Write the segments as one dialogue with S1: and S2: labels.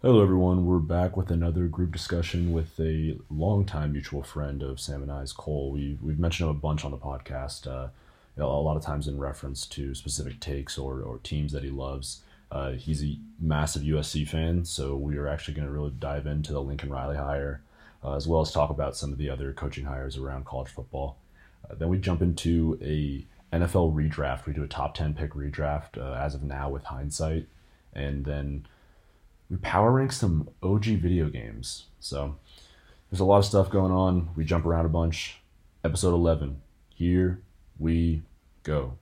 S1: Hello, everyone. We're back with another group discussion with a longtime mutual friend of Sam and I's, Cole. We, we've mentioned him a bunch on the podcast, uh, a lot of times in reference to specific takes or, or teams that he loves. Uh, he's a massive USC fan, so we are actually going to really dive into the Lincoln Riley hire, uh, as well as talk about some of the other coaching hires around college football. Uh, then we jump into a NFL redraft. We do a top 10 pick redraft uh, as of now with hindsight. And then we power rank some OG video games. So there's a lot of stuff going on. We jump around a bunch. Episode 11. Here we go.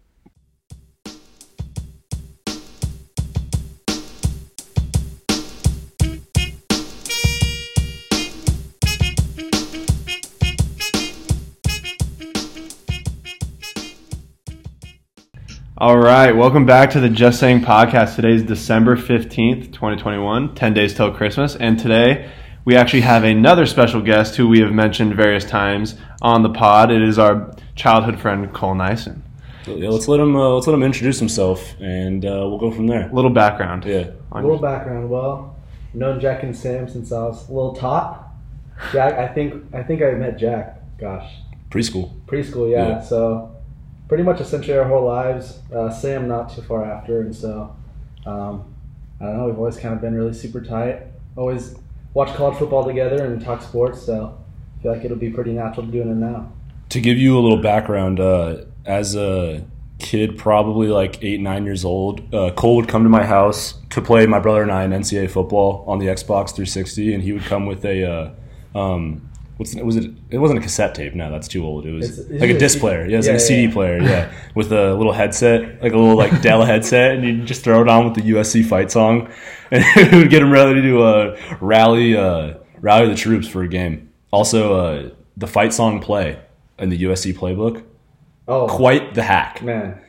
S2: All right, welcome back to the Just Saying podcast. Today is December 15th, 2021, 10 days till Christmas. And today we actually have another special guest who we have mentioned various times on the pod. It is our childhood friend, Cole Nyson.
S1: Yeah, let's let him uh, let's let him introduce himself, and uh, we'll go from there.
S2: A little background.
S1: Yeah.
S2: on-
S3: A little background. Well, known Jack and Sam since I was a little tot. Jack, I think I think I met Jack. Gosh,
S1: Preschool.
S3: preschool, yeah.
S1: Yeah.
S3: So pretty much essentially our whole lives. Uh, Sam not too far after, and so um, I don't know. We've always kind of been really super tight. Always watch college football together and talk sports. So I feel like it'll be pretty natural doing it now.
S1: to give you a little background, uh, as a kid, probably like eight, nine years old, uh, Cole would come to my house to play my brother and I in NCAA football on the Xbox 360, and he would come with a. Uh, um, What's, was it? It wasn't a cassette tape. No, that's too old. It was
S3: It's- it's
S1: like a
S3: a
S1: disc
S3: CD.
S1: player. Yeah, it's
S3: Yeah,
S1: like a
S3: yeah,
S1: CD
S3: yeah.
S1: player. Yeah, with a little headset, like a little like Dell headset, and you just throw it on with the USC fight song, and it would get him ready to uh, rally, uh, rally the troops for a game. Also, uh, the fight song play in the USC playbook
S3: Oh
S1: quite the hack.
S3: man,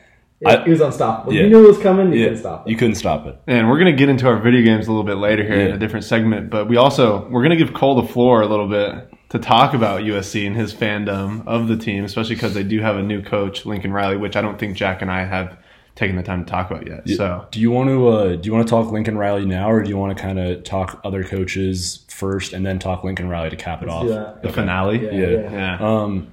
S1: I-
S3: he was unstoppable.
S1: Yeah.
S3: You knew it was coming. You
S1: Yeah,
S3: couldn't stop it.
S1: you couldn't stop it.
S2: And we're going to get into our video games a little bit later here in
S1: Yeah.
S2: a different segment, but we also we're going to give Cole the floor a little bit to talk about USC and his fandom of the team, especially because they do have a new coach, Lincoln Riley, which I don't think Jack and I have taken the time to talk about yet. So
S1: Do you want to uh, do you want to talk Lincoln Riley now, or do you want to kind of talk other coaches first and then talk Lincoln Riley to cap it off?
S3: do that.
S2: the finale,
S3: Yeah,
S1: Yeah.
S3: yeah.
S2: yeah.
S1: Um,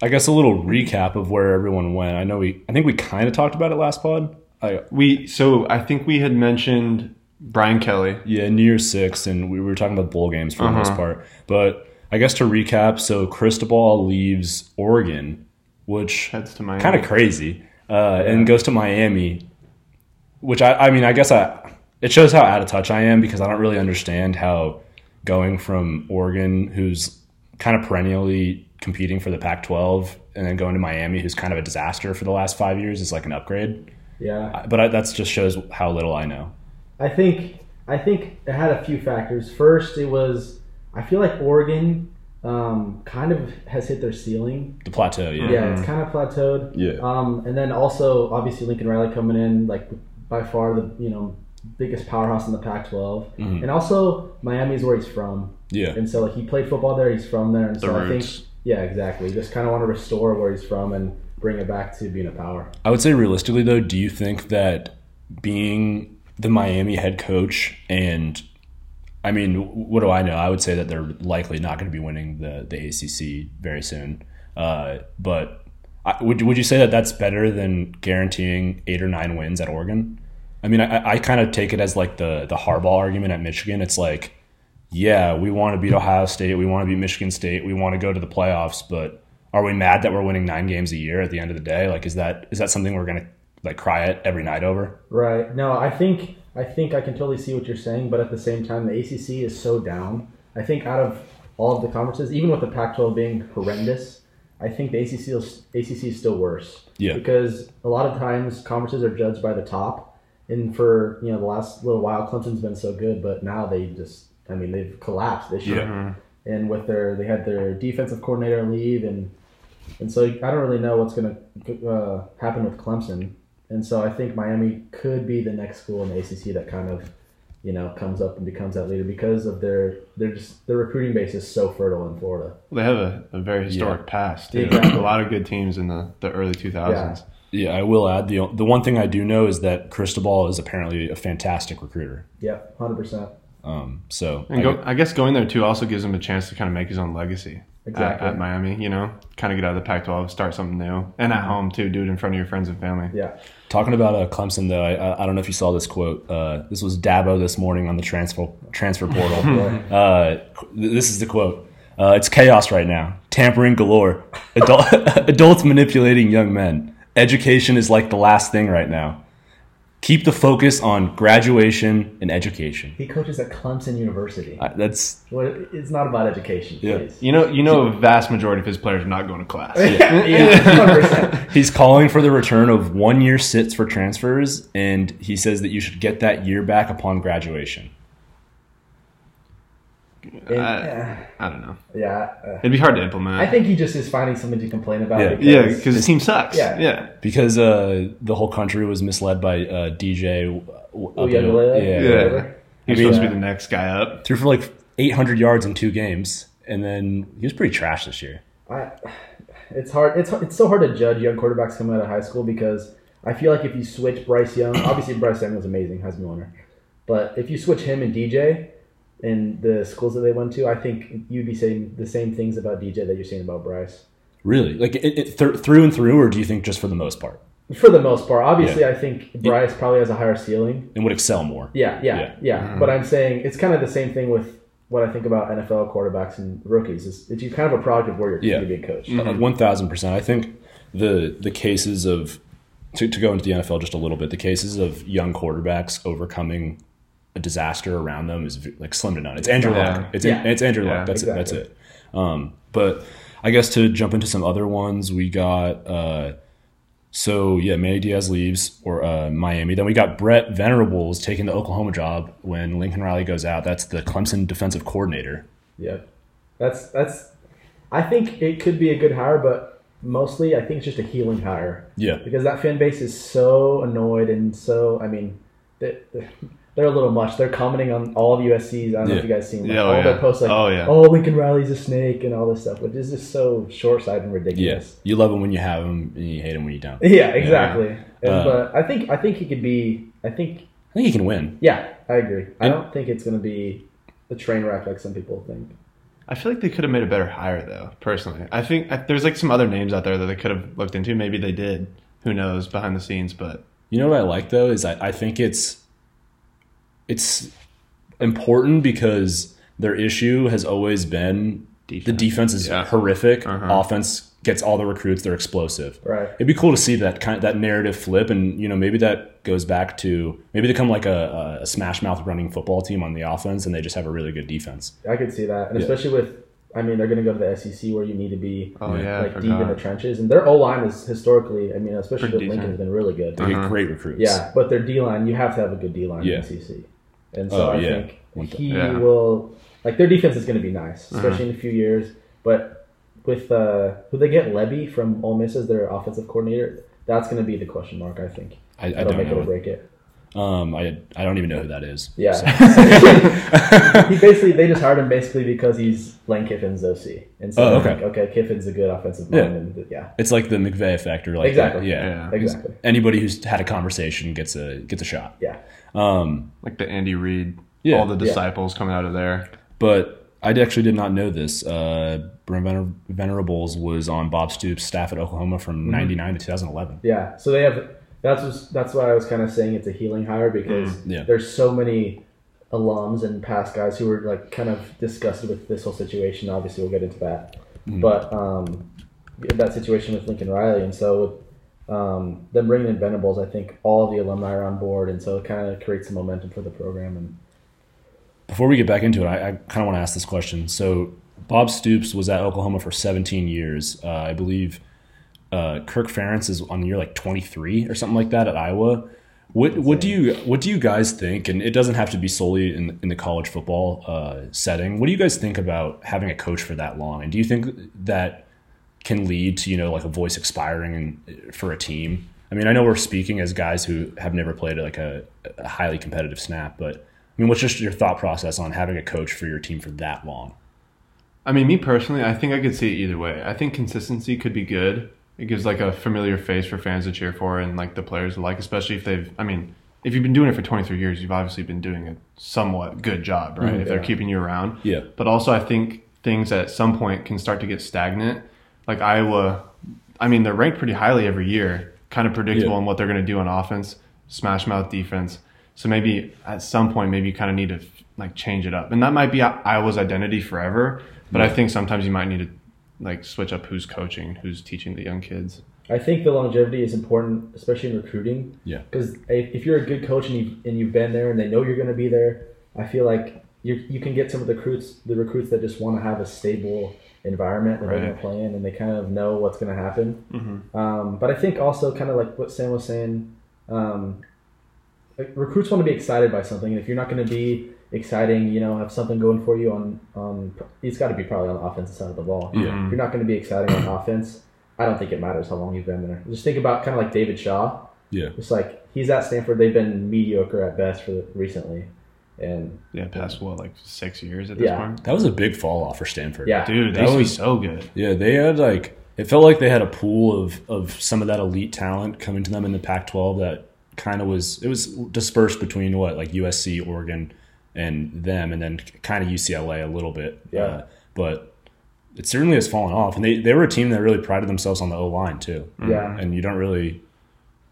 S1: I guess a little recap of where everyone went. I know we I think we kind of talked about it last pod. I,
S2: We so I think we had mentioned Brian Kelly.
S1: yeah, New Year's six, and we were talking about bowl games for the
S3: Uh-huh.
S1: most part. But I guess to recap, so Cristobal leaves Oregon, which
S2: Heads to Miami.
S1: kind of crazy, uh, and goes to Miami, which I, I mean, I guess I it shows how out of touch I am because I don't really understand how going from Oregon, who's kind of perennially competing for the Pac-12, and then going to Miami, who's kind of a disaster for the last five years, is like an upgrade.
S3: yeah.
S1: I- But I, that just shows how little I know.
S3: I think I think it had a few factors. First, it was I feel like Oregon um, kind of has hit their ceiling.
S1: The plateau, yeah,
S3: Yeah, it's kind of plateaued.
S1: Mm-hmm. Yeah.
S3: Um, and then also obviously Lincoln Riley coming in like by far the you know biggest powerhouse in the Pac-12,
S1: Mhm.
S3: and also Miami's where he's from,
S1: yeah.
S3: and so like he played football there. He's from there, and so I
S2: roots.
S3: think yeah, exactly. Just kind of want to restore where he's from and bring it back to being a power.
S1: I would say realistically though, do you think that being the Miami head coach and I mean, w- what do I know? I would say that they're likely not going to be winning the the ACC very soon. Uh, but I, would would you say that that's better than guaranteeing eight or nine wins at Oregon? I mean, I, I kind of take it as like the the Harbaugh argument at Michigan. It's like, yeah, we want to beat Ohio State, we want to beat Michigan State, we want to go to the playoffs, but are we mad that we're winning nine games a year at the end of the day? Like, is that is that something we're gonna like cry at every night over?
S3: Right. No, I think I think I can totally see what you're saying, but at the same time, the ACC is so down. I think out of all of the conferences, even with the Pac-12 being horrendous, I think the ACC is, ACC is still worse.
S1: Yeah.
S3: Because a lot of times conferences are judged by the top, and for you know the last little while, Clemson's been so good, but now they just I mean they've collapsed this year. And with their they had their defensive coordinator leave and and so I don't really know what's going to uh, happen with Clemson. And so I think Miami could be the next school in the ACC that kind of, you know, comes up and becomes that leader because of their their just their recruiting base is so fertile in Florida.
S2: They have a, a very historic past. They
S3: Yeah.
S2: have a lot of good teams in the, the early 2000s.
S1: Yeah, I will add the the one thing I do know is that Cristobal is apparently a fantastic recruiter.
S3: Yeah, hundred percent.
S1: Um, so
S2: And go, I guess going there too also gives him a chance to kind of make his own legacy at-
S3: Exactly.
S2: at, Miami. You know, kind of get out of the Pac-12, start something new, and at home too. Do it in front of your friends and family.
S3: Yeah.
S1: Talking about uh, Clemson, though, I- I, I don't know if you saw this quote. Uh, this was Dabo this morning on the transfer transfer portal. uh, th- this is the quote: uh, "It's chaos right now. Tampering galore. Adult, adults manipulating young men. Education is like the last thing right now. Keep the focus on graduation and education.
S3: He coaches at Clemson University.
S1: I, that's
S3: Well, it's not about education,
S1: Yeah.
S3: please.
S2: You know, you know, a vast majority of his players are not going to class.
S3: Yeah, 100%.
S1: he's calling for the return of one year sits for transfers, and he says that you should get that year back upon graduation.
S3: And, yeah.
S2: I don't know.
S3: yeah, uh,
S2: It'd be hard to implement.
S3: I think he just is finding something to complain about.
S1: Yeah.
S2: yeah,
S3: because-
S2: because the team sucks.
S3: Yeah.
S2: yeah.
S1: because uh, the whole country was misled by uh, DJ. w-
S3: Oh,
S1: up
S3: yeah,
S1: in-
S3: Galea?
S1: yeah.
S2: Yeah.
S3: Whatever.
S2: He's
S1: I mean,
S2: supposed to be the next guy up.
S1: threw for like 800 yards in two games, and then he was pretty trash this year.
S3: I, it's hard. It's it's so hard to judge young quarterbacks coming out of high school because I feel like if you switch Bryce Young, obviously Bryce Young was amazing, Heisman winner, but if you switch him and DJ and the schools that they went to, I think you'd be saying the same things about DJ that you're saying about Bryce.
S1: Really, like it, it th- through and through, or do you think just for the most part,
S3: For the most part, obviously, I think Bryce probably has a higher ceiling.
S1: and would excel more?
S3: Yeah, yeah,
S1: Yeah. Mm-hmm.
S3: yeah. But I'm saying it's kind of the same thing with what I think about NFL quarterbacks and rookies. Is it's you kind of a product of where you're
S1: Yeah.
S3: going to be coached.
S2: Mm-hmm.
S1: Uh, One thousand percent. I think the the cases of to, to go into the NFL just a little bit, the cases of young quarterbacks overcoming a disaster around them is v- like slim to none. It's Andrew
S2: Yeah.
S1: Luck. It's
S3: Yeah.
S1: it's Andrew
S2: Yeah,
S1: Luck. That's it. That's
S3: exactly.
S1: it. Um, but I guess to jump into some other ones, we got. Uh, so yeah, Manny Diaz leaves or uh, Miami. Then we got Brett Venerables taking the Oklahoma job when Lincoln Riley goes out. That's the Clemson defensive coordinator.
S3: Yeah, that's that's. I think it could be a good hire, but mostly I think it's just a healing hire
S1: Yeah,
S3: because that fan base is so annoyed and so. I mean, they, they're a little much. They're commenting on all of USC's. I don't know if
S1: Yeah.
S3: you guys seen like,
S2: Yeah, oh,
S3: all
S2: yeah.
S3: their posts like,
S2: Oh, yeah.
S3: Lincoln Riley's a snake" and all this stuff, which is just so short-sighted and ridiculous.
S1: yes. You love him when you have him, and you hate him when you don't.
S3: Yeah, exactly. And,
S1: Uh,
S3: but I think I think he could be. I think
S1: I think he can win.
S3: yeah, I agree. I
S1: And-
S3: don't think it's going to be a train wreck like some people think.
S2: I feel like they could have made a better hire though. Personally, I think I, there's like some other names out there that they could have looked into. Maybe they did. Who knows behind the scenes? But
S1: You know what I like though is I, I think it's it's important because their issue has always been the defense is
S2: Yeah.
S1: horrific.
S2: Uh-huh.
S1: Offense gets all the recruits; they're explosive.
S3: Right.
S1: It'd be cool to see that kind that narrative flip, and you know maybe that goes back to maybe they become like a, a smash mouth running football team on the offense, and they just have a really good defense.
S3: I could see that, and
S1: Yeah.
S3: especially with. I mean, they're going to go to the SEC where you need to be
S2: oh
S1: Yeah,
S2: yeah, I
S3: like deep in the
S2: forgot.
S3: trenches, and their O line is historically. I mean, especially
S2: Pretty
S3: with Lincoln, has
S2: decent.
S3: been really good.
S1: They
S2: Uh-huh.
S1: get great recruits.
S3: Yeah, but their D line, you have to have a good D line
S1: Yeah.
S3: in the SEC, and so
S1: Oh,
S3: I
S1: yeah. One Uh-huh.
S3: think
S1: thou-
S3: he
S2: yeah.
S3: will. Like their defense is going to be nice, especially in a few years. But with uh, who they get Levy from Ole Miss as their offensive coordinator, that's going to be the question mark. I think
S1: I, I
S3: that'll
S1: don't
S3: make it or
S1: know.
S3: break it.
S1: Um, I I don't even know who that is.
S3: Yeah.
S1: So-
S3: he basically they just hired him basically because he's Lane Kiffin's OC, and so
S1: Oh,
S3: they're
S1: okay.
S3: like, okay, Kiffin's a good offensive
S1: Yeah.
S3: mind, and yeah,
S1: it's like the McVeigh effect, or like
S3: Exactly.
S1: that. yeah.
S2: Yeah.
S3: exactly,
S1: Anybody who's had a conversation gets a gets a shot.
S3: yeah.
S1: Um,
S2: Like the Andy Reid,
S1: Yeah.
S2: all the
S3: Yeah.
S2: disciples coming out of there.
S1: but I actually did not know this. Uh, Brent Vener- Venerables was on Bob Stoops' staff at Oklahoma
S3: Mm-hmm.
S1: from '99 to 2011.
S3: Yeah, so they have. That's just, that's why I was kind of saying it's a healing hire because
S1: Mm, yeah.
S3: there's so many alums and past guys who were like kind of disgusted with this whole situation. Obviously, we'll get into that,
S1: Mm.
S3: but um, that situation with Lincoln Riley, and so with um, them bringing in Venables, I think all of the alumni are on board, and so it kind of creates some momentum for the program. And
S1: Before we get back into it, I, I kind of want to ask this question. So Bob Stoops was at Oklahoma for 17 years. Uh, I believe uh, Kirk Ferentz is on year like 23 or something like that at Iowa. What what do you what do you guys think? And it doesn't have to be solely in in the college football uh, setting. What do you guys think about having a coach for that long? And do you think that can lead to you know like a voice expiring in, for a team? I mean, I know we're speaking as guys who have never played like a, a highly competitive snap, but I mean, what's just your thought process on having a coach for your team for that long?
S2: I mean, me personally, I think I could see it either way. I think consistency could be good. It gives like a familiar face for fans to cheer for and like the players to like, especially if they've. I mean, if you've been doing it for 23 years, you've obviously been doing a somewhat good job, right?
S1: Mhm,
S2: if they're
S3: yeah.
S2: keeping you around.
S1: Yeah.
S2: But also, I think things at some point can start to get stagnant. Like Iowa, I mean, they're ranked pretty highly every year, kind of predictable
S1: Yeah.
S2: in what they're going to do on offense, smash mouth defense. So maybe at some point, maybe you kind of need to like change it up, and that might be I- Iowa's identity forever. But I think sometimes you might need to like switch up who's coaching, who's teaching the young kids.
S3: I think the longevity is important, especially in recruiting.
S1: Yeah.
S3: Because if, if you're a good coach and you've, and you've been there and they know you're going to be there, I feel like you you can get some of the recruits the recruits that just want to have a stable environment that they're going
S2: Right.
S3: to play in and they kind of know what's going to happen.
S2: Mm-hmm.
S3: Um, but I think also kind of like what Sam was saying, um, like recruits want to be excited by something, and if you're not going to be exciting, you know, have something going for you on on it's got to be probably on the offensive side of the ball.
S1: Yeah.
S2: Mm-hmm.
S3: If you're not going to be exciting on offense, I don't think it matters how long you've been there. Just think about kind of like David Shaw.
S1: Yeah.
S3: It's like he's at Stanford. They've been mediocre at best for the, recently, and
S2: Yeah, past what like six years at this
S3: this Yeah.
S2: point,
S1: That was a big fall off for Stanford.
S3: yeah,
S2: dude.
S1: That
S2: They used to be
S1: was-
S2: so good.
S1: Yeah, they had like it felt like they had a pool of of some of that elite talent coming to them in the Pac-12 that kind of was it was dispersed between what like USC, Oregon, and them, and then kind of UCLA a little bit. Uh,
S3: Yeah.
S1: but it certainly has fallen off, and they they were a team that really prided themselves on the O line too.
S3: yeah,
S1: And you don't really,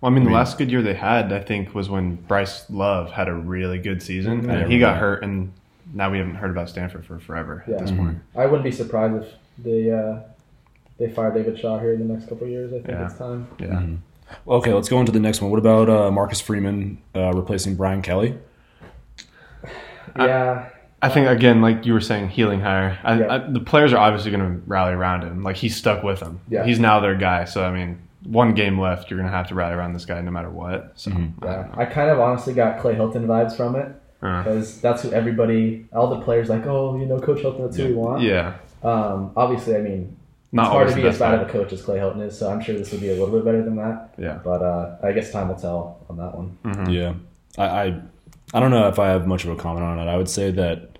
S2: Well, I mean, the last good year they had, I think, was when Bryce Love had a really good season, and
S1: Yeah,
S2: he got
S1: right.
S2: hurt, and now we haven't heard about Stanford for forever
S3: Yeah.
S2: at this point.
S3: I wouldn't be surprised if they uh, they fire David Shaw here in the next couple of years. I think
S2: Yeah.
S3: it's time.
S2: Yeah, Mm-hmm.
S1: okay, let's go into the next one. What about uh, Marcus Freeman uh, replacing Brian Kelly?
S2: I-
S3: yeah,
S2: I think again, like you were saying, healing hire. I,
S3: Yeah.
S2: I, the players are obviously going to rally around him. Like he's stuck with them.
S3: Yeah.
S2: he's now their guy. So I mean, one game left, you're going to have to rally around this guy no matter what. So I don't
S3: yeah. I kind of honestly got Clay Hilton vibes from it.
S2: know.
S3: because that's who everybody, all the players, like, oh, you know, Coach Hilton, that's who we
S2: Uh,
S3: want.
S2: yeah,
S3: Um, obviously, I mean,
S2: not
S3: it's hard
S2: always
S3: to
S2: the
S3: be as
S2: best.
S3: bad
S2: player.
S3: of a coach as Clay Hilton is, so I'm sure this will be a little bit better than that.
S2: Yeah,
S3: But uh, I guess time will tell on that one.
S2: Mm.
S1: Yeah, I, I I don't know if I have much of a comment on it. I would say that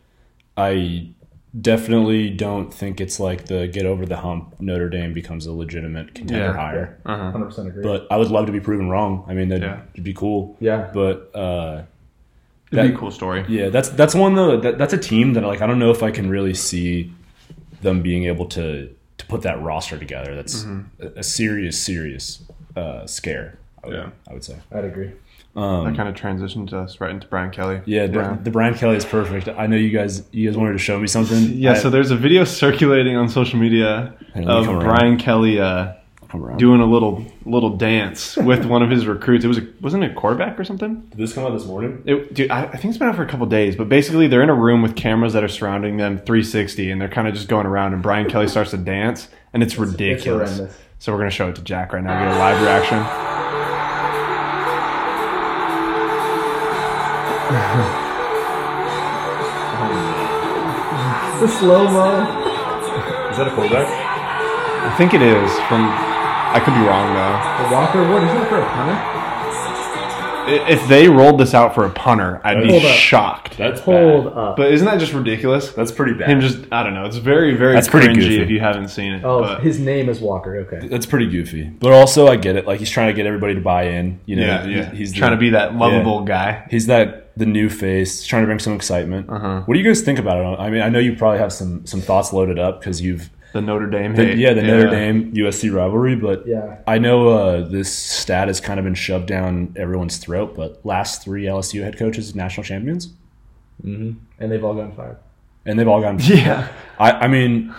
S1: I definitely don't think it's like the get over the hump. Notre Dame becomes a legitimate contender
S2: Yeah.
S1: hire,
S2: uh-huh.
S3: 100% agree.
S1: but I would love to be proven wrong. I mean, that'd
S2: Yeah.
S1: it'd be cool.
S3: yeah.
S1: But uh,
S2: it'd be
S1: That-
S2: a cool story.
S1: yeah, that's that's one though. That, that's a team that like I don't know if I can really see them being able to to put that roster together. That's
S2: Mm-hmm.
S1: a, a serious serious uh, scare. I would,
S2: Yeah.
S1: I would say.
S3: I'd agree.
S1: Um,
S2: That kind of transitioned us right into Brian Kelly.
S1: Yeah, the, the Brian Kelly is perfect. I know you guys you guys wanted to show me something.
S2: Yeah,
S1: I-
S2: so there's a video circulating on social media
S1: Hey, let me
S2: of
S1: come around.
S2: Brian Kelly uh,
S1: I'm wrong.
S2: doing a little little dance with one of his recruits. It was a, wasn't it a quarterback or something?
S1: Did this come out this morning?
S2: It, dude, I, I think it's been out for a couple days, but basically they're in a room with cameras that are surrounding them, 360, and they're kind of just going around. And Brian Kelly starts to dance, and it's ridiculous.
S3: horrendous.
S2: so we're gonna show it to Jack right now. Get a live reaction.
S3: The slow mo.
S1: Is that a quarterback?
S2: I think it is from. I could be wrong though.
S3: The Walker Award, isn't that for a punter?
S2: I- If they rolled this out for a punter, I'd be
S1: Hold up.
S2: shocked.
S1: That's
S3: Hold
S1: bad.
S3: up.
S2: But isn't that just ridiculous?
S1: That's pretty bad.
S2: Him just I don't know. It's very very
S1: That's pretty
S2: cringy
S1: goofy.
S2: if you haven't seen it.
S3: oh,
S2: but
S3: his name is Walker. Okay.
S1: That's pretty goofy. But also, I get it. Like he's trying to get everybody to buy in. You know,
S2: yeah,
S1: he-
S2: yeah.
S1: he's
S2: He's trying
S1: the-
S2: to be that lovable guy.
S1: He's that the new face. He's trying to bring some excitement.
S2: Uh-huh.
S1: What do you guys think about it? I mean, I know you probably have some some thoughts loaded up because you've
S2: The Notre Dame.
S1: the-
S2: hate.
S1: yeah the Notre Dame USC rivalry, but
S3: Yeah.
S1: I know uh, this stat has kind of been shoved down everyone's throat. But last three LSU head coaches national champions,
S3: And they've all gone fired.
S1: and they've all gotten
S2: Yeah.
S1: I, I mean,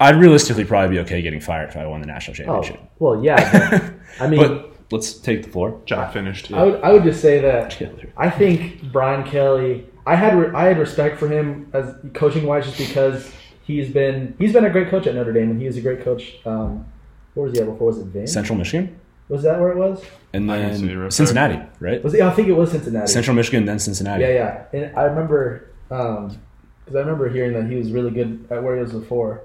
S1: I'd realistically probably be okay getting fired if I won the national
S3: Oh,
S1: championship.
S3: well, yeah. but, I mean,
S1: But let's take the floor.
S2: Jock finished.
S3: I would, I would just say that
S1: Killer.
S3: I think Brian Kelly. I had re- I had respect for him as coaching wise, just because he's been he's been a great coach at Notre Dame, and he was a great coach. Um, where was he at before? Was it Vince?
S1: Central Michigan,
S3: was that where it was?
S1: and
S2: I can see it real
S1: then
S2: quick.
S1: Cincinnati, right?
S3: Was it, I think it was Cincinnati.
S1: Central Michigan, then Cincinnati.
S3: Yeah, yeah. And I remember because I remember hearing that he was really good at where he was before.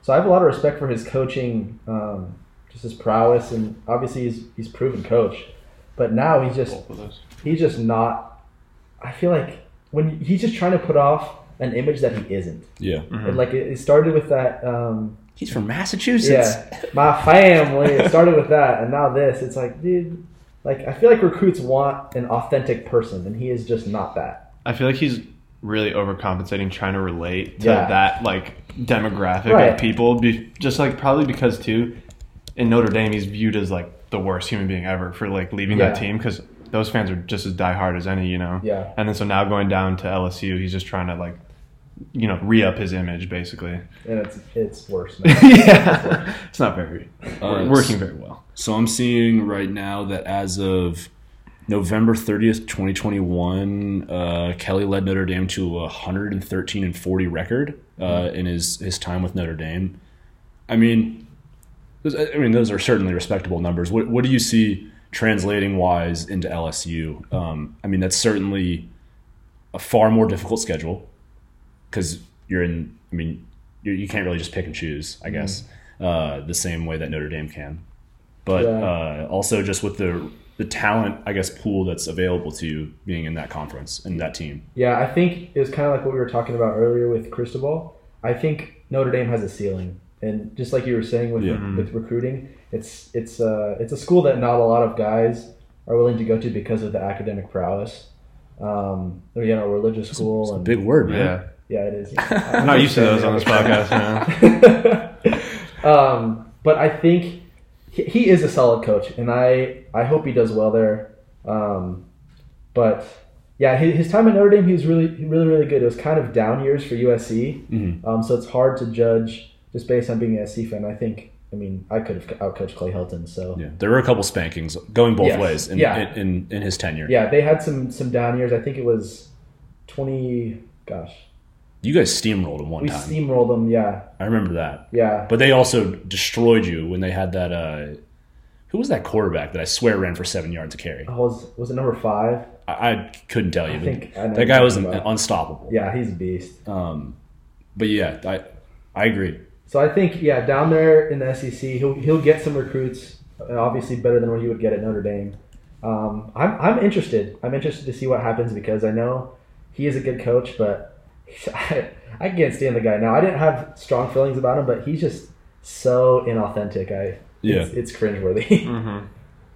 S3: So I have a lot of respect for his coaching, um, just his prowess, and obviously he's he's proven coach. But now he's just
S2: Both of those.
S3: he's just not. I feel like when he's just trying to put off an image that he isn't.
S1: yeah.
S3: And like it, it started with that. Um,
S1: He's from Massachusetts.
S3: yeah, my family. It started with that, and now this. It's like, dude, like I feel like recruits want an authentic person, and he is just not that.
S2: I feel like he's really overcompensating trying to relate to
S3: Yeah.
S2: that like demographic
S3: Right.
S2: of people. Be- just like probably because too, in Notre Dame, he's viewed as like the worst human being ever for like leaving that
S3: Yeah.
S2: team because those fans are just as diehard as any, you know.
S3: Yeah.
S2: And then so now going down to LSU, he's just trying to like, you know, re up his image basically.
S3: And it's it's worse. Now.
S2: yeah, it's not very
S1: Uh,
S2: working very well.
S1: So I'm seeing right now that as of November 30th, 2021, uh, Kelly led Notre Dame to a 113 and 40 record uh, in his his time with Notre Dame. I mean, those, I mean those are certainly respectable numbers. What what do you see translating wise into LSU? Um, I mean that's certainly a far more difficult schedule because you're in. I mean you, you can't really just pick and choose. I guess uh, the same way that Notre Dame can but uh, also just with the the talent, I guess, pool that's available to you being in that conference and that team.
S3: Yeah, I think it was kind of like what we were talking about earlier with Cristobal. I think Notre Dame has a ceiling, and just like you were saying with
S1: Yeah.
S3: with recruiting, it's it's uh, it's a school that not a lot of guys are willing to go to because of the academic prowess. Um, or, you know, a religious school
S1: It's a
S3: and
S1: big word, man.
S2: Yeah,
S3: yeah, it is.
S2: I'm not used to those on this podcast. Man.
S3: um, but I think he, he is a solid coach, and I, I hope he does well there. Um, but yeah, his, his time at Notre Dame, he was really really really good. It was kind of down years for USC,
S1: Mhm.
S3: um, so it's hard to judge just based on being a USC fan. I think I mean I could have outcoached Clay Helton, so
S1: Yeah. There were a couple spankings going both
S3: Yes.
S1: ways in,
S3: Yeah.
S1: in, in in his tenure.
S3: yeah, they had some some down years. I think it was twenty. Gosh,
S1: You guys steamrolled him one
S3: we
S1: time.
S3: steamrolled them. Yeah,
S1: I remember that.
S3: yeah.
S1: But they also destroyed you when they had that. Uh, who was that quarterback that I swear ran for seven yards to carry?
S3: I was was it number five?
S1: I, I couldn't tell you.
S3: I
S1: but
S3: think I know
S1: that
S3: who
S1: guy
S3: you're
S1: was
S3: talking
S1: un-
S3: about.
S1: unstoppable.
S3: Yeah, he's a beast.
S1: Um, but yeah, I I agree.
S3: So I think yeah, down there in the SEC, he'll he'll get some recruits, uh, obviously better than what he would get at Notre Dame. Um, I'm I'm interested. I'm interested to see what happens because I know he is a good coach, but I, I can't stand the guy now. I didn't have strong feelings about him, but he's just so inauthentic. I
S1: Yeah.
S3: it's, it's cringeworthy.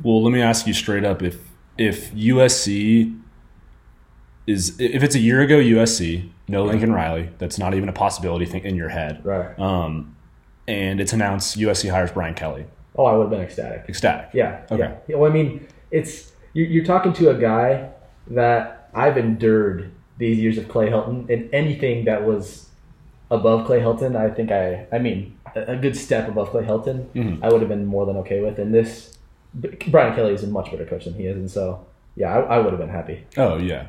S1: Well, let me ask you straight up if if USC is if it's a year ago USC, no Lincoln Riley, that's not even a possibility thing in your head.
S3: right?
S1: Um, and it's announced USC hires Brian Kelly.
S3: Oh, I would have been ecstatic.
S1: Ecstatic.
S3: Yeah.
S1: Okay.
S3: Yeah. Yeah, Well, I mean, it's you- you're talking to a guy that I've endured these years of Clay Helton, and anything that was above Clay Helton, I think I, I mean, a a good step above Clay Helton,
S1: Mm-hmm.
S3: I would have been more than okay with. And this, Brian Kelly is a much better coach than he is, and so yeah, I, I would have been happy.
S1: Oh yeah.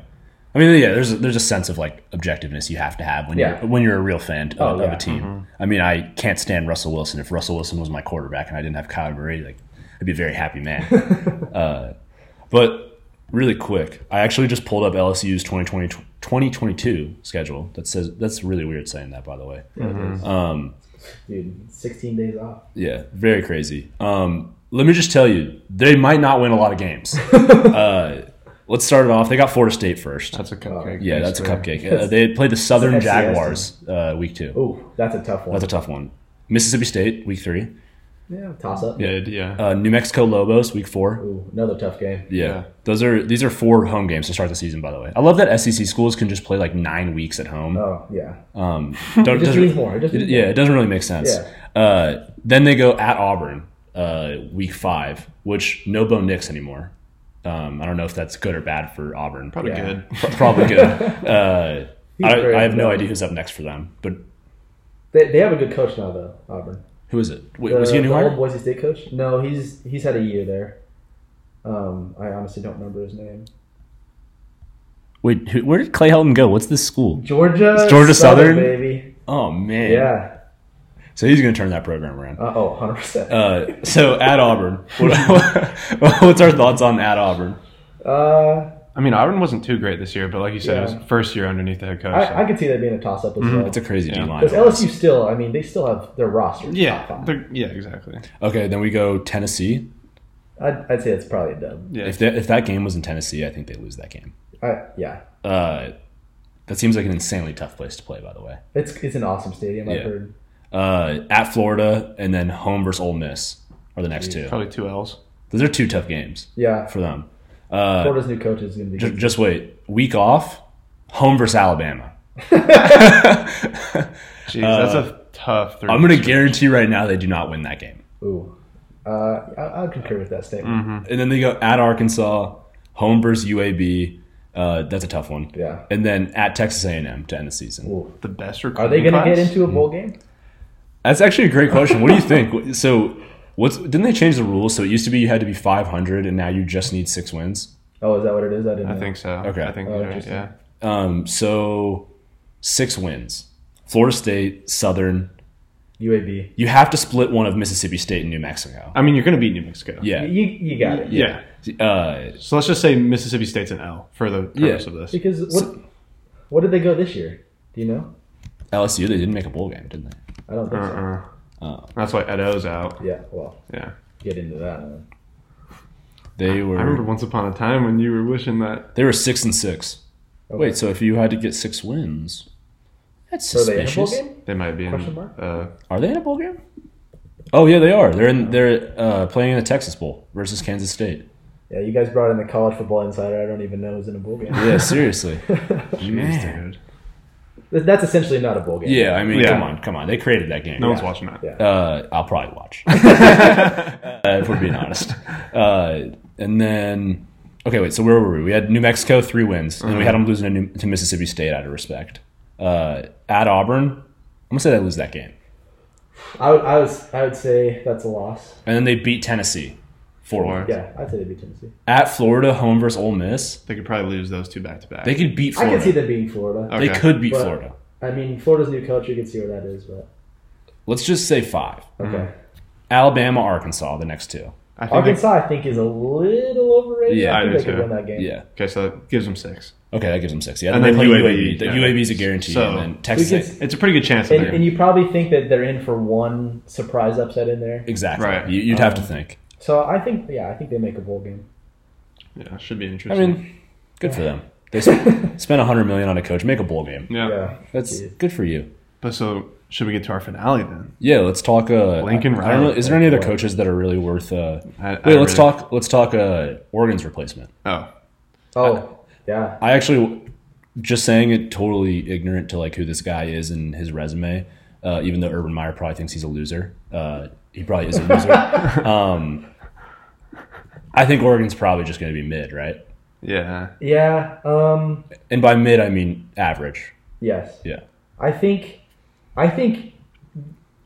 S1: I mean, yeah. There's a, there's a sense of like objectiveness you have to have when
S3: Yeah.
S1: you're when you're a real fan
S3: Oh,
S1: of, of
S3: yeah.
S1: a team. I mean, I can't stand Russell Wilson. If Russell Wilson was my quarterback and I didn't have Kyle Murray, like I'd be a very happy man. uh, but really quick, I actually just pulled up LSU's 2020, 2022 schedule. That says that's really weird saying that by the way. Um,
S3: Dude, 16 days off.
S1: yeah, very crazy. Um, let me just tell you, they might not win a lot of games. uh, let's start it off. They got Florida State first.
S2: That's a cupcake.
S1: Uh, Yeah, that's a cupcake. Uh, they play the Southern
S3: It's an FCS
S1: Jaguars uh, week two.
S3: Ooh, that's a tough one.
S1: That's a tough one. Mississippi State week three.
S3: yeah, toss up.
S2: Did, yeah.
S1: Uh, New Mexico Lobos week four.
S3: Ooh, another tough game.
S1: Yeah.
S2: Yeah.
S1: those are these are four home games to start the season. By the way, I love that SEC schools can just play like nine weeks at home.
S3: Oh yeah,
S1: Um, don't,
S3: it just
S1: doesn't-
S3: means more. It just means
S1: yeah, it doesn't really make sense. Uh, then they go at Auburn uh, week five, which no Bo Nix anymore. Um, I don't know if that's good or bad for Auburn.
S2: Probably
S3: yeah.
S2: good.
S1: Pro- probably good. Uh, I,
S3: great,
S1: I have no
S3: though.
S1: idea who's up next for them, but
S3: They, they have a good coach now though, Auburn.
S1: Who is it? Wait, was he a
S3: the
S1: new
S3: old
S1: hire?
S3: Boise State coach? No, he's he's had a year there. Um, I honestly don't remember his name.
S1: Wait, who, where did Clay Helton go? What's this school?
S3: Georgia.
S1: It's Georgia Southern?
S3: baby.
S1: Oh man,
S3: Yeah.
S1: So he's gonna turn that program around.
S3: Uh, oh, 100 percent.
S1: Uh, so at Auburn, what, what's our thoughts on at Auburn?
S3: Uh,
S2: I mean, Auburn wasn't too great this year, but like you said, it
S3: Yeah.
S2: was first year underneath the head coach. so-
S3: I, I could see that being a toss up as well.
S1: Mm-hmm. It's a crazy
S2: Yeah.
S1: D line.
S3: Because LSU still, I mean, they still have their roster.
S2: yeah, they're- yeah, exactly.
S1: Okay, then we go Tennessee.
S3: I'd, I'd say it's probably a dub.
S2: Yeah,
S1: If that if that game was in Tennessee, I think they lose that game.
S3: I, yeah,
S1: Uh, that seems like an insanely tough place to play, by the way.
S3: it's it's an awesome stadium. I've
S1: Yeah.
S3: heard.
S1: Uh, at Florida, and then home versus Ole Miss are the next two.
S2: probably two L's.
S1: Those are two tough games
S3: Yeah,
S1: for them. Uh,
S3: Florida's new coach is going to be.
S1: just,
S3: good.
S1: just wait. Week off, home versus Alabama.
S2: Jeez, that's a tough. Three.
S1: Uh, I'm going to guarantee right now they do not win that game.
S3: Ooh, uh, I, I concur with that statement.
S1: And then they go at Arkansas, home versus UAB. Uh, that's a tough one.
S3: Yeah.
S1: And then at Texas A&M to end the season.
S3: Ooh.
S2: the best
S3: Are they
S2: going to
S3: get into a bowl
S1: Mm-hmm.
S3: game?
S1: That's actually a great question. What do you think? So, what's didn't they change the rules? So it used to be you had to be 500, and now you just need six wins.
S3: Oh, is that what it is? I didn't.
S2: I
S3: know.
S2: think so.
S1: Okay.
S2: I think
S3: Oh,
S2: you're right,
S3: interesting.
S2: yeah.
S1: Um, so six wins. Florida State, Southern.
S3: UAB.
S1: You have to split one of Mississippi State and New Mexico.
S2: I mean, you're going to beat New Mexico.
S1: Yeah.
S3: You, you got it.
S1: Yeah. Uh,
S2: So let's just say Mississippi State's an L for the purpose
S1: Yeah.
S2: of this.
S3: Because what? what did they go this year? Do you know?
S1: LSU, they didn't make a bowl game, did they?
S3: I don't think
S2: Uh-uh.
S1: Oh.
S2: That's why Edo's out.
S3: so. Yeah. Well,
S2: Yeah.
S3: get into that. man.
S1: They
S2: I remember
S1: were
S2: once upon a time when you were wishing that.
S1: they were six and six.
S3: Okay.
S1: Wait, so if you had to get six wins, that's
S3: So are they in a bowl
S1: suspicious.
S3: game?
S2: They might be in.
S3: Question mark?
S2: Uh,
S1: Are they in a bowl game? Oh yeah, they are. They're in. They're uh, playing in the Texas Bowl versus Kansas State.
S3: Yeah, you guys brought in the college football insider. I don't even know is in a bowl game.
S1: Yeah, seriously.
S2: jeez, dude.
S3: That- That's essentially not a bowl game.
S1: Yeah, I mean,
S2: Yeah.
S1: come on, come on. They created that game.
S2: No one's watching that.
S3: Yeah.
S1: Uh, I'll probably watch. uh, if we're being honest. Uh, and then, okay, wait. So where were we? We had New Mexico three wins, and we had them losing to, New, to Mississippi State out of respect. Uh, at Auburn, I'm gonna say they lose that game,
S3: I would, I was, I would say that's a loss.
S1: and then they beat Tennessee four one.
S3: Yeah, I'd say they beat Tennessee.
S1: At Florida, home versus Ole Miss,
S2: They could probably lose those two back to back.
S1: they could beat
S3: I
S1: Florida.
S3: can see them beating Florida.
S2: Okay.
S1: They could beat
S3: But-
S1: Florida.
S3: I mean, Florida's new coach. You can see where that is, but
S1: Let's just say five.
S3: okay.
S1: Alabama, Arkansas, the next two.
S2: I think they,
S3: Arkansas, I think is a little overrated.
S1: Yeah,
S3: I
S2: I
S3: think
S2: do
S3: they could
S2: too.
S3: win that game.
S1: Yeah.
S2: okay, so that gives them six.
S1: Okay, that gives them six. Yeah, and
S2: And
S1: they
S2: then
S1: play
S2: UAB,
S1: UAB. The
S2: yeah.
S1: UAB is a guarantee.
S2: So-
S1: and then Texas.
S3: We could-
S1: A-
S2: It's a pretty good chance. Of
S3: And,
S2: that.
S3: and you probably think that they're in for one surprise upset in there.
S1: exactly.
S2: Right. Um,
S1: You, you'd have to think.
S3: So I think, yeah, I think they make a bowl game.
S2: yeah, should be
S1: I
S2: interesting.
S1: mean, good for them. They sp- spent a hundred million on a coach. Make a bowl game.
S2: yeah.
S3: Yeah,
S1: That's
S3: Jeez.
S1: good for you.
S2: But so should we get to our finale then?
S1: Yeah, let's talk. Uh,
S2: Lincoln
S1: I don't know,
S2: Riley.
S1: is there any other coaches that are really worth? Uh,
S2: I- I
S1: wait, let's
S2: really-
S1: talk. Let's talk. Uh, Oregon's replacement.
S2: Oh,
S3: Oh, yeah.
S1: I actually just saying it totally ignorant to like who this guy is and his resume. Uh, even though Urban Meyer probably thinks he's a loser, uh, he probably is a loser. um, I think Oregon's probably just going to be mid, right?
S2: yeah.
S3: Yeah. Um.
S1: And by mid, I mean average.
S3: Yes.
S1: Yeah.
S3: I think, I think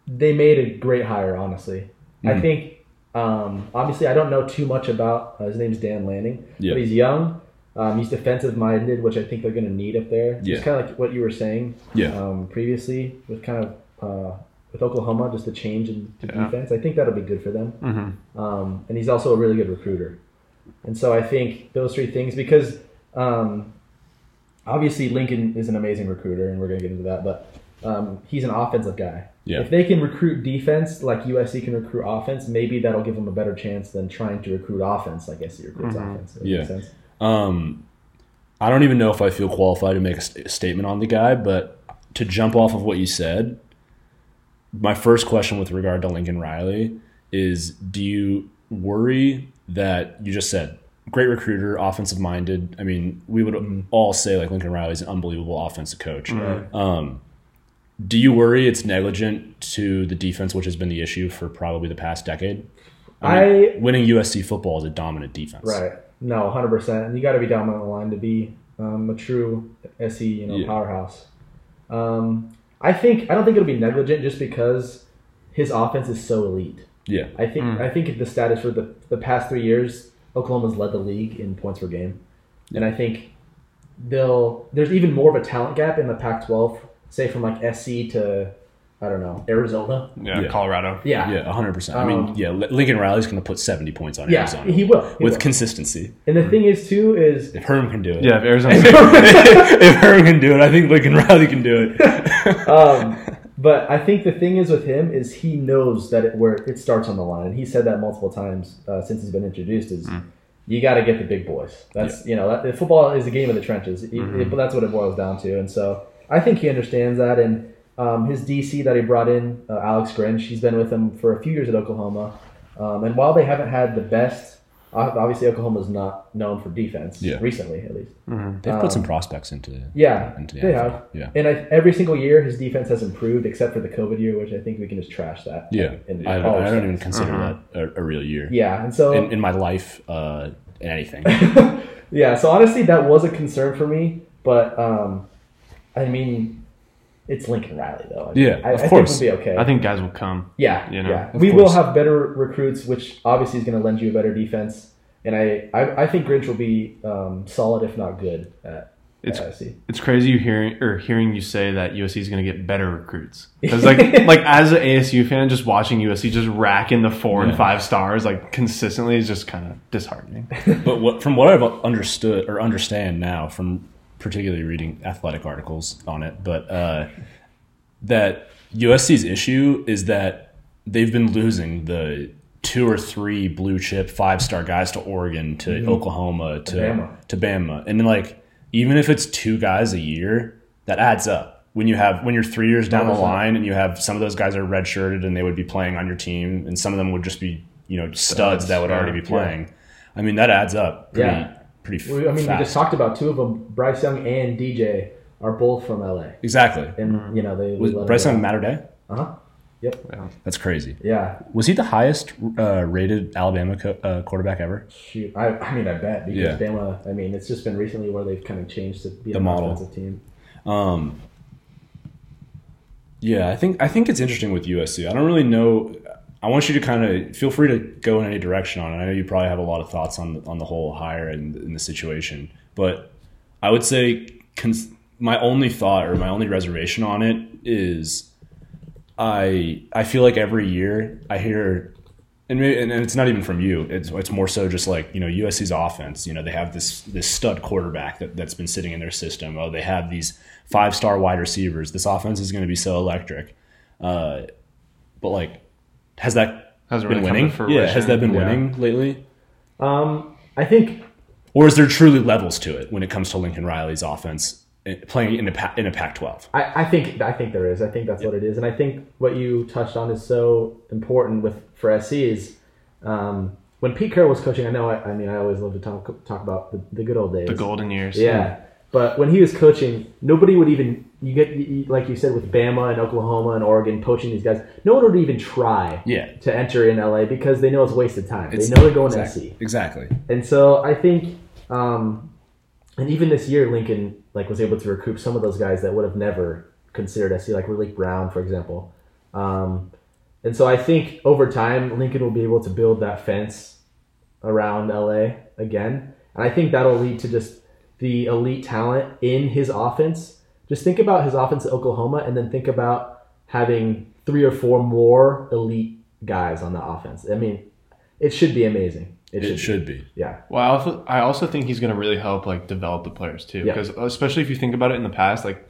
S3: they made a great hire. Honestly,
S1: Hmm.
S3: I think. Um, obviously, I don't know too much about uh, his name's Dan Lanning,
S1: Yeah.
S3: but he's young. Um, he's defensive minded, which I think they're going to need up there.
S1: Yeah.
S3: It's kind of like what you were saying
S1: Yeah.
S3: um, previously with kind of uh, with Oklahoma, just the change in to
S2: Yeah.
S3: defense. I think that'll be good for them.
S1: Mm-hmm.
S3: Um, and he's also a really good recruiter. And so I think those three things, because um, obviously Lincoln is an amazing recruiter, and we're going to get into that, but um, he's an offensive guy.
S1: Yeah.
S3: If they can recruit defense like USC can recruit offense, maybe that'll give them a better chance than trying to recruit offense like SC recruits offense. If that
S1: Yeah.
S3: makes sense.
S1: Um, I don't even know if I feel qualified to make a, st- statement on the guy, but to jump off of what you said, my first question with regard to Lincoln Riley is: Do you worry that you just said great recruiter, offensive minded? I mean, we would all say like Lincoln Riley's an unbelievable offensive coach. Um, do you worry it's negligent to the defense, which has been the issue for probably the past decade?
S3: I
S1: Winning USC football is a dominant defense,
S3: Right. No, hundred percent. And you got to be dominant on the line to be um, a true SE, you know,
S1: Yeah.
S3: powerhouse. Um, I think I don't think it'll be negligent just because his offense is so elite.
S1: Yeah,
S3: I think I think the status for the the past three years, Oklahoma's led the league in points per game, and I think they'll there's even more of a talent gap in the Pac-12, say from like SC to I don't know Arizona.
S2: yeah,
S1: Yeah.
S2: Colorado.
S3: Yeah,
S1: Yeah, 100%. I
S3: Um,
S1: mean, yeah, Li- Lincoln Riley's going to put 70 points on
S3: Yeah,
S1: Arizona
S3: he will. He
S1: with
S3: will.
S1: consistency.
S3: And the thing is too is
S1: If Herm can do it.
S2: Yeah, if Arizona.
S1: if Herm can do it, I think Lincoln Riley can do it.
S3: um, but I think the thing is with him is he knows that it, where it starts on the line, and he said that multiple times uh, since he's been introduced. Is you got to get the big boys. That's you know that, football is a game of the trenches, It- it- but that's what it boils down to. And so I think he understands that. And um, his DC that he brought in, uh, Alex Grinch, he's been with him for a few years at Oklahoma. Um, and while they haven't had the best Ob- Obviously, Oklahoma's not known for defense
S1: Yeah.
S3: recently, at least.
S1: They've put some prospects into
S3: Um, Yeah,
S1: into the
S3: they
S1: NFL.
S3: have.
S1: Yeah.
S3: And I, every single year, his defense has improved, except for the COVID year, which I think we can just trash that.
S1: Yeah,
S3: in
S1: I,
S3: all
S1: don't, I don't even
S3: sense.
S1: consider that a, a real year
S3: Uh-huh. Yeah, and so
S1: in, in my life, uh, in anything.
S3: Yeah, so honestly, that was a concern for me, but um, I mean, it's Lincoln Riley though. I mean,
S1: Yeah,
S3: I,
S1: of
S3: I
S1: course.
S3: think we'll be okay.
S2: I think guys will come.
S3: yeah,
S2: you know,
S3: yeah,
S1: of
S3: we will
S1: course.
S3: have better recruits, which obviously is going to lend you a better defense. And I, I, I think Grinch will be um, solid if not good at
S2: It's-
S3: at USC.
S2: It's crazy you hearing or hearing you say that USC is going to get better recruits. Because like like as an ASU fan, just watching USC just rack in the four and
S1: Yeah.
S2: five stars like consistently is just kind of disheartening.
S1: but what, from what I've understood or understand now, from particularly reading athletic articles on it, but uh, that USC's issue is that they've been losing the two or three blue chip five star guys to Oregon, to Oklahoma, to
S3: Bama.
S1: to Bama, and then like even if it's two guys a year, that adds up. When you have when you're three years down the line, and you have some of those guys are redshirted and they would be playing on your team, and some of them would just be you know studs that would
S2: yeah,
S1: already be playing. I mean, that adds up pretty,
S3: Yeah.
S1: pretty f-
S3: We, I mean,
S1: fast.
S3: we just talked about two of them. Bryce Young and DJ are both from LA,
S1: exactly.
S3: and you know they.
S1: Was Bryce on Matter Day?
S3: Uh huh. Yep.
S1: That's crazy.
S3: Yeah.
S1: Was he the highest uh, rated Alabama co- uh, quarterback ever?
S3: Shoot, I, I mean, I bet because
S1: Yeah.
S3: Bama. I mean, it's just been recently where they've kind of changed to be
S1: The
S3: an
S1: model.
S3: offensive team.
S1: Um, yeah, I think I think it's interesting with USC. I don't really know. I want you to kind of feel free to go in any direction on it. I know you probably have a lot of thoughts on the, on the whole hire and in the situation, but I would say cons- my only thought or my only reservation on it is I I feel like every year I hear and maybe, and and it's not even from you. It's it's more so just like you know USC's offense. You know they have this this stud quarterback that, that's been sitting in their system. Oh, they have these five star wide receivers. This offense is going to be so electric. Uh, but like, has that
S2: Hasn't
S1: been
S2: really come to
S1: winning? Yeah, has
S2: fruition.
S1: that been
S2: Yeah.
S1: winning lately?
S3: Um, I think
S1: Or is there truly levels to it when it comes to Lincoln Riley's offense eh, playing in a Pa- in a Pac twelve?
S3: I, I think I think there is. I think that's what it is, and I think what you touched on is so important with for SC is um, when Pete Carroll was coaching. I know. I, I mean, I always love to talk talk about the, the good old days.
S2: The golden years.
S3: Yeah. But when he was coaching, nobody would even you get you- you- like you said with Bama and Oklahoma and Oregon poaching these guys. No one would even try
S1: Yeah.
S3: to enter in LA because they know it's wasted time.
S1: It's-
S3: they know they're going to
S1: Exactly.
S3: SC,
S1: Exactly.
S3: and so I think, um, and even this year Lincoln like was able to recoup some of those guys that would have never considered SC, like Relic Brown, for example. Um, and so I think over time Lincoln will be able to build that fence around LA again. And I think that'll lead to just the elite talent in his offense. Just think about his offense at Oklahoma and then think about having three or four more elite guys on the offense. I mean, it should be amazing. It,
S1: It
S3: should,
S1: should be.
S3: be. Yeah.
S2: Well, I also, I also think he's going to really help like develop the players too,
S3: Yeah.
S2: because especially if you think about it in the past, like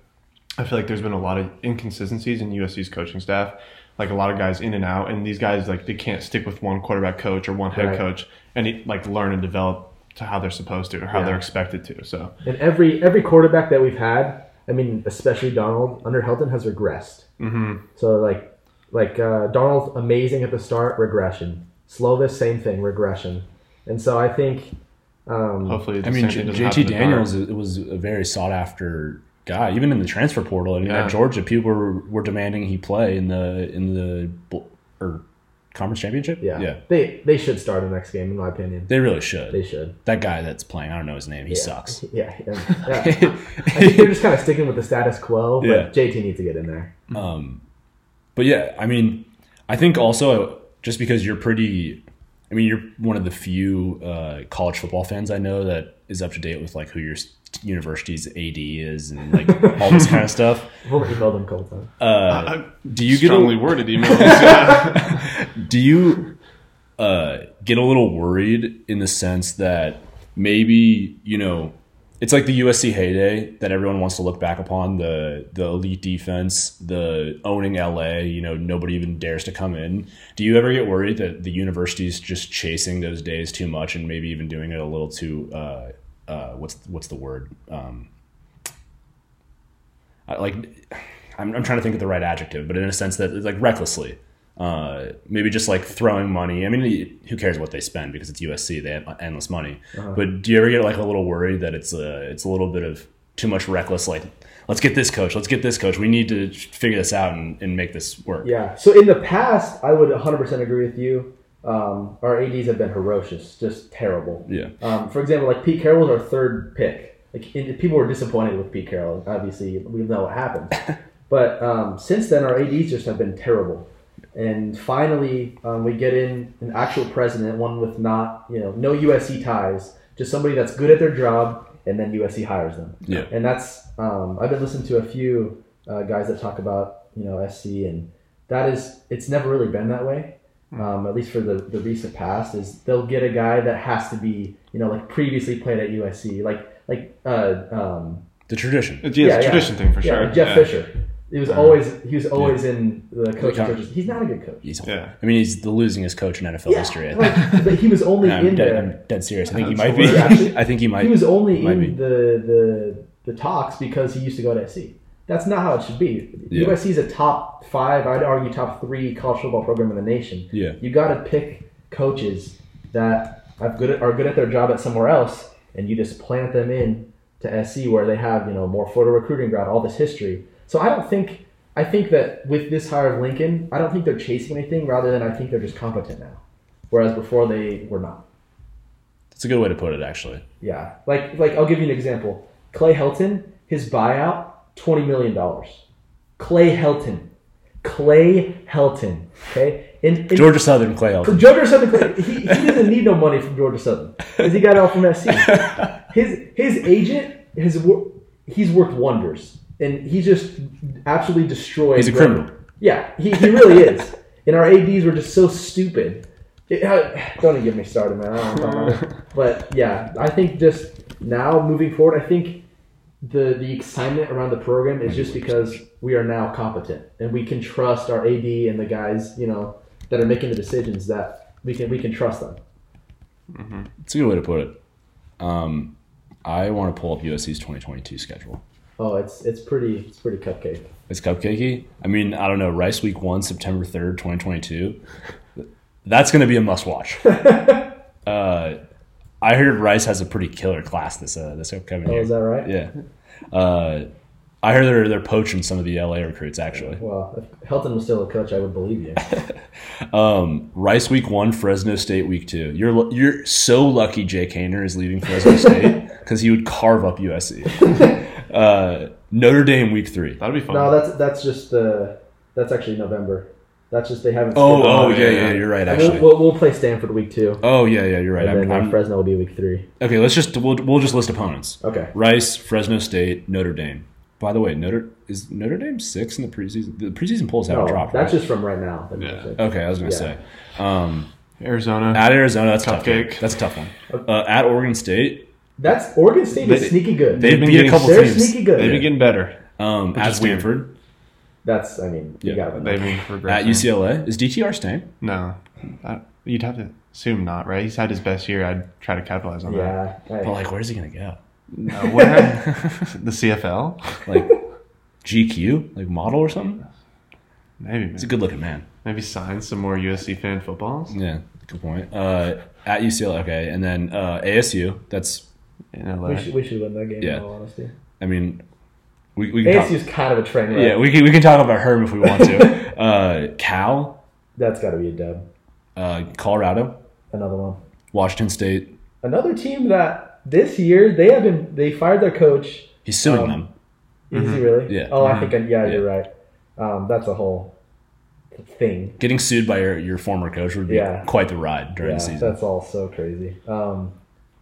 S2: I feel like there's been a lot of inconsistencies in USC's coaching staff, like a lot of guys in and out, and these guys like they can't stick with one quarterback coach or one head
S3: Right.
S2: coach and like learn and develop to how they're supposed to or how
S3: Yeah.
S2: they're expected to. So
S3: And every every quarterback that we've had, I mean, especially Donald under Helton has regressed.
S2: Mhm.
S3: So like like uh, Donald amazing at the start, regression. Slovis same thing, regression. And so I think um,
S2: hopefully, the
S1: I mean,
S2: same
S1: J-
S2: thing doesn't happen
S1: JT
S2: to Darnold.
S1: Daniels i- was a very sought after guy, even in the transfer portal. I mean,
S2: Yeah.
S1: at Georgia, people were, were demanding he play in the in the bl- or conference championship.
S3: yeah. They they should start the next game in my opinion.
S1: they really should.
S3: They should.
S1: that guy that's playing, I don't know his name. He sucks.
S3: Yeah. yeah, yeah. I think they're just kind of sticking with the status quo. But
S1: Yeah.
S3: JT needs to get in there.
S1: But yeah, I mean, I think also just because you're pretty, I mean, you're one of the few uh, college football fans I know that is up to date with like who your s- university's AD is and like all this kind of stuff.
S3: We'll email them Colton.
S1: Uh, do you get a,
S2: Strongly worded emails.
S1: do you uh, get a little worried in the sense that maybe you know it's like the USC heyday that everyone wants to look back upon the the elite defense, the owning LA. You know, nobody even dares to come in. Do you ever get worried that the university's just chasing those days too much and maybe even doing it a little too uh, uh, what's what's the word? Um, I- like I'm, I'm trying to think of the right adjective, but in a sense that like recklessly, Uh, maybe just like throwing money. I mean, who cares what they spend because it's USC; they have endless money.
S3: Uh-huh.
S1: But do you ever get like a little worried that it's a it's a little bit of too much reckless? Like, let's get this coach, let's get this coach. We need to figure this out and, and make this work.
S3: Yeah. So in the past, I would 100% agree with you. Um, our ads have been ferocious, just terrible.
S1: Yeah.
S3: Um, for example, like Pete Carroll was our third pick. Like and people were disappointed with Pete Carroll. Obviously, we know what happened. but um, since then, our ads just have been terrible. And finally, um, we get in an actual president, one with not you know no USC ties, just somebody that's good at their job, and then USC hires them.
S1: Yeah.
S3: And that's um, I've been listening to a few uh, guys that talk about you know SC, and that is it's never really been that way
S2: Mm.
S3: um, at least for the, the recent past, is they'll get a guy that has to be, you know, like previously played at USC, like like uh, um,
S1: The tradition.
S2: It's, yeah,
S3: Yeah,
S2: it's a
S3: yeah.
S2: tradition thing for
S3: yeah,
S2: sure.
S3: like Jeff
S2: yeah.
S3: Fisher. He was always he was always in the coaching
S1: Yeah.
S3: coaches. He's not a good coach.
S1: He's,
S2: Yeah.
S1: I mean, he's the losingest coach in NFL history. I think.
S3: like, but he was only
S1: I'm,
S3: in
S1: dead,
S3: there.
S1: I'm dead serious. I think he
S2: That's
S1: might be.
S3: hilarious.
S1: I think he might.
S3: he was only
S1: might
S3: in
S1: be.
S3: the, the the talks because he used to go to SC. That's not how it should be.
S1: Yeah.
S3: USC is a top five, I'd argue top three college football program in the nation.
S1: Yeah.
S3: You got to pick coaches that are good at, are good at their job at somewhere else, and you just plant them in to SC where they have you know more Florida recruiting ground, all this history. So I don't think I think that with this hire of Lincoln, I don't think they're chasing anything. Rather than I think they're just competent now, whereas before they were not.
S1: It's a good way to put it, actually.
S3: Yeah, like like I'll give you an example. Clay Helton, his buyout twenty million dollars. Clay Helton, Clay Helton. Okay, and, and
S1: Georgia Southern Clay Elton.
S3: Georgia Southern. Clay, he, he doesn't need no money from Georgia Southern because he got it all from SC. His his agent his wor- he's worked wonders, and he just absolutely destroyed.
S1: He's a
S3: Graham.
S1: criminal.
S3: Yeah, he, he really is. And our ads were just so stupid. It- I- don't even get me started, man. I don't know about it. But yeah, I think just now moving forward, I think the the excitement around the program is just because we are now competent and we can trust our AD and the guys you know that are making the decisions that we can we can trust them.
S1: It's a good way to put it. Um, I want to pull up USC's 2022 schedule.
S3: Oh, it's it's pretty it's pretty cupcake.
S1: It's cupcakey. I mean, I don't know. Rice Week One, September 3rd, 2022. That's going to be a must watch. uh, I heard Rice has a pretty killer class this uh, this upcoming
S3: Oh,
S1: year.
S3: is that right?
S1: Yeah. Uh, I heard they're they're poaching some of the LA recruits actually.
S3: Well, if Helton was still a coach, I would believe you.
S1: Um, Rice week one, Fresno State week two. You're lu- you're so lucky Jake Hayner is leaving Fresno State because he would carve up USC. uh, Notre Dame week three.
S2: That'd be fun.
S3: No, that's that's just uh, that's actually November. That's just they haven't.
S1: Oh,
S3: scheduled-
S1: oh
S2: yeah,
S1: yeah,
S2: yeah.
S1: yeah, you're right
S3: And we'll,
S1: actually.
S3: we'll, we'll play Stanford week two,
S1: Oh yeah, yeah, you're right.
S3: and
S1: I'm,
S3: then uh,
S1: I'm,
S3: Fresno will be week three.
S1: okay, let's just we'll, we'll just list opponents.
S3: Okay.
S1: Rice, Fresno State, Notre Dame. By the way, Notre is Notre Dame six in the preseason. The preseason polls haven't
S3: No,
S1: dropped.
S3: that's
S1: right?
S3: just from right now. That
S2: Yeah.
S3: makes sense.
S1: okay. I was gonna
S3: yeah.
S1: say. Um,
S2: Arizona.
S1: At Arizona, that's a tough.
S2: Cupcake.
S1: one. That's a tough one. Uh, at Oregon State,
S3: That's Oregon State
S2: They-
S3: is sneaky good.
S1: they
S2: They've been
S1: beat a
S2: getting-
S1: couple
S3: They're
S1: teams.
S3: sneaky good.
S2: They've been getting better.
S1: Um, at
S2: is weird.
S1: Stanford,
S3: that's I mean you
S1: Yeah,
S3: got
S2: They've been progressing.
S1: at UCLA, is DTR staying?
S2: No, I, you'd have to assume not, right? He's had his best year. I'd try to capitalize on that.
S3: yeah. I-
S1: But like, where's he gonna go?
S2: No, what happened? the CFL?
S1: Like GQ, like model or something?
S2: Maybe.
S1: He's a good looking man.
S2: Maybe sign some more USC fan footballs.
S1: Yeah, good point. Uh, at UCLA, okay, and then uh, ASU. That's
S2: In LA.
S3: we should, we should win that game.
S1: Yeah.
S3: In all honesty,
S1: I mean, we we can talk,
S3: ASU's kind of a train wreck.
S1: yeah we can, we can talk about Herm if we want to. uh, Cal,
S3: that's got to be a dub.
S1: uh, Colorado,
S3: Another one.
S1: Washington State.
S3: Another team that this year they have been they fired their coach.
S1: He's suing
S3: Um,
S1: them.
S3: Is he really?
S1: Mm-hmm. Yeah. Mm-hmm.
S3: Oh, I think I, yeah,
S1: Yeah.
S3: you're right. Um, that's a whole thing.
S1: Getting sued by your, your former coach would be
S3: Yeah.
S1: quite the ride during
S3: Yeah,
S1: the season.
S3: that's all so crazy. Um,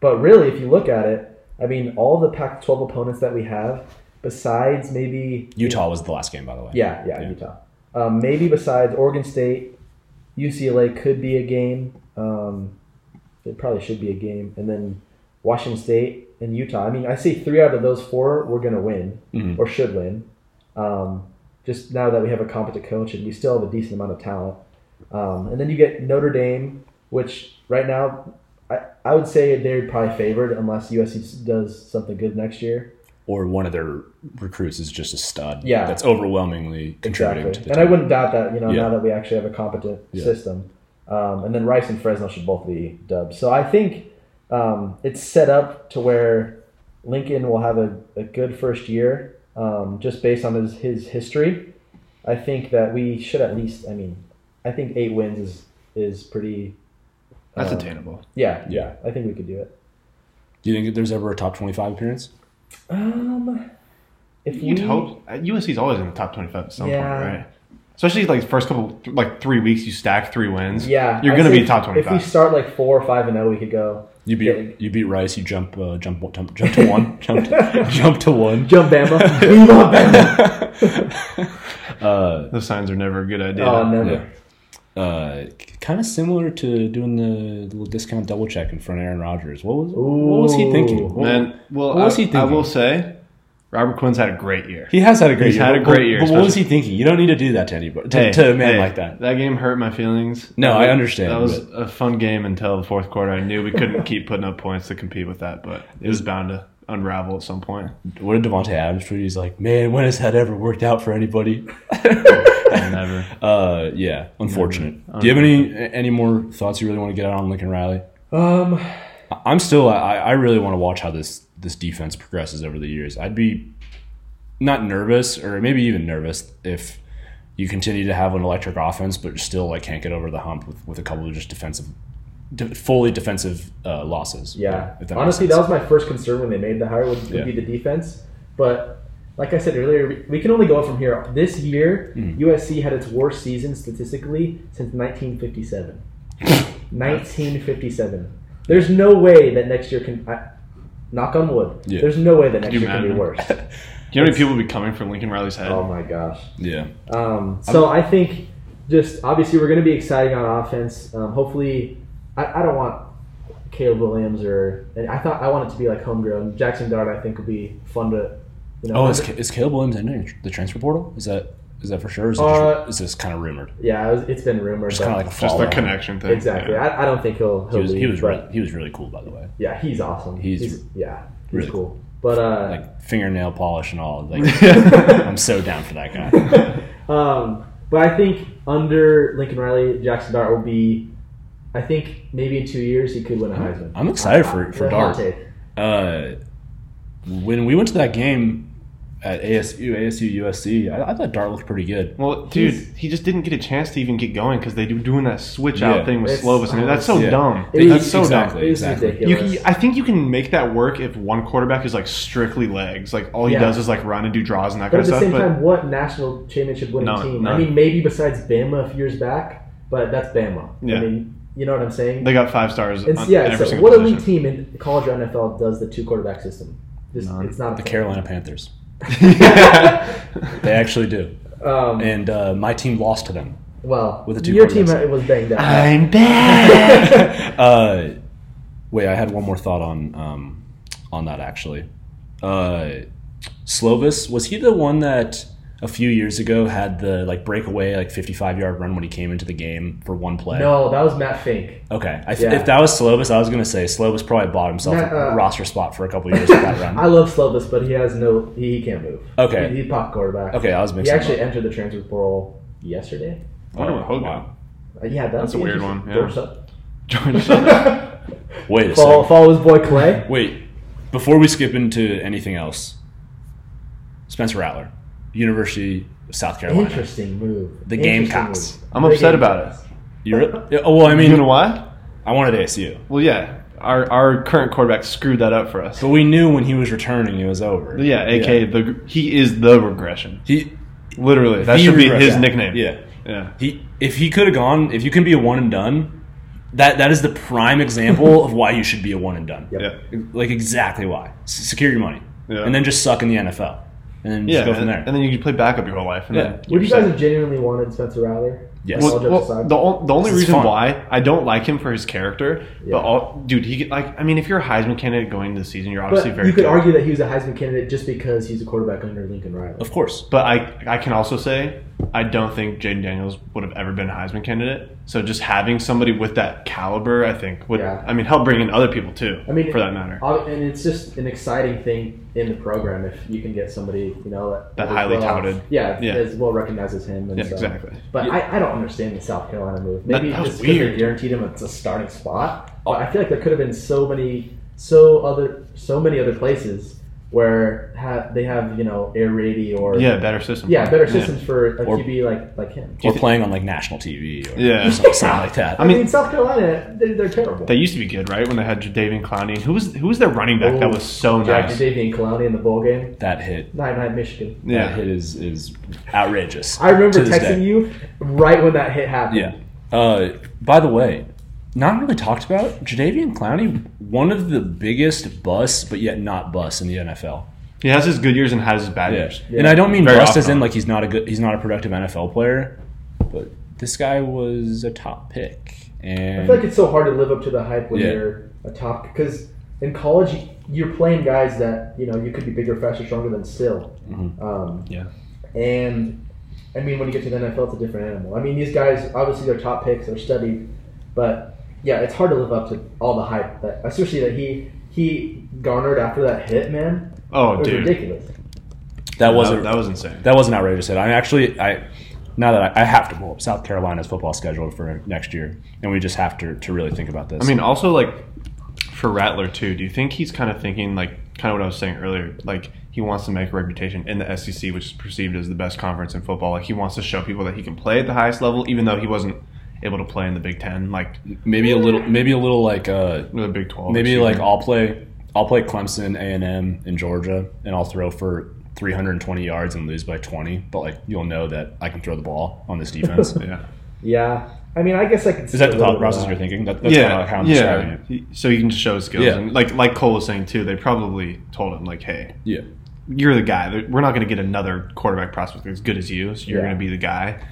S3: but really, if you look at it, I mean, all the Pac-12 opponents that we have, besides maybe
S1: Utah was the last game, by the way.
S3: yeah, yeah, Utah, um, maybe besides Oregon State, UCLA could be a game. Um, it probably should be a game, and then Washington State and Utah. I mean, I see three out of those four we're gonna win
S1: Mhm.
S3: or should win. Um, just now that we have a competent coach and we still have a decent amount of talent, um, and then you get Notre Dame, which right now I, I would say they're probably favored unless USC does something good next year.
S1: or one of their recruits is just a stud.
S3: Yeah.
S1: that's overwhelmingly contributing
S3: Exactly.
S1: to the
S3: And I
S1: team.
S3: wouldn't doubt that, you know,
S1: Yeah.
S3: now that we actually have a competent
S1: Yeah.
S3: system. Um, and then Rice and Fresno should both be dubs. So I think um, it's set up to where Lincoln will have a, a good first year um, just based on his, his history. I think that we should at least, I mean, I think eight wins is, is pretty.
S4: That's
S3: uh,
S4: attainable.
S3: Yeah,
S1: Yeah.
S3: yeah. I think we could do it.
S1: Do you think that there's ever a top twenty-five appearance?
S3: Um, if
S2: You'd
S3: we,
S2: hope uh, USC's always in the top twenty-five at some
S3: Yeah.
S2: point, right? Especially like the first couple, th- like three weeks, you stack three wins.
S3: Yeah,
S2: you're
S3: I'd
S2: gonna
S3: say
S2: be top
S3: If we
S2: twenty-five.
S3: start like four or five and zero, we could go
S1: You beat
S3: Yeah.
S1: you beat Rice. You jump uh, jump jump jump to one jump to, jump to one.
S3: jump Bama. we love Bama.
S1: Uh,
S2: Those signs are never a good idea.
S3: Oh, never.
S1: Yeah. uh, kind of similar to doing the little discount double check in front of Aaron Rodgers. What was what was he thinking?
S3: Ooh.
S1: What-
S2: Man, well,
S1: what was
S2: I,
S1: he
S2: I
S1: thinking?
S2: will say, Robert Quinn's had a great year.
S1: He has had a great
S2: He's
S1: year.
S2: had a
S1: but-
S2: great
S1: but-
S2: year,
S1: But what was he thinking? You don't need to do that to anybody, to,
S2: Hey,
S1: to a man
S2: hey,
S1: like that.
S2: That game hurt my feelings.
S1: No, I
S2: That-
S1: understand,
S2: That was a fun game until the fourth quarter. I knew we couldn't keep putting up points to compete with that, but it was bound to unravel at some point.
S1: What did Devontae Adams tweet? He's like, man, when has that ever worked out for anybody?
S2: Never.
S1: Uh, yeah, unfortunate. Do you have any any more thoughts you really want to get out on Lincoln Riley?
S3: Um,
S1: I- I'm still. I, I really want to watch how this this defense progresses over the years. I'd be not nervous, or maybe even nervous, if you continue to have an electric offense, but still like can't get over the hump with, with a couple of just defensive, de- fully defensive uh, losses.
S3: yeah.
S1: If that makes
S3: Honestly,
S1: sense.
S3: that was my first concern when they made the hire would, would
S1: Yeah.
S3: be the defense. But like I said earlier, we- we can only go up from here. This year,
S1: Mm-hmm.
S3: USC had its worst season statistically since 1957. 1957. There's no way that next year can. I, knock on wood.
S1: Yeah.
S3: There's no way that next
S2: you
S3: year can be
S2: imagine?
S3: worse.
S2: Do you know how many people will be coming from Lincoln Riley's head?
S3: oh my gosh.
S1: yeah.
S3: Um, so i think just obviously we're going to be exciting on offense. Um, hopefully, I, I don't want Caleb Williams or and I thought I want it to be like homegrown. Jackson Dart I think would be fun to. You know,
S1: Oh, is, is Caleb Williams in the transfer portal? Is that is that for sure? Or is, it
S3: Uh,
S1: just, is this kind of rumored?
S3: yeah, it was, it's been rumored.
S1: Just
S3: but-
S1: kind of like a
S2: Just
S1: follow-up.
S2: the connection thing.
S3: exactly.
S2: Yeah.
S3: I, I don't think he'll
S1: He
S3: he'll
S1: was he
S3: leave,
S1: was,
S3: but
S1: really, he was really cool, by the way.
S3: yeah he's awesome.
S1: He's-
S3: yeah he's
S1: really
S3: cool. But uh,
S1: Like fingernail polish and all. Like I'm so down for that guy.
S3: Um, but I think under Lincoln Riley, Jackson Dart will be. I think maybe in two years he could win a Heisman.
S1: I'm excited for for
S3: That's my
S1: Dart.
S3: take.
S1: Uh, when we went to that game at ASU ASU USC, I, I thought Dart looked pretty good.
S2: Well, dude, he just didn't get a chance to even get going because they do doing that switch
S1: Yeah.
S2: out thing with
S3: It's-
S2: Slovis, and that's so
S1: Yeah.
S2: dumb.
S3: It
S2: that's
S3: is-
S2: so
S1: exactly.
S2: dumb.
S3: It was
S2: You,
S3: ridiculous.
S2: can- I think you can make that work if one quarterback is like strictly legs, like all he
S3: Yeah.
S2: does is like run and do draws and that
S3: But
S2: kind
S3: at
S2: of
S3: the
S2: stuff.
S3: same
S2: But
S3: time, what national championship winning
S2: None,
S3: team? I
S2: none.
S3: mean, maybe besides Bama a few years back, but that's Bama.
S2: Yeah.
S3: I mean, you know what I'm saying?
S2: they got five stars.
S3: it's,
S2: on
S3: yeah,
S2: every
S3: it's like,
S2: single
S3: what
S2: position.
S3: elite team in college or NFL does the two quarterback system? Just,
S2: None.
S3: it's not
S1: The
S3: a thing.
S1: Carolina Panthers,
S2: yeah.
S1: they actually do.
S3: Um,
S1: And uh, my team lost to them.
S3: well,
S1: with the two
S3: your team
S1: quarterbacks.
S3: it was banged up.
S2: I'm back.
S1: uh, wait, I had one more thought on um, on that actually. Uh, Slovis was he the one that a few years ago had the like breakaway like fifty five yard run when he came into the game for one play?
S3: no, that was Matt Fink.
S1: Okay, I
S3: Yeah.
S1: if that was Slovis, I was gonna say Slovis probably bought himself
S3: Matt,
S1: a
S3: uh,
S1: roster spot for a couple years with that
S3: I
S1: run.
S3: love Slovis, but he has no. He, he can't move.
S1: Okay.
S3: He- he's a pop quarterback.
S1: Okay, I was
S3: He
S1: mixing.
S3: actually
S1: them
S3: entered the transfer portal yesterday.
S2: I wonder what
S1: Oh,
S2: Hogan.
S1: wow.
S3: Uh, yeah, that
S2: That's
S3: would
S2: a
S3: be
S2: weird
S3: interesting.
S2: one, yeah.
S3: Doors up.
S2: Join us up.
S1: up. Wait a
S3: Follow,
S1: second.
S3: follow his boy Clay.
S1: Wait, before we skip into anything else, Spencer Rattler, University of South Carolina.
S3: Interesting move.
S1: The
S3: Interesting
S1: Gamecocks.
S3: move.
S2: I'm
S3: The
S2: upset about
S3: Gamecocks.
S1: You're, yeah, oh, well, I
S2: You know
S1: mean,
S2: why?
S1: I wanted ASU,
S2: Well, yeah, our our current quarterback screwed that up for us.
S1: but we knew when he was returning, it was over.
S2: Yeah, aka the he is the regression.
S1: he,
S2: Literally, that
S1: The
S2: should be his
S1: regression.
S2: nickname.
S1: yeah,
S2: yeah.
S1: he. If he could have gone, if you can be a one and done, that that is the prime example of why you should be a one and done.
S3: Yep.
S2: Yeah.
S1: Like exactly why. S- secure your money,
S2: Yeah.
S1: and then just suck in the NFL, and then just
S2: Yeah,
S1: go from
S2: and,
S1: there.
S2: and then you can play backup your whole life. And
S1: Yeah.
S2: then
S3: Would you guys have genuinely wanted Spencer Rattler?
S1: Yes.
S3: All
S2: Well,
S3: jokes
S2: well,
S3: aside.
S2: the, on- the only
S1: This is
S2: reason
S1: fun.
S2: why I don't like him for his character,
S3: Yeah.
S2: but all, dude, he could- like I mean, if you're a Heisman candidate going into the season, you're
S3: but
S2: obviously very
S3: you could
S2: good.
S3: argue that he was a Heisman candidate just because he's a quarterback under Lincoln Riley.
S1: of course,
S2: But I I can also say I don't think Jaden Daniels would have ever been a Heisman candidate. So just having somebody with that caliber, I think, would
S3: Yeah.
S2: I mean help bring in other people too.
S3: I mean,
S2: for that matter,
S3: Ob- And it's just an exciting thing in the program if you can get somebody, you know, that,
S2: That
S3: is
S2: highly
S3: well-
S2: touted.
S3: Yeah,
S2: Yeah.
S3: as well recognized as him. And
S2: yeah,
S3: so-
S2: exactly.
S3: But I, I don't understand the South Carolina move.
S2: That-
S3: Maybe
S2: that was
S3: just 'cause they
S2: weird.
S3: guaranteed him it's a starting spot. But I feel like there could have been so many, so other, so many other places where ha they have you know air raid or
S2: Yeah, better system.
S3: yeah, better systems for a
S1: Or-
S3: QB like like him.
S2: you
S1: Or
S2: thi-
S1: playing on like national TV or
S2: Yeah.
S1: something, something like that.
S3: I mean, South Carolina, they're, they're terrible.
S2: They used to be good, right? When they had Jadavian Clowney, and who was who was their running back that
S3: Ooh,
S2: was so
S3: Jack
S2: nice?
S3: Davian Clowney in the bowl game,
S1: that hit,
S3: nine nine Michigan.
S1: that
S2: Yeah,
S1: hit is is outrageous.
S3: I remember
S1: to this
S3: texting
S1: day.
S3: you right when that hit happened.
S1: Yeah. Uh, by the way, not really talked about Jadavian Clowney, one of the biggest busts, but yet not busts in the NFL.
S2: he has his good years and has his bad
S1: Yeah.
S2: years.
S1: And I don't mean
S2: Very
S1: bust as
S2: often.
S1: in like he's not a good, he's not a productive NFL player, but this guy was a top pick,
S3: I
S1: and
S3: feel like it's so hard to live up to the hype when
S1: Yeah.
S3: you're a top because in college you're playing guys that you know you could be bigger, faster, stronger than still.
S1: Mhm.
S3: Um,
S1: Yeah.
S3: And I mean, when you get to the NFL, it's a different animal. I mean, these guys obviously they're top picks, they're studied, but yeah, it's hard to live up to all the hype that, especially that he he garnered after that hit. Man, it
S2: Oh,
S3: was
S2: dude,
S3: ridiculous.
S1: that wasn't
S2: that was insane.
S1: That was an outrageous hit. I actually, I now that I, I have to pull up South Carolina's football schedule for next year, and we just have to to really think about this.
S2: I mean, also like for Rattler too. Do you think he's kind of thinking like kind of what I was saying earlier? Like he wants to make a reputation in the SEC, which is perceived as the best conference in football. Like he wants to show people that he can play at the highest level, even though he wasn't able to play in the Big Ten, like
S1: maybe a little, maybe a little like uh,
S2: or the Big Twelve.
S1: maybe
S2: this year.
S1: like I'll play, I'll play Clemson, A and M in Georgia, and I'll throw for 320 yards and lose by 20. But like you'll know that I can throw the ball on this defense.
S2: yeah,
S3: Yeah, I mean, I guess I could.
S1: Is that the thought process you're thinking? That, that's kind of
S2: yeah,
S1: like how I'm describing
S2: yeah.
S1: it.
S2: He- So he can just show his skills,
S1: Yeah.
S2: and like like Cole was saying too. They probably told him like, hey.
S1: Yeah.
S2: You're the guy. There- We're not going to get another quarterback prospect as good as you. So you're
S3: Yeah.
S2: going to be the guy.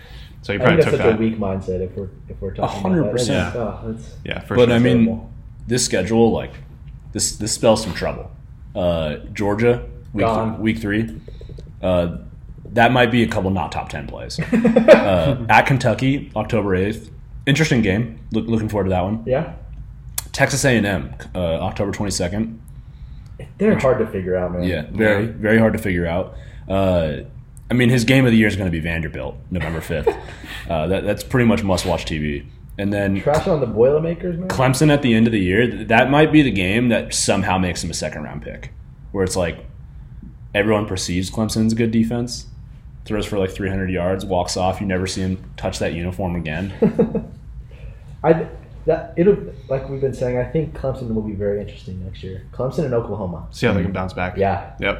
S2: So he
S3: I think
S2: probably
S3: that's
S2: took
S3: such a
S2: that.
S3: weak mindset if we're if we're talking. about that.
S1: 100%.
S3: Oh, that's-
S2: yeah, for
S1: But
S2: sure.
S1: I mean,
S3: terrible.
S1: this schedule, like this, this spells some trouble. Uh, Georgia, week,
S3: Gone.
S1: week three, uh, that might be a couple not top ten plays. uh, at Kentucky, October eighth, interesting game. Look, looking forward to that one.
S3: yeah.
S1: Texas A and M, uh, October twenty second.
S3: They're hard to figure out, man.
S1: Yeah, very very hard to figure out. Uh, I mean, his game of the year is going to be Vanderbilt, November fifth. uh, that, that's pretty much must watch TV. And then
S3: Trash on the Boilermakers, man.
S1: Clemson at the end of the year, th- that might be the game that somehow makes him a second round pick, where it's like everyone perceives Clemson's a good defense, throws for like 300 yards, walks off. You never see him touch that uniform again.
S3: I that it'll like we've been saying. I think Clemson will be very interesting next year. Clemson and Oklahoma.
S2: See how they can bounce back.
S3: Yeah,
S2: Yep.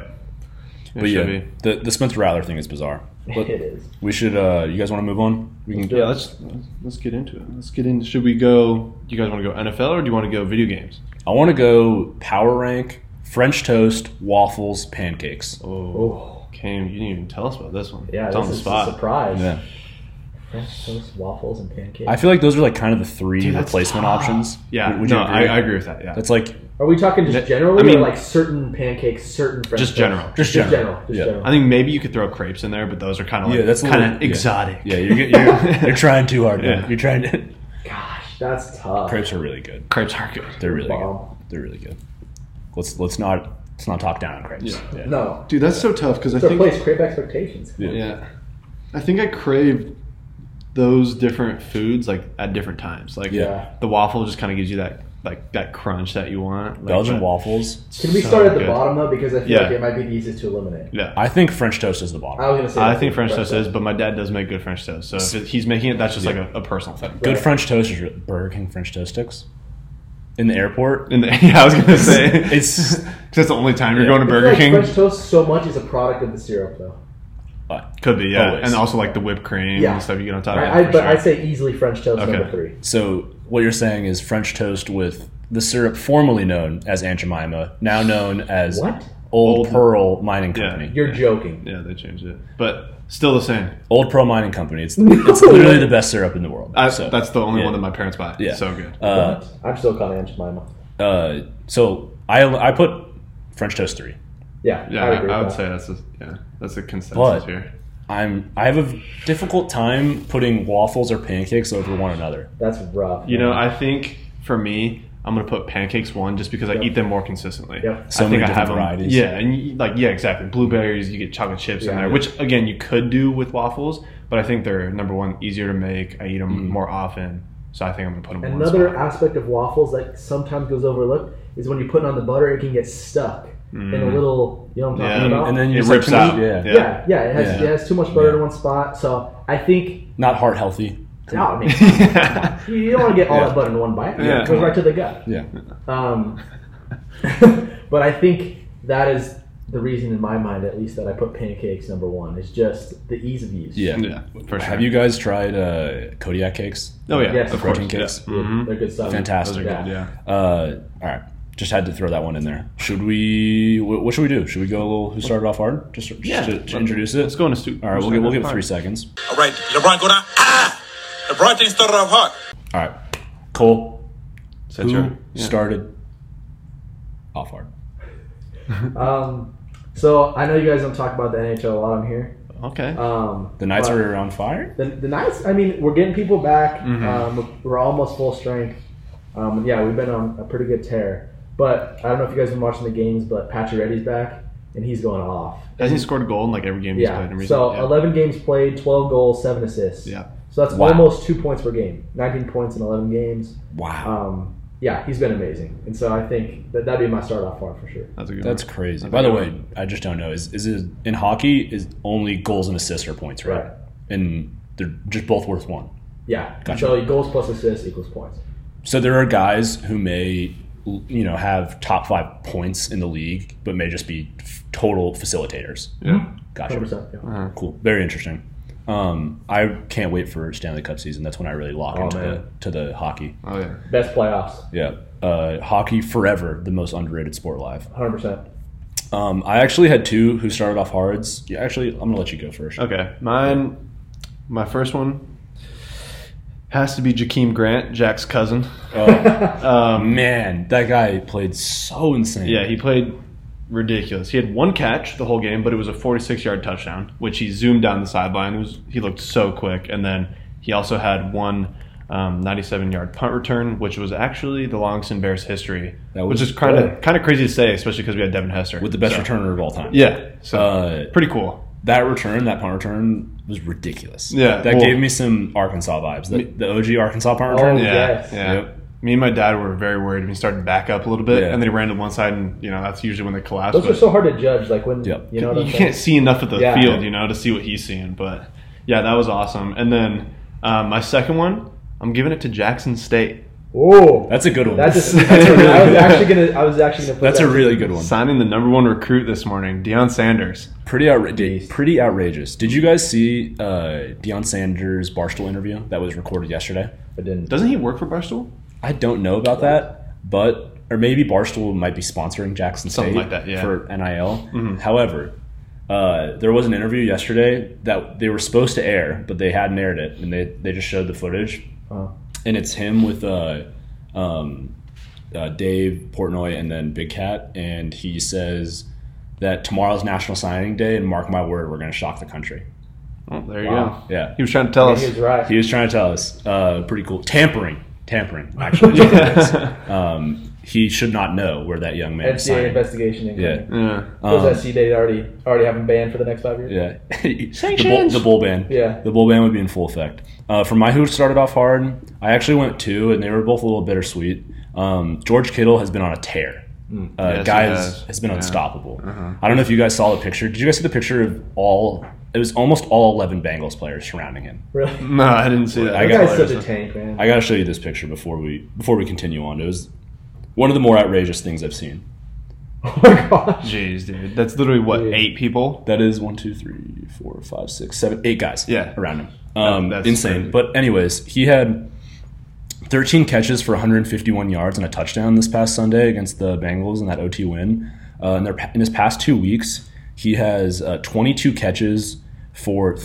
S2: It
S1: but
S2: should
S1: yeah,
S2: be.
S1: the, the Spencer Rattler thing is bizarre. But
S3: it is.
S1: we should, uh, you guys want to move on? We can,
S3: do
S2: Yeah, let's let's get into it. Let's get in. Should we go? Do you guys want to go NFL or do you want to go video games?
S1: I want to go power rank, French toast, waffles, pancakes.
S2: Oh,
S3: Oh
S2: Cam, you didn't even tell us about this one.
S3: yeah,
S2: it's
S3: this
S2: on the
S3: is a
S2: spot.
S3: surprise.
S1: Yeah.
S3: French toast, waffles, and pancakes.
S1: I feel like those are like kind of the three
S2: Dude, that's
S1: replacement
S2: tough.
S1: options.
S2: Yeah,
S1: Would- would you
S2: no, I,
S1: agree?
S2: I agree with that. Yeah,
S1: That's like
S3: Are we talking just
S2: That-
S3: generally,
S2: I mean-
S3: or like certain pancakes, certain French
S2: Just
S3: toast?
S2: general.
S1: Just
S3: just
S1: general.
S3: general, just
S1: Yeah.
S2: I
S3: general.
S2: think maybe you could throw crepes in there, but those are kind of like
S1: Yeah, that's a
S2: kind
S1: little-
S2: of
S1: yeah.
S2: exotic.
S1: Yeah, you're, you're, you're trying too hard.
S2: Yeah.
S1: You're trying to.
S3: Gosh, that's tough.
S1: Crepes are really good.
S2: crepes are good.
S1: They're really good.
S3: Wow.
S1: They're really good. Let's let's not let's not talk down on crepes.
S2: Yeah.
S1: Yeah.
S3: No,
S2: Dude, that's so tough because I
S3: it's a place crepe expectations.
S1: Yeah.
S2: Yeah. I think I craved those different foods like at different times. Like
S1: Yeah.
S2: the waffle just kind of gives you that like that crunch that you want. Like,
S1: Belgian
S2: that-
S1: waffles.
S3: Can we
S2: so
S3: start at the
S2: good.
S3: bottom though, because I feel like
S2: Yeah.
S3: it might be the easiest to eliminate.
S2: Yeah.
S1: I think French toast is the
S3: I
S1: bottom.
S3: was gonna say.
S2: I
S3: that's
S2: think
S3: a
S2: French toast is, but my dad does make good French toast. So if it, he's making it, that's just like a, a personal thing.
S1: Good
S3: Right.
S1: French toast is really, Burger King French toast sticks in the airport.
S2: In the, yeah, I was gonna say
S1: It's-
S2: because that's the only time you're
S1: Yeah.
S2: going to
S3: I feel
S2: Burger
S3: like
S2: King.
S3: French toast so much is a product of the syrup though.
S1: Uh,
S2: Could be, yeah,
S1: Always.
S2: and also like the whipped cream
S3: Yeah.
S2: and stuff you get on top.
S3: I,
S2: of
S3: I,
S2: for
S3: but
S2: sure.
S3: I'd say easily French toast
S2: Okay.
S3: number three.
S1: so what you're saying is French toast with the syrup formerly known as Aunt Jemima, now known as
S3: What?
S1: Old,
S2: Old-
S1: Pearl Mining Company.
S3: You're joking.
S2: yeah, they changed it, but still the same.
S1: Old Pearl Mining Company. It's, it's literally the best syrup in the world.
S2: I,
S1: so,
S2: that's the only
S1: yeah.
S2: one that my parents buy.
S1: Yeah.
S2: so good.
S1: uh,
S3: What? I'm still calling Aunt Jemima.
S1: uh, so I I put French toast three.
S3: Yeah,
S2: yeah,
S3: I would agree
S2: I,
S3: with
S2: would
S3: that.
S2: say that's a, yeah, that's a consensus
S1: But-
S2: here.
S1: I'm I have a difficult time putting waffles or pancakes over one another.
S3: That's rough.
S2: You
S3: man.
S2: know, I think for me, I'm gonna put pancakes one just because I
S3: Yep.
S2: eat them more consistently.
S3: Yep.
S1: So
S2: I think
S1: many
S2: I
S1: different
S2: have them.
S1: varieties.
S2: Yeah, and you, like yeah, exactly. Blueberries, you get chocolate chips in
S3: Yeah.
S2: there, which again you could do with waffles, but I think they're number one easier to make. I eat them
S1: Mm-hmm.
S2: more often, so I think I'm gonna put them. in one
S3: Another
S2: spot.
S3: aspect of waffles that sometimes goes overlooked is when you put it on the butter, it can get stuck in a little. You know what I'm talking
S2: Mm. Yeah.
S3: about?
S1: And then you
S2: It
S1: just
S2: rips
S1: like,
S2: out.
S1: can eat-
S3: yeah, yeah, it has
S1: Yeah.
S3: it has too much butter in
S1: Yeah.
S3: one spot. So I think
S1: Not heart healthy.
S3: no, I mean,
S2: Yeah.
S3: you you don't want to get all
S1: Yeah.
S3: that butter in one bite.
S2: Yeah.
S3: It goes right to the gut.
S1: Yeah.
S3: Um, but I think that is the reason, in my mind, at least, that I put pancakes number one. It's just the ease of use.
S1: Yeah.
S2: Yeah, for sure.
S1: Have you guys tried uh, Kodiak cakes?
S2: Oh yeah,
S3: Yes.
S2: of course.
S1: Protein
S2: yeah.
S1: cakes?
S2: Mhm.
S3: they're good stuff.
S1: Fantastic.
S2: Those are
S3: Yeah.
S2: good. Yeah.
S1: Uh, all right. Just had to throw that one in there. Should we? Wh- what should we do? Should we go a little? Who started off hard? Just, just to, to introduce it.
S2: Let's go in a suit.
S1: All right. We'll give, we'll give it three seconds.
S5: All right, LeBron go down. Ah! LeBron James started off hot.
S1: All right. Cole,
S2: Since
S1: who
S2: you're- yeah.
S1: started off hard?
S3: Um, so I know you guys don't talk about the NHL a lot. I'm here.
S2: Okay.
S3: Um,
S1: The Knights
S3: but-
S1: are Mm-hmm. on fire.
S3: the, the Knights. I mean, we're getting people back. Um, we're almost full strength. Um, yeah, we've been on a pretty good tear. But I don't know if you guys have been watching the games, but Patrick Reddy's back and he's going off.
S2: Hasn't he scored a goal in like every game he's played in
S3: Yeah.
S2: recent?
S3: So
S2: yeah.
S3: 11 games played, 12 goals, seven assists.
S2: Yeah.
S3: So that's
S1: Wow.
S3: almost two points per game. 19 points in 11 games.
S2: Uh,
S1: Wow.
S3: Um, yeah, he's been amazing. And so I think that that'd be my start off form for sure.
S2: That's a good
S1: That's
S2: one.
S1: crazy.
S2: That's
S1: By
S2: a
S1: the
S2: good
S1: way, I just don't know. Is is it in hockey? Is only goals and assists are points, right?
S3: Right.
S1: And they're just both worth one.
S3: Yeah.
S1: Gotcha.
S3: So goals plus assists equals points.
S1: So there are guys who may, you know, have top five points in the league, but may just be f- total facilitators.
S2: Yeah.
S1: Gotcha.
S3: 100%. Yeah.
S1: Cool. Very interesting. Um, I can't wait for Stanley Cup season. That's when I really lock
S3: Oh,
S1: into
S3: man.
S1: the to the hockey.
S2: Oh yeah.
S3: Best playoffs.
S1: Yeah, uh, hockey forever the most underrated sport live.
S3: 100%.
S1: Um, I actually had two who started off hards. Yeah, actually, I'm gonna let you go first.
S2: Okay. Mine. My first one has to be Jakeem Grant, Jack's cousin. Um,
S1: Man, that guy played so insane.
S2: yeah, he played ridiculous. He had one catch the whole game, but it was a 46-yard touchdown, which he zoomed down the sideline. It was he looked so quick, and then he also had one. Um, 97-yard punt return, which was actually the longest in Bears history,
S1: That
S2: which
S1: was
S2: is kind of
S3: good.
S2: kind of crazy to say, especially because we had Devin Hester
S1: with the best
S2: So-
S1: returner of all time.
S2: Yeah, so
S1: Uh,
S2: pretty cool.
S1: that return, that punt return was ridiculous.
S2: Yeah,
S1: that
S2: well-
S1: gave me some Arkansas vibes. The, the OG Arkansas punt
S3: Oh,
S1: return.
S2: Yeah,
S3: Yes.
S2: yeah.
S1: Yep.
S2: Me and my dad were very worried. when He started to back up a little bit,
S1: Yeah.
S2: and then he ran to one side, and you know that's usually when they collapse.
S3: Those
S2: but
S3: are so hard to judge. Like when
S1: Yep.
S3: you know what
S2: you
S3: I'm saying?
S2: can't see enough of the
S3: Yeah.
S2: field, you know, to see what he's seeing. But yeah, that was awesome. And then um, my second one, I'm giving it to Jackson State,
S3: Oh,
S1: That's a good one.
S3: that's just,
S2: that's a really
S3: I was
S2: good-
S3: actually gonna. I was actually gonna. Put
S1: That's
S3: that
S1: a really good one.
S2: signing the number one recruit this morning, Deion Sanders.
S1: Pretty outra- did- pretty outrageous. Did you guys see uh, Deion Sanders' Barstool interview that was recorded yesterday?
S3: I didn't.
S2: Doesn't he work for Barstool?
S1: I don't know about that, but or maybe Barstool might be sponsoring Jackson State
S2: Something like that, yeah. Mm-hmm.
S1: for NIL. However, uh, there was an interview yesterday that they were supposed to air, but they hadn't aired it, and they they just showed the footage,
S3: Oh.
S1: and it's him with uh, um, uh, Dave Portnoy and then Big Cat, and he says that tomorrow's National Signing Day, and mark my word, we're going to shock the country.
S2: Oh, there you
S3: Wow.
S2: go.
S1: Yeah,
S2: He was trying to tell
S3: He
S2: us.
S3: was right.
S1: he was ttrying to tell us. Uh, pretty cool. Tampering. Tampering, actually. is what it is. um, he should not know where that young man is
S3: NCAA
S1: signing.
S3: investigation. incoming.
S1: Yeah.
S2: Yeah.
S3: Those
S1: Um,
S3: SC they already already have them banned for the next five years.
S1: yeah. the, bull, the bull ban.
S3: Yeah.
S1: The bull ban would be in full effect. Uh, for my who started off hard, I actually went two, and they were both a little bittersweet. Um, George Kittle has been on a tear. Uh,
S2: Yes, he
S1: guy
S2: has. Uh-huh.
S1: has, has been unstoppable. I don't know if you guys saw the picture. Did you guys see the picture of all? It was almost all eleven Bengals players surrounding him.
S3: Really.
S2: No, I didn't see that.
S1: I
S3: That
S1: got
S3: guy's
S1: hilarious.
S3: such a tank, man.
S1: I gotta show you this picture before we before we continue on. It was one of the more outrageous things I've seen.
S3: oh my gosh.
S2: Jeez, dude, that's literally what
S3: Dude.
S2: eight people
S1: That is one, two, three, four, five, six, seven, eight guys.
S2: Yeah.
S1: around him. Um,
S2: That- that's
S1: insane.
S2: crazy.
S1: But anyways, he had 13 catches for 151 yards and a touchdown this past Sunday against the Bengals in that OT win. Uh, in, their, pa- in his past two weeks, he has uh, 22 catches for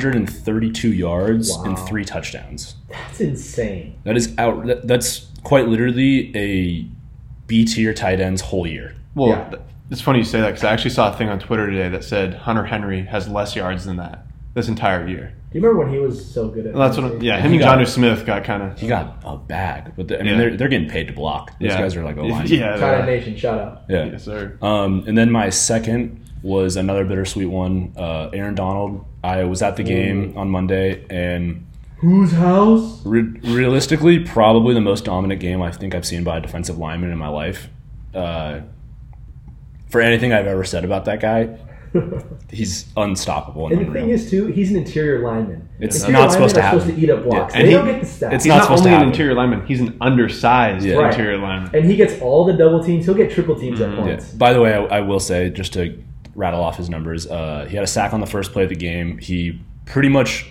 S1: 332 yards and
S3: Wow.
S1: three touchdowns.
S3: That's insane.
S1: That is out. That, that's quite literally a B tier tight end's whole year.
S2: Well,
S3: Yeah.
S2: th- it's funny you say that because I actually saw a thing on Twitter today that said Hunter Henry has less yards than that. this entire year.
S3: Do you remember when he was so good at?
S2: And that's what, yeah, him
S1: He
S2: and
S1: got-
S2: John Smith got kind of,
S1: He got a bag, but the, I mean,
S2: Yeah.
S1: they're, they're getting paid to block. These
S2: yeah.
S1: guys are like O line.
S2: yeah, they
S3: Kyle
S2: are.
S3: Nation, shout out.
S1: yeah.
S2: yes, sir.
S1: Um, and then my second was another bittersweet one. Uh, Aaron Donald. I was at the game on Monday, and
S3: Whose house?
S1: re- realistically, probably the most dominant game I think I've seen by a defensive lineman in my life. Uh, for anything I've ever said about that guy, he's unstoppable. And
S3: And the thing
S1: unreal.
S3: is, too, he's an interior lineman.
S1: It's
S3: Interior
S1: not supposed
S3: linemen
S1: to
S3: are Supposed
S1: happen.
S3: to eat up blocks.
S1: Yeah,
S2: and
S3: they
S2: he-
S3: don't get the stats.
S1: it's
S2: He's
S1: not
S2: not,
S1: supposed to
S2: only an
S1: happen.
S2: interior lineman; he's an undersized
S1: Yeah. Right.
S2: interior lineman.
S3: and he gets all the double teams. He'll get triple teams at
S1: Yeah.
S3: points.
S1: By the way, I, I will say just to rattle off his numbers, uh, he had a sack on the first play of the game. He pretty much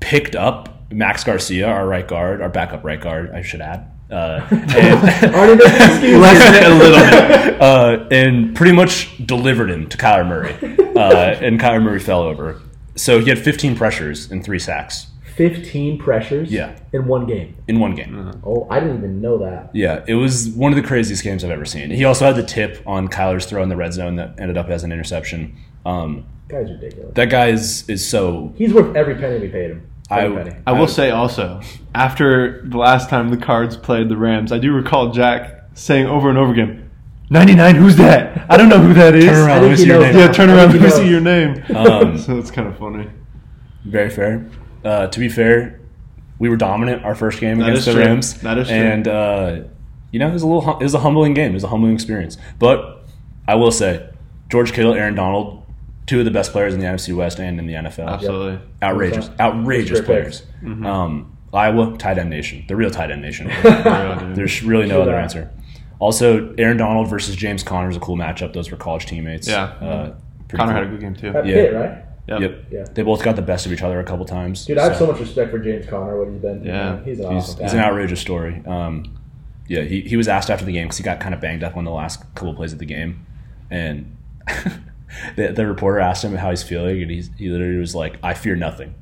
S1: picked up Max Garcia, our right guard, our backup right guard, I should add. Uh, and,
S3: Already made an excuse.
S1: a little bit, uh, and pretty much delivered him to Kyler Murray, uh, and Kyler Murray fell over. So he had 15 pressures and three sacks
S3: Fifteen pressures.
S1: Yeah.
S3: In one game.
S1: in one game.
S3: Oh, I didn't even know that.
S1: Yeah, it was one of the craziest games I've ever seen. He also had the tip on Kyler's throw in the red zone that ended up as an interception. Um,
S3: Guy's ridiculous.
S1: That guy is is so.
S3: He's worth every penny we paid him.
S1: I,
S3: Every penny.
S2: I will say also, after the last time the Cards played the Rams, I do recall Jack saying over and over again, 99, who's that? I don't know who that is.
S1: Turn around, let
S3: I
S1: me
S3: think he
S1: see your
S3: knows.
S1: name.
S2: Yeah, turn
S3: I
S2: around,
S3: think
S2: let
S3: he
S2: me see
S3: knows.
S2: your name.
S1: Um,
S2: so it's kind of funny.
S1: Very fair. Uh, to be fair, we were dominant our first game
S2: That
S1: against
S2: is
S1: the
S2: true.
S1: Rams.
S2: That is true.
S1: And uh, you know, it was a little. hum- It was a humbling game. It was a humbling experience. But I will say, George Kittle, Aaron Donald, two of the best players in the NFC West and in the NFL.
S2: Absolutely.
S1: Outrageous,
S3: Sure.
S1: outrageous
S3: Sure.
S1: players. Um, Iowa, tight end nation, the real tight end nation.
S2: Yeah, dude.
S1: There's really no
S3: True
S1: other
S3: that.
S1: answer. Also, Aaron Donald versus James Conner is a cool matchup. Those were college teammates.
S2: Yeah.
S1: Uh, pretty
S2: Connor
S1: cool.
S2: had a good game, too.
S3: That
S1: Yeah.
S3: Pitt, right?
S1: Yep.
S3: Yeah.
S1: They both got the best of each other a couple times.
S3: Dude, I have so much respect for James Conner. What he's been.
S2: Yeah.
S3: He's an
S1: he's,
S3: awesome guy.
S1: he's an outrageous story. Um, yeah, he, he was asked after the game because he got kind of banged up on the last couple plays of the game, and the, the reporter asked him how he's feeling, and he's, he literally was like, "I fear nothing."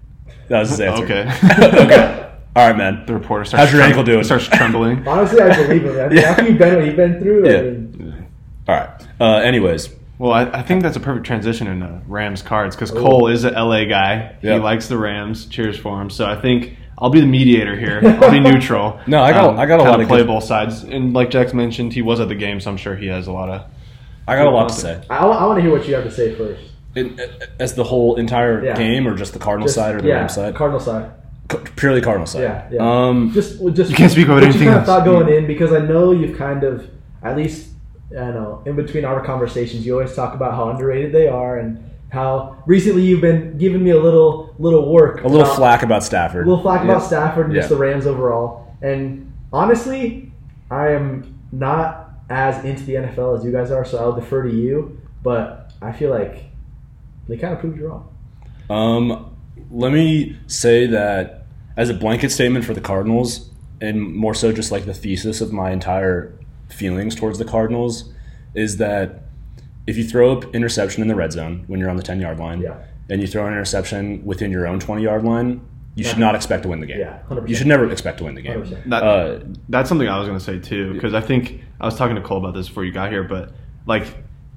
S1: That was his answer.
S2: Okay.
S1: okay. All right, man.
S2: The reporter starts,
S1: How's your
S2: trem-
S1: ankle doing?
S2: starts trembling.
S3: Honestly, I believe him. I mean,
S1: Yeah.
S3: After you've been what you've been through,
S1: Yeah.
S3: I mean,
S1: All right. Uh, anyways,
S2: Well, I, I think that's a perfect transition into Rams cards because Cole is an LA guy.
S1: Yeah.
S2: He likes the Rams. Cheers for him. So I think I'll be the mediator here. I'll be neutral. Um,
S1: No, I got- I got a
S2: kinda
S1: lot of
S2: play
S1: good-
S2: both sides. And like Jack's mentioned, he was at the game, so I'm sure he has a lot of.
S1: I got a lot to say.
S3: I, want to hear what you have to say first.
S1: In, as the whole entire
S3: Yeah.
S1: game, or just the Cardinal
S3: Just-
S1: side or the
S3: yeah,
S1: Rams side?
S3: Cardinal side.
S1: C- purely Cardinal side.
S3: Yeah, yeah.
S1: Um,
S3: Just, well, just
S2: You can't speak about
S3: what
S2: anything
S3: You kind
S2: else.
S3: of thought going in because I know you've kind of at least I don't know in between our conversations you always talk about how underrated they are and how recently you've been giving me a little little work
S1: a little
S3: about-
S1: flack about Stafford.
S3: a little flack
S1: Yeah.
S3: about Stafford and just
S1: Yeah.
S3: the Rams overall and honestly I am not as into the NFL as you guys are so I'll defer to you but I feel like they kind of proved you wrong.
S1: Um, let me say that as a blanket statement for the Cardinals, and more so just like the thesis of my entire feelings towards the Cardinals, is that if you throw up interception in the red zone when you're on the 10 yard line,
S3: Yeah.
S1: and you throw an interception within your own 20 yard line, you should not expect to win the game.
S3: Uh-huh. Yeah, 100%.
S1: You should never expect to win the game.
S3: 100%.
S2: That,
S1: Uh,
S2: that's something I was going to say too, because I think I was talking to Cole about this before you got here, but like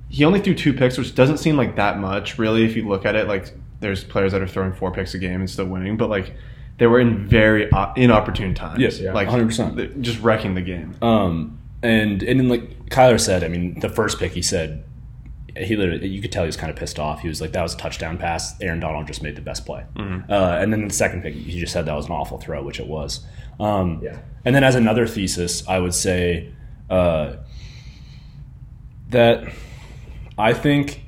S2: he only threw two picks, which doesn't seem like that much, really, if you look at it. Like there's players that are throwing four picks a game and still winning, but like they were in very o- inopportune times.
S1: Yes, yeah,
S2: like
S1: 100%.
S2: th- just wrecking the game.
S1: Um, and and then like Kyler said, I mean, the first pick he said, he literally you could tell he was kind of pissed off. He was like, "That was a touchdown pass. Aaron Donald just made the best play." Uh, and then the second pick, he just said that was an awful throw, which it was. Um,
S3: Yeah.
S1: And then as another thesis, I would say uh, that I think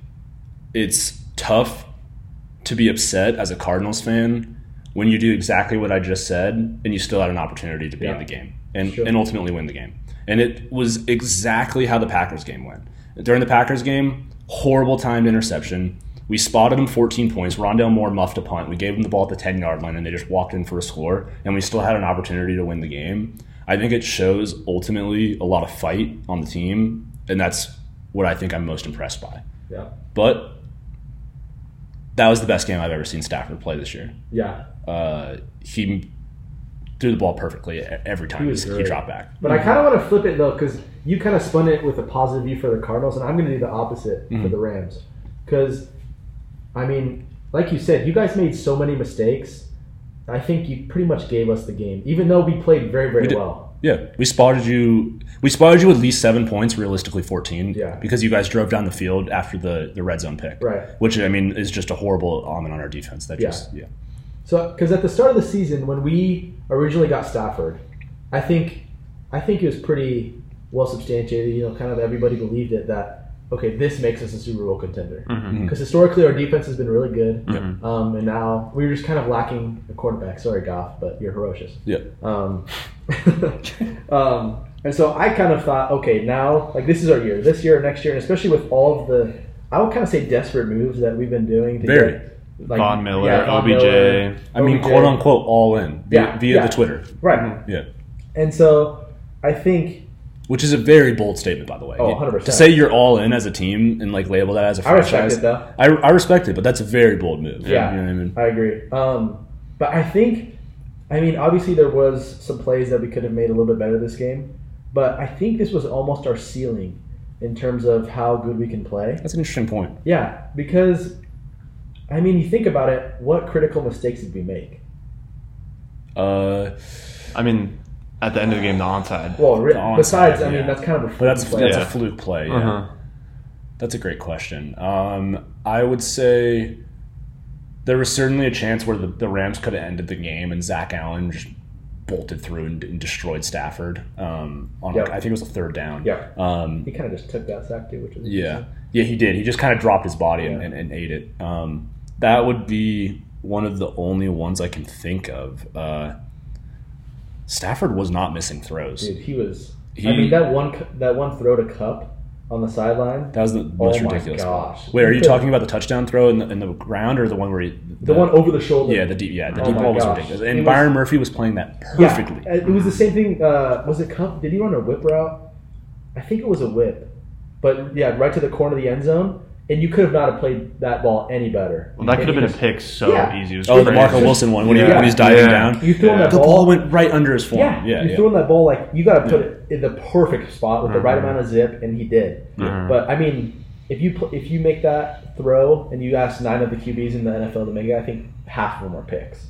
S1: it's tough to be upset as a Cardinals fan when you do exactly what I just said and you still had an opportunity to be in
S3: Yeah.
S1: the game and,
S3: Sure.
S1: and ultimately win the game. And it was exactly how the Packers game went. During the Packers game, horrible timed interception. We spotted them 14 points. Rondell Moore muffed a punt. We gave them the ball at the 10 yard line and they just walked in for a score. And we still had an opportunity to win the game. I think it shows ultimately a lot of fight on the team. And that's what I think I'm most impressed by.
S3: Yeah.
S1: But that was the best game I've ever seen Stafford play this year
S3: Yeah.
S1: uh, he threw the ball perfectly e-, every time
S3: He
S1: he,
S3: was
S1: he
S3: great.
S1: dropped back.
S3: But I kind of want to flip it though, because you kind of spun it with a
S1: Mm-hmm.
S3: positive view for the Cardinals, and I'm going to do the opposite for the Rams. Because, I mean, like you said, you guys made so many mistakes. I think you pretty much gave us the game, even though we played very, very
S1: did.
S3: well.
S1: Yeah, we spotted you. We spotted you at least seven points, realistically fourteen.
S3: Yeah.
S1: because you guys drove down the field after the the red zone pick.
S3: Right.
S1: Which I mean is just a horrible omen on our defense. That
S3: Yeah.
S1: just yeah.
S3: So, because at the start of the season, when we originally got Stafford, I think, I think it was pretty well substantiated. You know, kind of everybody believed it that okay, this makes us a Super Bowl contender because historically our defense has been really good, um, and now we were just kind of lacking a quarterback. Sorry, Goff, but you're ferocious.
S6: Yeah.
S3: Um, um, and so I kind of thought, okay, now like this is our year, this year, next year, and especially with all of the, I would kind of say desperate moves that we've been doing. To
S1: Very.
S3: get, like,
S2: Von Miller,
S3: yeah, Von
S2: OBJ.
S3: Miller,
S1: I mean,
S3: OBJ.
S1: quote unquote, all in via,
S3: Yeah,
S1: via
S3: yeah.
S1: the Twitter.
S3: Right.
S1: Yeah,
S3: And so I think
S1: which is a very bold statement, by the way.
S3: Oh,
S1: You-
S3: 100%.
S1: To say you're all in as a team and like label that as a
S3: I respect
S1: franchise,
S3: it, though.
S1: I, I respect it, but that's a very bold move.
S3: Yeah.
S1: you know what I mean.
S3: I agree. Um, but I think, I mean, obviously there was some plays that we could have made a little bit better this game, but I think this was almost our ceiling in terms of how good we can play.
S1: That's an interesting point.
S3: Yeah, because, I mean, you think about it, what critical mistakes did we make?
S1: Uh,
S2: I mean, at the end of the game, the onside.
S3: Well, re-
S1: The onside,
S3: besides, I mean,
S1: yeah.
S3: that's kind of a
S1: but that's
S3: fluke play.
S1: that's
S2: Yeah.
S1: a fluke play. Yeah.
S2: Uh-huh.
S1: That's a great question. Um, I would say there was certainly a chance where the, the Rams could have ended the game and Zach Allen just bolted through and, and destroyed Stafford. Um, on
S3: Yeah.
S1: like, I think it was a third down.
S3: Yeah.
S1: Um,
S3: He kind of just took that sack too, which was
S1: yeah. Yeah, he did. He just kind of dropped his body and,
S3: Yeah.
S1: and, and ate it. Um, that would be one of the only ones I can think of. Uh, Stafford was not missing throws.
S3: Dude, he was.
S1: He-
S3: I mean, that one cu- that one throw to Cup on the sideline. oh
S1: That was the most
S3: my
S1: ridiculous. spot.
S3: gosh.
S1: Wait, are you
S3: Yeah.
S1: talking about the touchdown throw in the, in the ground or the one where he,
S3: The one over the shoulder.
S1: Yeah, the deep. Yeah, the
S3: Oh
S1: deep
S3: my
S1: ball was
S3: gosh.
S1: ridiculous,
S3: It
S1: and
S3: was-
S1: Byron Murphy was playing that
S3: Yeah,
S1: perfectly.
S3: uh, it was the same thing. Uh, was it Cup? Did he run a whip route? I think it was a whip. But yeah, right to the corner of the end zone, and you could have not have played that ball any better.
S2: Well, that could have
S3: And he
S2: been a
S3: just-
S2: pick so
S3: Yeah.
S2: easy. It was
S1: oh, the
S2: crazy.
S1: Marco Wilson one when, he,
S2: Yeah.
S1: when he's diving
S2: Yeah.
S1: down.
S3: You threw him
S2: Yeah.
S3: that
S1: The
S3: ball.
S1: ball went right under his form.
S3: Yeah,
S1: Yeah,
S3: you
S1: yeah.
S3: threw him that ball like you got to put it in the perfect spot with the right
S1: Mm-hmm.
S3: amount of zip, and he did. But I mean, if you pl- if you make that throw and you ask nine of the QBs in the NFL to make it, I think half of them are picks.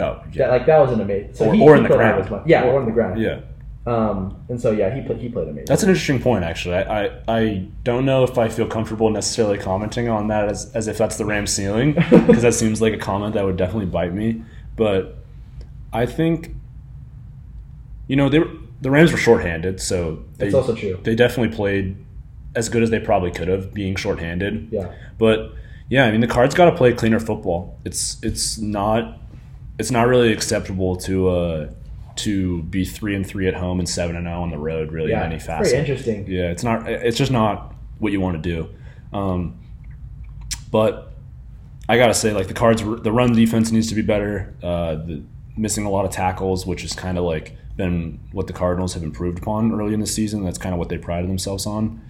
S1: Oh, yeah.
S3: That like that was an amazing. So
S1: Or-
S3: he,
S1: or
S3: he
S1: in the
S3: played out
S1: ground.
S3: as much. Yeah, or, in the ground.
S1: yeah.
S3: Um, and so yeah, he played. He played amazing.
S1: That's an interesting point, actually. I, I, I don't know if I feel comfortable necessarily commenting on that as, as if that's the Rams ceiling, because that seems like a comment that would definitely bite me. But I think, you know, they were, the Rams were shorthanded, so they,
S3: That's also true.
S1: they definitely played as good as they probably could have, being shorthanded.
S3: Yeah.
S1: But yeah, I mean the Cards got to play cleaner football. It's it's not it's not really acceptable to uh to be three and three at home and seven and zero on the road really
S3: Yeah,
S1: in any
S3: it's very
S1: facet.
S3: interesting.
S1: Yeah, it's not it's just not what you want to do. Um, but I gotta say, like the Cards, the run defense needs to be better. Uh, the missing a lot of tackles, which is kind of like been what the Cardinals have improved upon early in the season. That's kind of what they prided themselves on.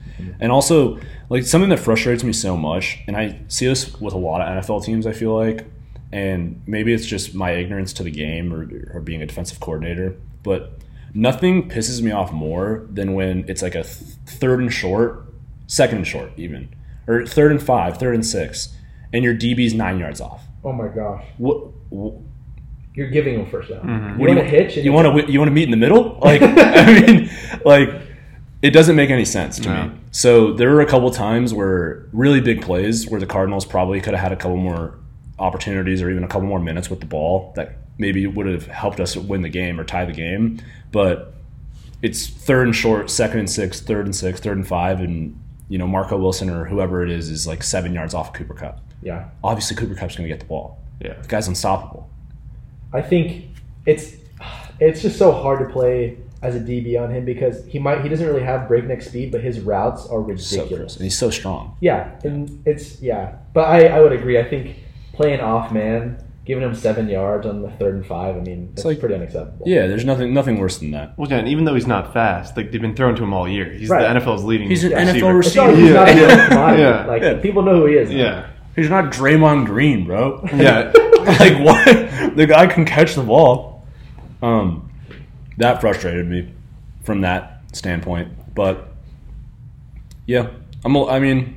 S1: And also, like something that frustrates me so much, and I see this with a lot of NFL teams. I feel like, and maybe it's just my ignorance to the game or, or being a defensive coordinator, but nothing pisses me off more than when it's like a th- third and short, second and short, even or third and five, third and six, and your DB's nine yards off.
S3: Oh my gosh,
S1: What? What,
S3: you're giving him first down.
S1: what
S3: You
S1: do
S3: want to hitch? And
S1: You want to? You want to meet in the middle? Like, I mean, like, it doesn't make any sense to
S2: No.
S1: me. So there were a couple times where really big plays where the Cardinals probably could have had a couple more opportunities or even a couple more minutes with the ball that maybe would have helped us win the game or tie the game, but it's third and short, second and six, third and six, third and five, and you know Marco Wilson or whoever it is is like seven yards off Cooper Cup.
S3: Yeah,
S1: Obviously, Cooper Cup's going to get the ball.
S2: Yeah.
S1: The guy's unstoppable.
S3: I think it's it's just so hard to play as a DB on him because he might he doesn't really have breakneck speed, but his routes are
S1: So
S3: ridiculous.
S1: crisp. and he's so strong.
S3: Yeah, and it's yeah, but I I would agree. I think playing off man, giving him seven yards on the third and five. I mean, that's
S1: like-
S3: pretty unacceptable.
S1: Yeah, there's nothing nothing worse than that.
S2: Well, yeah, and even though he's not fast, like they've been throwing to him all year. He's
S3: Right.
S2: the NFL's leading.
S1: He's an
S2: receiver.
S1: NFL
S3: It's
S1: receiver.
S3: not like he's
S2: Yeah.
S3: not a
S2: Yeah.
S3: known commodity.
S2: Yeah.
S3: Like
S1: Yeah.
S3: people know who he is.
S2: Yeah,
S1: He's not Draymond Green, bro.
S2: yeah.
S1: like what? The guy can catch the ball. Um, that frustrated me from that standpoint. But yeah, I'm. a- I mean,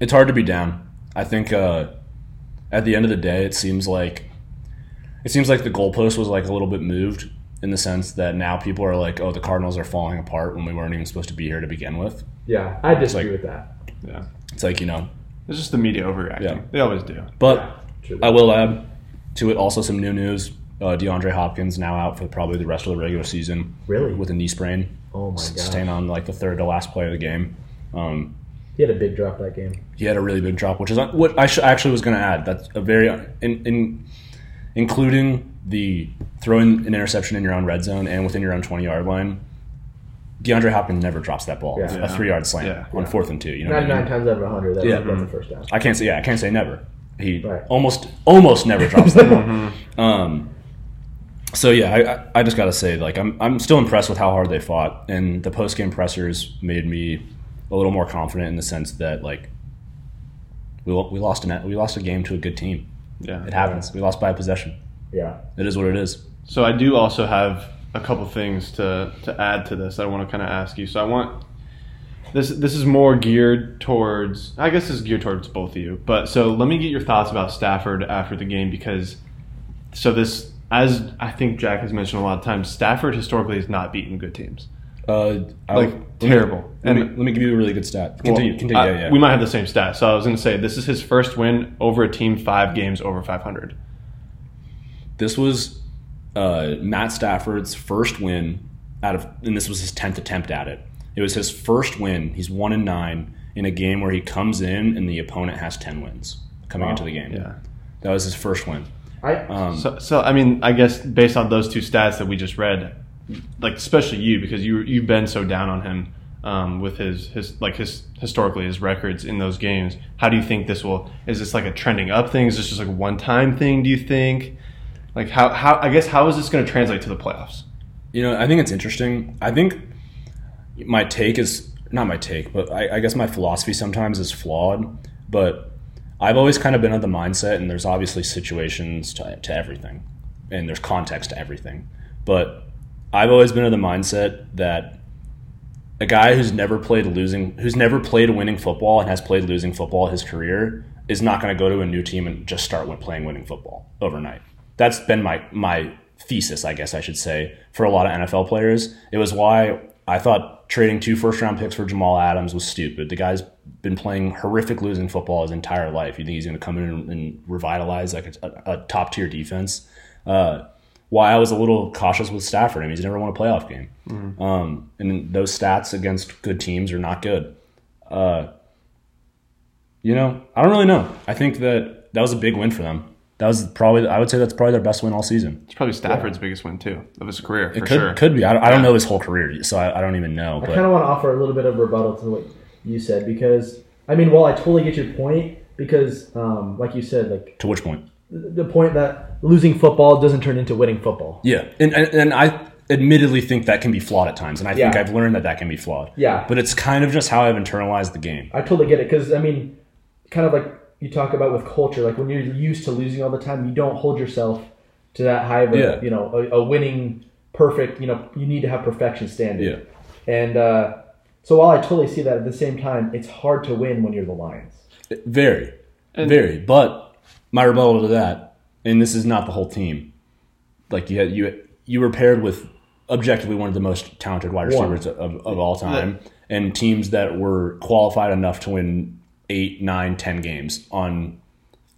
S1: it's hard to be down. I think. Uh, at the end of the day, it seems like it seems like the goalpost was like a little bit moved in the sense that now people are like, oh, the Cardinals are falling apart when we weren't even supposed to be here to begin with.
S3: Yeah, I disagree
S1: like-
S3: with that.
S2: Yeah.
S1: It's like you know,
S2: It's just the media overreacting.
S1: Yeah.
S2: They always do.
S1: but
S3: True.
S1: I will add to it also some new news. Uh, DeAndre Hopkins now out for probably the rest of the regular season
S3: Really?
S1: with a knee sprain,
S3: oh my god,
S1: staying on like the third to last play of the game. Um,
S3: he had a big drop that game.
S1: he had a really big drop, which is what I sh- actually was going to add. That's a very uh, in, in including the throwing an interception in your own red zone and within your own twenty yard line. DeAndre Hopkins never drops that ball.
S3: Yeah.
S1: A three yard slant
S2: Yeah.
S1: on fourth and two. You know, what I, mean?
S3: Ninety-nine times out of hundred, that's,
S1: Yeah.
S3: that's the first down.
S1: I can't say yeah. I can't say never. He
S3: Right.
S1: almost almost never drops that ball. Um, so yeah, I, I- I just gotta say like I'm I'm still impressed with how hard they fought, and the post game pressers made me a little more confident in the sense that like we lo- we lost an we lost a game to a good team.
S2: Yeah.
S1: It happens. We lost by a possession.
S3: Yeah,
S1: It is what it is.
S2: So I do also have a couple things to, to add to this. That I want to kind of ask you. So I want this. This is more geared towards. I guess this is geared towards both of you. But so let me get your thoughts about Stafford after the game because. So this, as I think Jack has mentioned a lot of times, Stafford historically has not beaten good teams.
S1: Uh, I-
S2: Like, terrible.
S1: Let me,
S2: And-
S1: let me give you a really good stat. Continue.
S2: Well,
S1: continue.
S2: I-
S1: yeah, yeah.
S2: We might have the same stat. So I was going to say this is his first win over a team five games over 500.
S1: This was uh, Matt Stafford's first win out of, and this was his tenth attempt at it. It was his first win. He's one and nine in a game where he comes in and the opponent has ten wins coming into the game.
S2: Yeah.
S1: That was his first win.
S3: I
S2: So, so I mean, I guess based on those two stats that we just read, like especially you because you you've been so down on him um, with his his like his historically his records in those games. How do you think this will? Is this like a trending up thing? Is this just like a one time thing? Do you think? Like how how I guess how is this going to translate to the playoffs?
S1: You know, I think it's interesting. I think my take is not my take, but I, I guess my philosophy sometimes is flawed. But I've always kind of been of the mindset, and there's obviously situations to, to everything, and there's context to everything. But I've always been of the mindset that a guy who's never played losing, who's never played winning football and has played losing football his career is not going to go to a new team and just start win- playing winning football overnight. That's been my my thesis, I guess I should say, for a lot of NFL players. It was why I thought trading two first round picks for Jamal Adams was stupid. The guy's been playing horrific losing football his entire life. You think he's going to come in and, and revitalize like a, a top tier defense? Uh, why I was a little cautious with Stafford. I mean, he's never won a playoff game. Um, and those stats against good teams are not good. Uh, you know, I don't really know. I think that that was a big win for them. That was probably, I would say that's probably their best win all season.
S2: It's probably Stafford's biggest win too of his career for
S1: could,
S2: sure.
S1: could be. I don't, I don't know his whole career, so I, I don't even know.
S3: I kind
S1: But
S3: of want to offer a little bit of rebuttal to what you said because I mean, while I totally get your point, because um, like you said, like
S1: to which point?
S3: the point that losing football doesn't turn into winning football.
S1: Yeah. And, and, and I admittedly think that can be flawed at times. And I think
S3: Yeah.
S1: I've learned that that can be flawed.
S3: Yeah.
S1: But it's kind of just how I've internalized the game.
S3: I totally get it because I mean, kind of like you talk about with culture, like when you're used to losing all the time, you don't hold yourself to that high of a,
S1: Yeah.
S3: you know a, a winning perfect. You know, you need to have perfection standard.
S1: Yeah.
S3: And uh, so while I totally see that, at the same time, it's hard to win when you're the Lions.
S1: Very, very. But my rebuttal to that, and this is not the whole team. Like you, had, you, you were paired with objectively one of the most talented wide receivers of, of all time, and teams that were qualified enough to win eight, nine, ten games on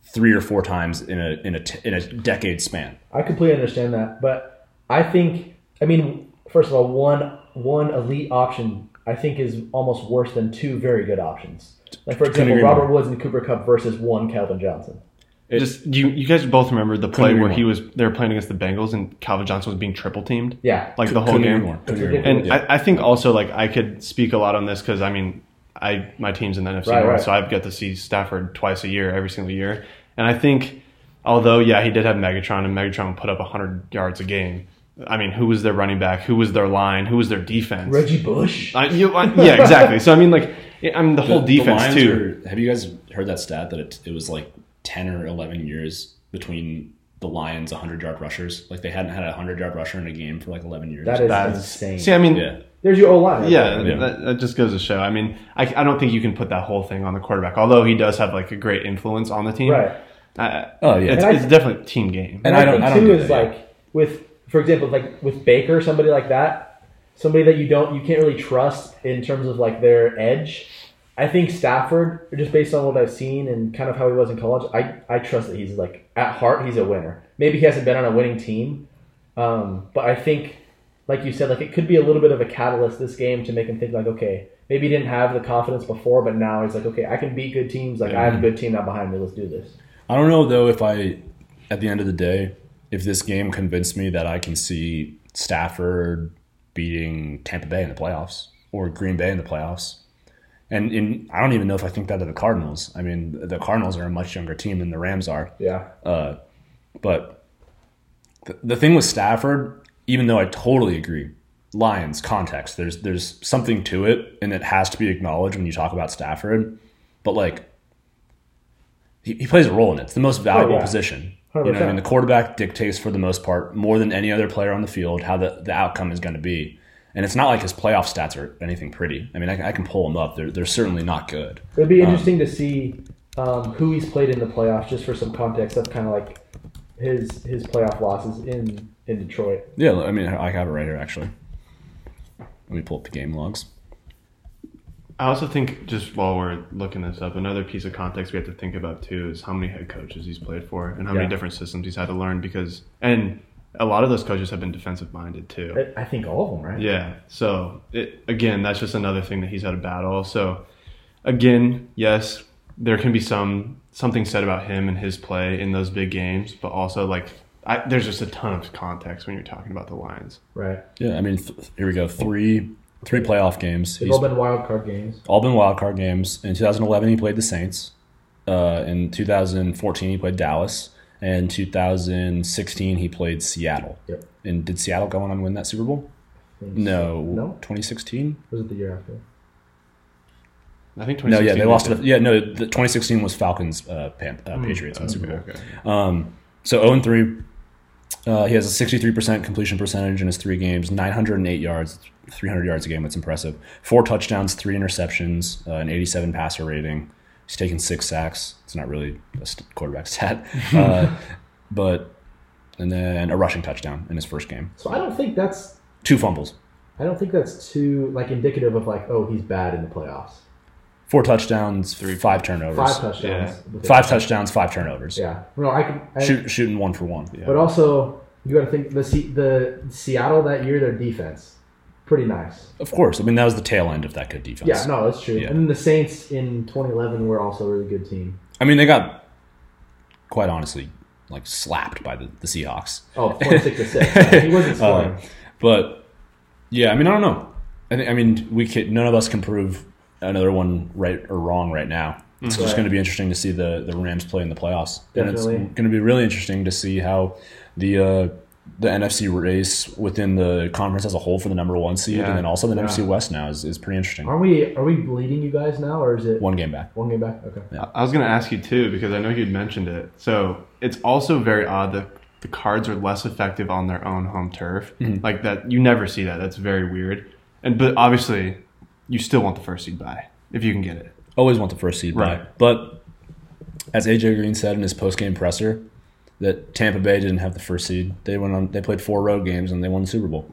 S1: three or four times in a in a t- in a decade span.
S3: I completely understand that, but I think I mean first of all, one one elite option I think is almost worse than two very good options. Like for example,
S1: agree
S3: Robert
S1: more.
S3: Woods and Cooper Cup versus one Calvin Johnson.
S2: Just you you guys both remember the play
S1: agree
S2: where he
S1: more.
S2: was they were playing against the Bengals and Calvin Johnson was being triple teamed.
S3: Yeah,
S2: like the whole
S1: Couldn't agree
S2: game.
S1: more. Couldn't
S3: It's
S1: agree more.
S2: And
S3: ridiculous.
S1: Yeah.
S2: I, I think also like I could speak a lot on this because I mean I my team's in the NFC
S3: Right,
S2: North,
S3: right.
S2: so I've got to see Stafford twice a year, every single year. And I think although yeah he did have Megatron and Megatron put up hundred yards a game. I mean, who was their running back? Who was their line? Who was their defense?
S3: Reggie Bush.
S2: I, you, I, yeah, exactly. So I mean, like I mean the whole
S1: The- the
S2: defense
S1: Lions
S2: too.
S1: are- have you guys heard that stat that it, it was like ten or eleven years between the Lions' hundred yard rushers? Like they hadn't had a hundred yard rusher in a game for like eleven years.
S3: That is
S2: That's-
S3: insane.
S2: See, I mean,
S1: yeah.
S3: There's your O line.
S2: Yeah,
S1: Yeah.
S2: That, that just goes to show. I mean, I, I don't think you can put that whole thing on the quarterback, although he does have like a great influence on the team.
S3: Right.
S2: I,
S1: Oh, yeah.
S2: it's,
S3: And I-
S2: it's definitely a team game.
S1: And I don't-
S3: think
S1: I don't
S3: too
S1: do
S3: is
S1: that, yeah.
S3: like with, for example, like with Baker, somebody like that, somebody that you don't, you can't really trust in terms of like their edge. I think Stafford, just based on what I've seen and kind of how he was in college, I, I trust that he's like at heart he's a winner. Maybe he hasn't been on a winning team, um, but I think, like you said, like it could be a little bit of a catalyst this game to make him think like, okay, maybe he didn't have the confidence before, but now he's like, okay, I can beat good teams. Like I have a
S1: Mm-hmm.
S3: good team now behind me. Let's do this.
S1: I don't know though if I, at the end of the day, if this game convinced me that I can see Stafford beating Tampa Bay in the playoffs or Green Bay in the playoffs, and in I don't even know if I think that of the Cardinals. I mean, the Cardinals are a much younger team than the Rams are,
S3: Yeah,
S1: but the, the thing with Stafford, even though I totally agree, Lions context. There's there's something to it, and it has to be acknowledged when you talk about Stafford. But like, he, he plays a role in it. It's the most valuable
S3: yeah.
S1: position. You know what I
S3: 100%.
S1: mean? The quarterback dictates for the most part, more than any other player on the field, how the, the outcome is going to be. And it's not like his playoff stats are anything pretty. I mean, I, can- I can pull them up. They're, they're certainly not good.
S3: It'd be interesting to see um, who he's played in the playoffs, just for some context of kind of like his his playoff losses in in Detroit.
S1: Yeah, I mean, I have it right here, actually. Let me pull up the game logs.
S2: I also think just while we're looking this up, another piece of context we have to think about too is how many head coaches he's played for and how
S3: Yeah.
S2: many different systems he's had to learn because and a lot of those coaches have been defensive minded too.
S3: I- I think all of them, right?
S2: Yeah. So it, again, that's just another thing that he's had a battle. So again, yes, there can be some something said about him and his play in those big games, but also like I, there's just a ton of context when you're talking about the Lions.
S3: Right.
S1: Yeah, I mean, th- here we go. Three three playoff games.
S3: They've
S1: He's
S3: all been wild card games.
S1: all been wild card games. In 2011, he played the Saints. Uh, in 2014, he played Dallas. And 2016, he played Seattle.
S3: Yep.
S1: And did Seattle go on and win that Super Bowl? No.
S3: No?
S1: 2016?
S3: Was it the year after?
S2: I think
S1: No, yeah,
S2: 2016
S1: they lost. To the, yeah, no, the 2016 was Falcons, uh, Pan, uh, Patriots in the Super Bowl. Um,
S2: Okay.
S1: So 0 and 3. Uh, he has a 63% completion percentage in his three games, 908 yards, 300 yards a game. That's impressive. Four touchdowns, three interceptions, uh, an 87 passer rating. He's taken six sacks. It's not really a st- quarterback stat, uh, but and then a rushing touchdown in his first game.
S3: So I don't think that's
S1: Two fumbles,
S3: I don't think that's too like indicative of like oh he's bad in the playoffs.
S1: four touchdowns, three, five turnovers,
S3: Five
S1: five,
S3: touchdowns. with it.
S1: touchdowns, five turnovers.
S3: Yeah. No, I can. I,
S1: Shoot, shooting one for one.
S3: But also you got to think the Se- the Seattle that year their defense pretty nice.
S1: Of course, I mean that was the tail end of that good defense.
S3: Yeah, no, that's true.
S1: Yeah.
S3: And then the Saints in 2011 were also a really good team.
S1: I mean, they got quite honestly like slapped by the, the Seahawks.
S3: Oh, 26 to 6. Yeah, He wasn't scoring.
S1: But yeah, I mean, I don't know. I, thi- I mean, we can, none of us can prove another one right or wrong right now. It's just
S3: Right.
S1: going to be interesting to see the, the Rams play in the playoffs, and
S3: Definitely.
S1: it's going to be really interesting to see how the uh, the NFC race within the conference as a whole for the number one seed,
S2: Yeah.
S1: and then also the NFC West now is, is pretty interesting.
S3: are we are we bleeding you guys now, or is it one,
S1: One game back.
S3: game back? Okay.
S2: I was going to ask you too because I know you'd mentioned it. So it's also very odd that the cards are less effective on their own home turf.
S1: Mm-hmm.
S2: Like that, you never see that. That's very weird. And but obviously, you still want the first seed by if you can get it.
S1: always want the first seed
S2: Right.
S1: back. But as AJ Green said in his post game presser, that Tampa Bay didn't have the first seed. They went on. They played four road games and they won the Super Bowl.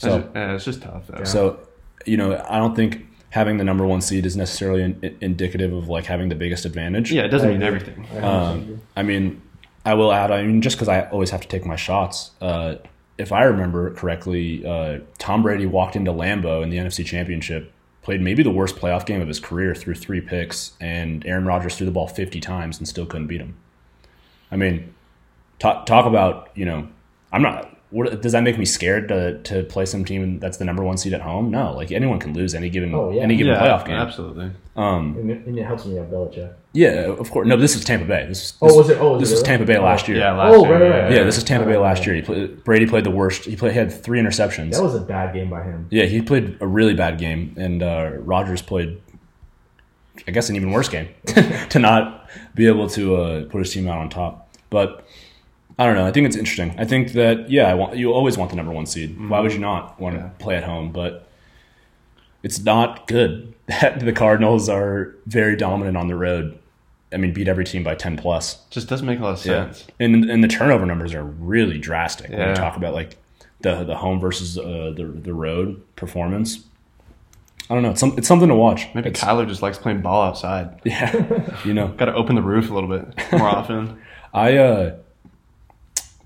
S2: That's
S1: So
S2: ju- yeah, it's just tough though.
S1: so you know I don't think having the number one seed is necessarily in, indicative of like having the biggest advantage.
S2: yeah, it doesn't mean everything.
S3: I understand you.
S1: I mean, I will add. I mean, just because I always have to take my shots. Uh, if I remember correctly, uh, Tom Brady walked into Lambeau in the NFC Championship, played maybe the worst playoff game of his career, threw three picks, and Aaron Rodgers threw the ball fifty times and still couldn't beat him. I mean, talk talk about you know, I'm not. What, does that make me scared to, to play some team that's the number one seed at home? No, like anyone can lose any given
S3: Oh, yeah.
S1: any given playoff game.
S2: absolutely.
S3: And, it- and it helps me have Belichick.
S1: Yeah, of course. No, this is Tampa Bay. This is,
S3: Oh,
S1: this-
S3: was it- oh, was
S1: this
S3: it
S1: was
S3: really?
S1: Tampa Bay last year.
S2: Yeah, last
S3: Oh,
S2: year,
S3: right, right, right.
S1: Yeah, this is Tampa Bay last year. He played, Brady played the worst. He played, he had three interceptions.
S3: That was a bad game by him.
S1: yeah, he played a really bad game, and uh, Rodgers played, I guess, an even worse game to not be able to uh, put his team out on top. But I don't know. I think it's interesting. I think that yeah, I want, you always want the number one seed. Why would you not want to play at home? But it's not good that the Cardinals are very dominant on the road. I mean, beat every team by ten plus.
S2: Just doesn't make a lot of
S1: Yeah.
S2: sense.
S1: And and the turnover numbers are really drastic when
S2: Yeah.
S1: you talk about like the the home versus uh, the the road performance. I don't know. It's, some, it's something to watch.
S2: Maybe
S1: It's-
S2: Kyler just likes playing ball outside.
S1: yeah. You know,
S2: Got to open the roof a little bit more often.
S1: I uh,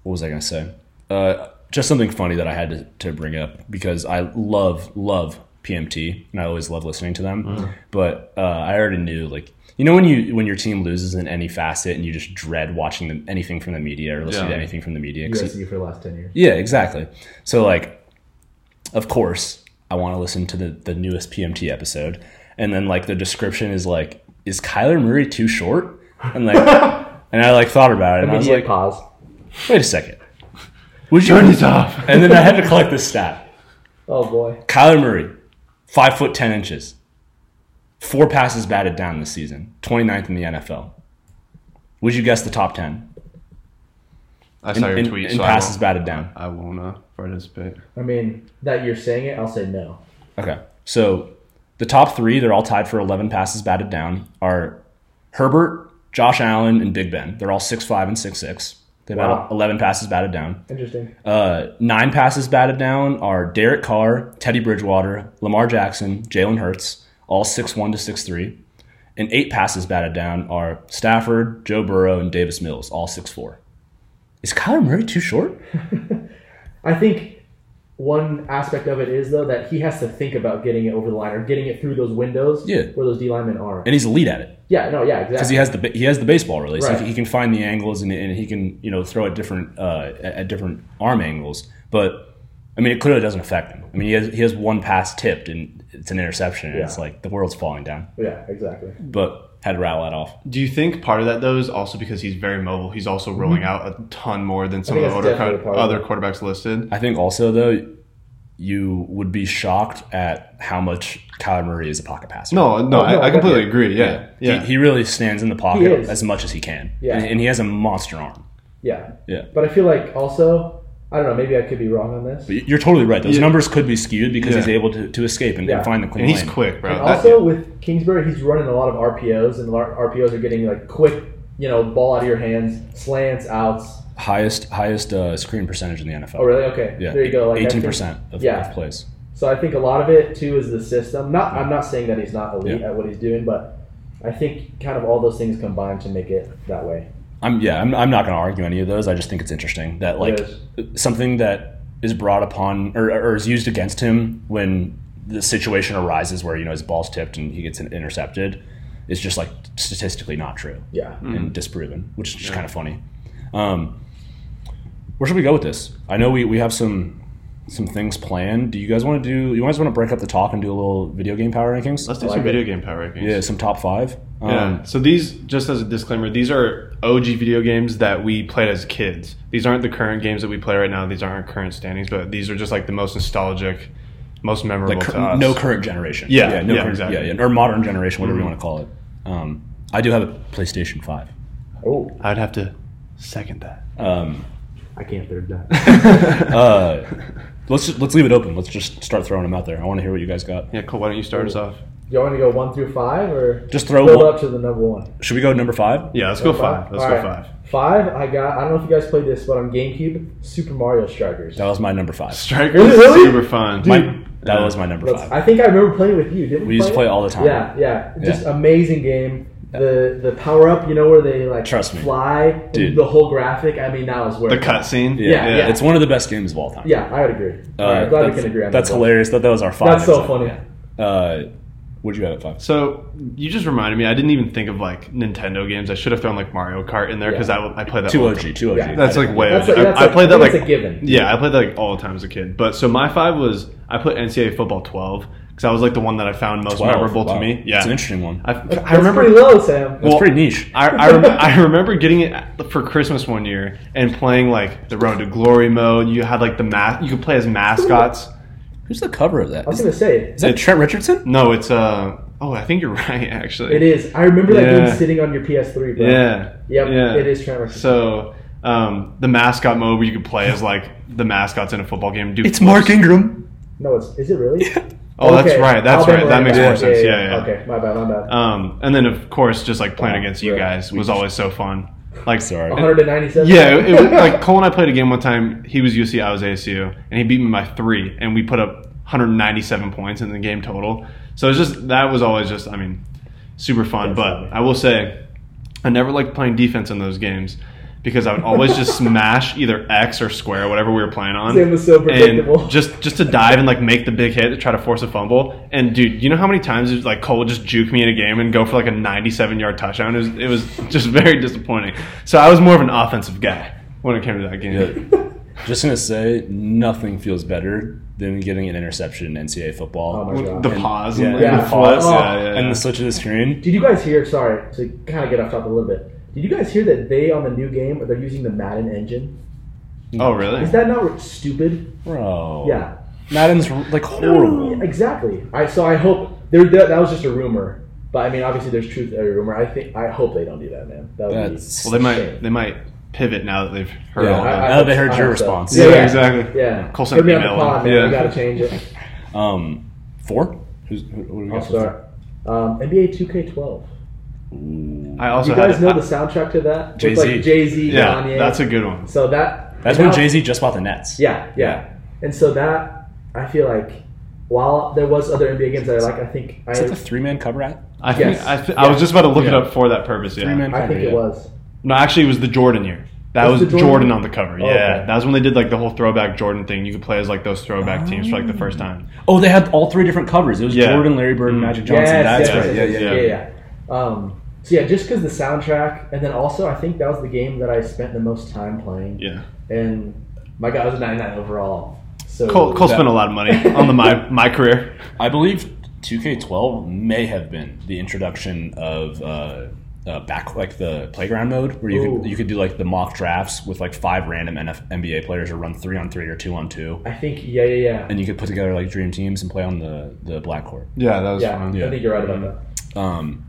S1: what was I gonna say? Uh, just something funny that I had to, to bring up because I love love PMT and I always love listening to them.
S2: Mm.
S1: But uh, I already knew like you know when you when your team loses in any facet and you just dread watching them, anything from the media or listening
S2: Yeah.
S1: to anything from the media. 'cause
S3: USC for the last ten years.
S1: Yeah, exactly. So like, of course, I want to listen to the the newest PMT episode, and then like the description is like, is Kyler Murray too short? And like, and I like thought about it, and I was
S3: Immediate
S1: like,
S3: pause.
S1: wait a second, would you?
S2: Turn this off.
S1: And then I had to collect this stat:
S3: Oh boy.
S1: Kyler Murray, five foot ten inches, four passes batted down this season, 29th in the NFL. Would you guess the top ten
S2: I
S1: in,
S2: saw your
S1: in-
S2: tweet,
S1: in
S2: so I
S1: passes
S2: won't,
S1: batted down?
S2: I won't uh, participate.
S3: I mean, that you're saying it, I'll say no.
S1: Okay. So the top three, they're all tied for 11 passes batted down, are Herbert, Josh Allen, and Big Ben. They're all 6'5 and 6'6. They've
S3: Wow.
S1: had 11 passes batted down.
S3: Interesting.
S1: Uh, nine passes batted down are Derek Carr, Teddy Bridgewater, Lamar Jackson, Jalen Hurts, all 6'1 to 6'3. And eight passes batted down are Stafford, Joe Burrow, and Davis Mills, all 6'4. Is Kyler Murray too short?
S3: I think one aspect of it is though that he has to think about getting it over the line or getting it through those windows
S1: Yeah.
S3: where those D linemen are.
S1: And he's elite at it.
S3: Yeah, no, yeah,
S1: because he
S3: exactly.
S1: has the ba- he has the baseball release.
S3: Right.
S1: He, he can find the angles and, and he can you know throw at different uh, at at different arm angles. But I mean, it clearly doesn't affect him. I mean, he has he has one pass tipped and it's an interception. and It's
S3: Yeah.
S1: like the world's falling down.
S3: yeah, exactly.
S1: But had to rattle that off.
S2: Do you think part of that though is also because he's very mobile? He's also rolling out a ton more than some of
S3: Mm-hmm. think
S2: the
S3: that's
S2: older,
S3: definitely part of
S2: other
S3: it.
S2: quarterbacks listed.
S1: I think also though, you would be shocked at how much Kyler Murray is a pocket passer.
S2: No, no,
S3: Oh, no,
S2: I, I
S3: I
S2: completely
S3: get
S2: agree. Yeah, yeah.
S1: He, he really stands in the
S3: He
S1: pocket
S3: is.
S1: as much as he can,
S3: Yeah.
S1: and, and he has a monster arm.
S3: Yeah.
S1: Yeah.
S3: But I feel like also I don't know, maybe I could be wrong on this.
S1: But you're totally right. Those
S2: Yeah.
S1: numbers could be skewed because
S2: Yeah.
S1: he's able to, to escape and, and
S3: Yeah.
S1: find the clean
S2: and he's
S1: lane.
S2: quick, bro.
S3: And
S2: That-
S3: also with Kingsbury, he's running a lot of RPOs, and a lot of RPOs are getting like quick, you know, ball out of your hands, slants, outs.
S1: highest highest uh, screen percentage in the NFL.
S3: Oh, really? Okay,
S1: Yeah,
S3: there you go. Like I think-
S1: eighteen percent of,
S3: Yeah.
S1: of plays.
S3: So I think a lot of it too is the system. Not, I'm not saying that he's not elite
S1: Yeah.
S3: at what he's doing, but I think kind of all those things combine to make it that way.
S1: I'm yeah. I'm, I'm not going to argue any of those. I just think it's interesting that like
S3: Yes.
S1: something that is brought upon or, or is used against him when the situation arises where you know his ball's tipped and he gets in- intercepted is just like statistically not true
S3: Yeah.
S1: and disproven, which is just kind of funny. Um, where should we go with this? I know we, we have some some things planned. Do you guys want to do? You guys want to break up the talk and do a little video game power rankings?
S2: Let's do some
S3: I like
S2: video game power rankings.
S1: Yeah, some top five. Um,
S2: Yeah. So these, just as a disclaimer, these are OG video games that we played as kids. These aren't the current games that we play right now. These aren't current standings, but these are just like the most nostalgic, most memorable
S1: like
S2: to
S1: cur-
S2: us.
S1: no current generation.
S2: Yeah,
S1: no
S2: yeah,
S1: current,
S2: exactly.
S1: yeah, yeah, or modern generation, whatever
S2: Mm.
S1: you want to call it. Um, I do have a PlayStation Five.
S3: Oh,
S2: I'd have to second that.
S1: Um,
S3: I can't third that.
S1: uh, let's just, let's leave it open. Let's just start throwing them out there. I want to hear what you guys got.
S2: Yeah, Cole. Why don't you start us off?
S3: Y'all want to go one through five or
S1: Just throw
S3: build
S1: one-
S3: up to the number one?
S1: Should we go number five?
S2: Yeah, let's go five. Let's
S3: All
S2: go
S3: right.
S2: five.
S3: Five. I got. I don't know if you guys played this, but on GameCube, Super Mario Strikers.
S1: That was my number five.
S2: Strikers,
S3: Really?
S2: super fun.
S1: My-
S3: Dude.
S1: that was my number
S3: Let's-
S1: five.
S3: I think I remember playing with you. Didn't we?
S1: We used to play all the time.
S3: Yeah, yeah. Just
S1: Yeah.
S3: amazing game. The the power up, you know, where they like
S1: Trust me.
S3: fly, and
S1: Dude.
S3: the whole graphic. I mean, that was where
S2: the cutscene.
S3: Yeah, yeah.
S1: It's one of the best games of all time.
S3: Yeah, I would agree.
S1: Uh,
S3: All right, glad we
S1: that's-
S3: can agree on
S1: That's
S3: that.
S1: hilarious. That that was our five.
S3: That's so
S1: It's
S3: funny.
S1: like- Uh, what'd you have at five?
S2: So you just reminded me. I didn't even think of like Nintendo games. I should have thrown like Mario Kart in there because
S3: Yeah.
S2: I, I play that
S1: Two
S2: all
S1: OG. Two OG.
S3: Yeah.
S2: That's
S1: I-
S2: like way.
S3: That's
S2: over.
S3: like- that's
S2: I, I
S3: like-
S2: played that
S3: I think
S2: like
S3: it's a given.
S2: Yeah, I played that like all the time as a kid. But so my five was I put NCAA football twelve because that was like the one that I found most
S1: 12.
S2: memorable
S1: Wow.
S2: to me. Yeah,
S1: It's an interesting one.
S2: I, I
S3: That's
S2: remember.
S3: pretty low, Sam.
S1: It's
S2: Well,
S1: pretty niche.
S2: I, I, rem- I remember getting it for Christmas one year and playing like the Road to Glory mode. You had like the ma- You could play as mascots.
S1: Who's the cover of that?
S3: I was
S1: Is,
S3: gonna say
S1: is that Trent Richardson?
S2: No, it's uh. Oh, I think you're right. Actually,
S3: it is. I remember that
S2: Yeah.
S3: game sitting on your PS3. Bro.
S2: Yeah.
S3: Yep.
S2: Yeah.
S3: It is Trent Richardson.
S2: So um, the mascot mode where you could play as like the mascots in a football game. Dude,
S1: Ingram.
S3: no, it's is it really?
S2: Oh, that's
S3: Okay,
S2: right. That's right.
S3: Alabama
S2: That makes
S3: Raven.
S2: more sense. Yeah, yeah.
S3: Okay, my bad, my bad.
S2: Um, and then of course, just like playing against you
S3: right.
S2: guys was always so fun. Like
S1: Sorry.
S3: 197.
S2: Yeah, it, it was, like Cole and I played a game one time. He was UC, I was ASU, and he beat me by three, and we put up 197 points in the game total. So it's just that was always just, I mean, super fun. but I will say, I never liked playing defense in those games because I would always just smash either X or square, whatever we were playing on.
S3: Sam was so predictable.
S2: And just just to dive and like make the big hit to try to force a fumble. And dude, you know how many times it was, like Cole would just juke me in a game and go for like a 97 yard touchdown. It was it was just very disappointing. So I was more of an offensive guy when it came to that game.
S1: Yeah. Just gonna say, nothing feels better than getting an interception in NCAA football.
S3: Oh my God.
S2: The pause, and,
S1: Yeah,
S2: like,
S1: and
S2: the
S1: the
S2: flip.
S1: pause.
S2: yeah, yeah,
S1: And
S2: yeah.
S1: the switch of the screen.
S3: Did you guys hear? Sorry to kind of get off topic a little bit. Did you guys hear that they on the new game they're using the Madden engine?
S2: oh really?
S3: Is that not stupid?
S1: Bro.
S3: Yeah,
S1: Madden's like horrible.
S3: exactly. I so I hope there. That, that was just a rumor, but I mean, obviously there's truth to every rumor. I think I hope they don't do that, man. That would
S1: That's
S2: Well, they might
S3: shame.
S2: they might pivot now that they've heard
S1: Yeah,
S2: all
S3: be.
S2: that.
S1: I- now they heard
S3: hope
S1: your
S3: so.
S1: response.
S2: Yeah,
S3: Yeah, yeah,
S2: exactly.
S3: Yeah,
S2: Cole sent
S3: Hit me on the
S2: email.
S3: pod, man.
S2: Yeah.
S3: We gotta change it.
S1: Um, four. Who's who, what do we
S3: I'll
S1: got? for four?
S3: start. Um, NBA 2K12.
S2: I also
S3: You guys
S2: had
S3: know the soundtrack to that?
S1: Jay-Z.
S3: With like Jay Z,
S2: yeah,
S3: Kanye.
S2: that's a good one.
S3: so that
S1: That's
S3: and
S1: when
S3: that-
S1: Jay Z just bought the Nets.
S3: Yeah, yeah. And so that I feel like while there was other NBA games that I like, I think I,
S1: Is that the three man cover at?
S2: I think
S3: Yes.
S2: I, th- I was just about to look it
S1: Yeah.
S2: up for that purpose. Yeah.
S1: Three man cover.
S3: I think it
S1: yeah.
S3: was.
S2: No, actually, it was the Jordan year. That
S3: Was
S2: was
S3: the
S2: Jordan?
S3: Jordan?
S2: on the cover.
S3: Oh,
S2: yeah,
S3: okay.
S2: that was when they did like the whole throwback Jordan thing. You could play as like those throwback teams for like the first time.
S1: Oh, they had all three different covers. It was
S2: Yeah.
S1: Jordan, Larry Bird, and Magic Johnson. That's right.
S2: yes, yeah, yeah.
S3: yeah. Um, so yeah, just because the soundtrack, and then also I think that was the game that I spent the most time playing.
S2: Yeah,
S3: And my guy was a 99 overall. So
S2: Cole, Cole
S1: that-
S2: spent a lot of money on the my my career.
S1: I believe 2K12 may have been the introduction of uh, uh, back like the playground mode where you
S3: Ooh.
S1: could, you could do like the mock drafts with like five random NF- NBA players or run three on three or two on two,
S3: I think yeah, yeah, yeah.
S1: and you could put together like dream teams and play on the the black court.
S2: Yeah, that was
S3: Yeah,
S1: Yeah.
S3: I think you're right about that.
S1: Um,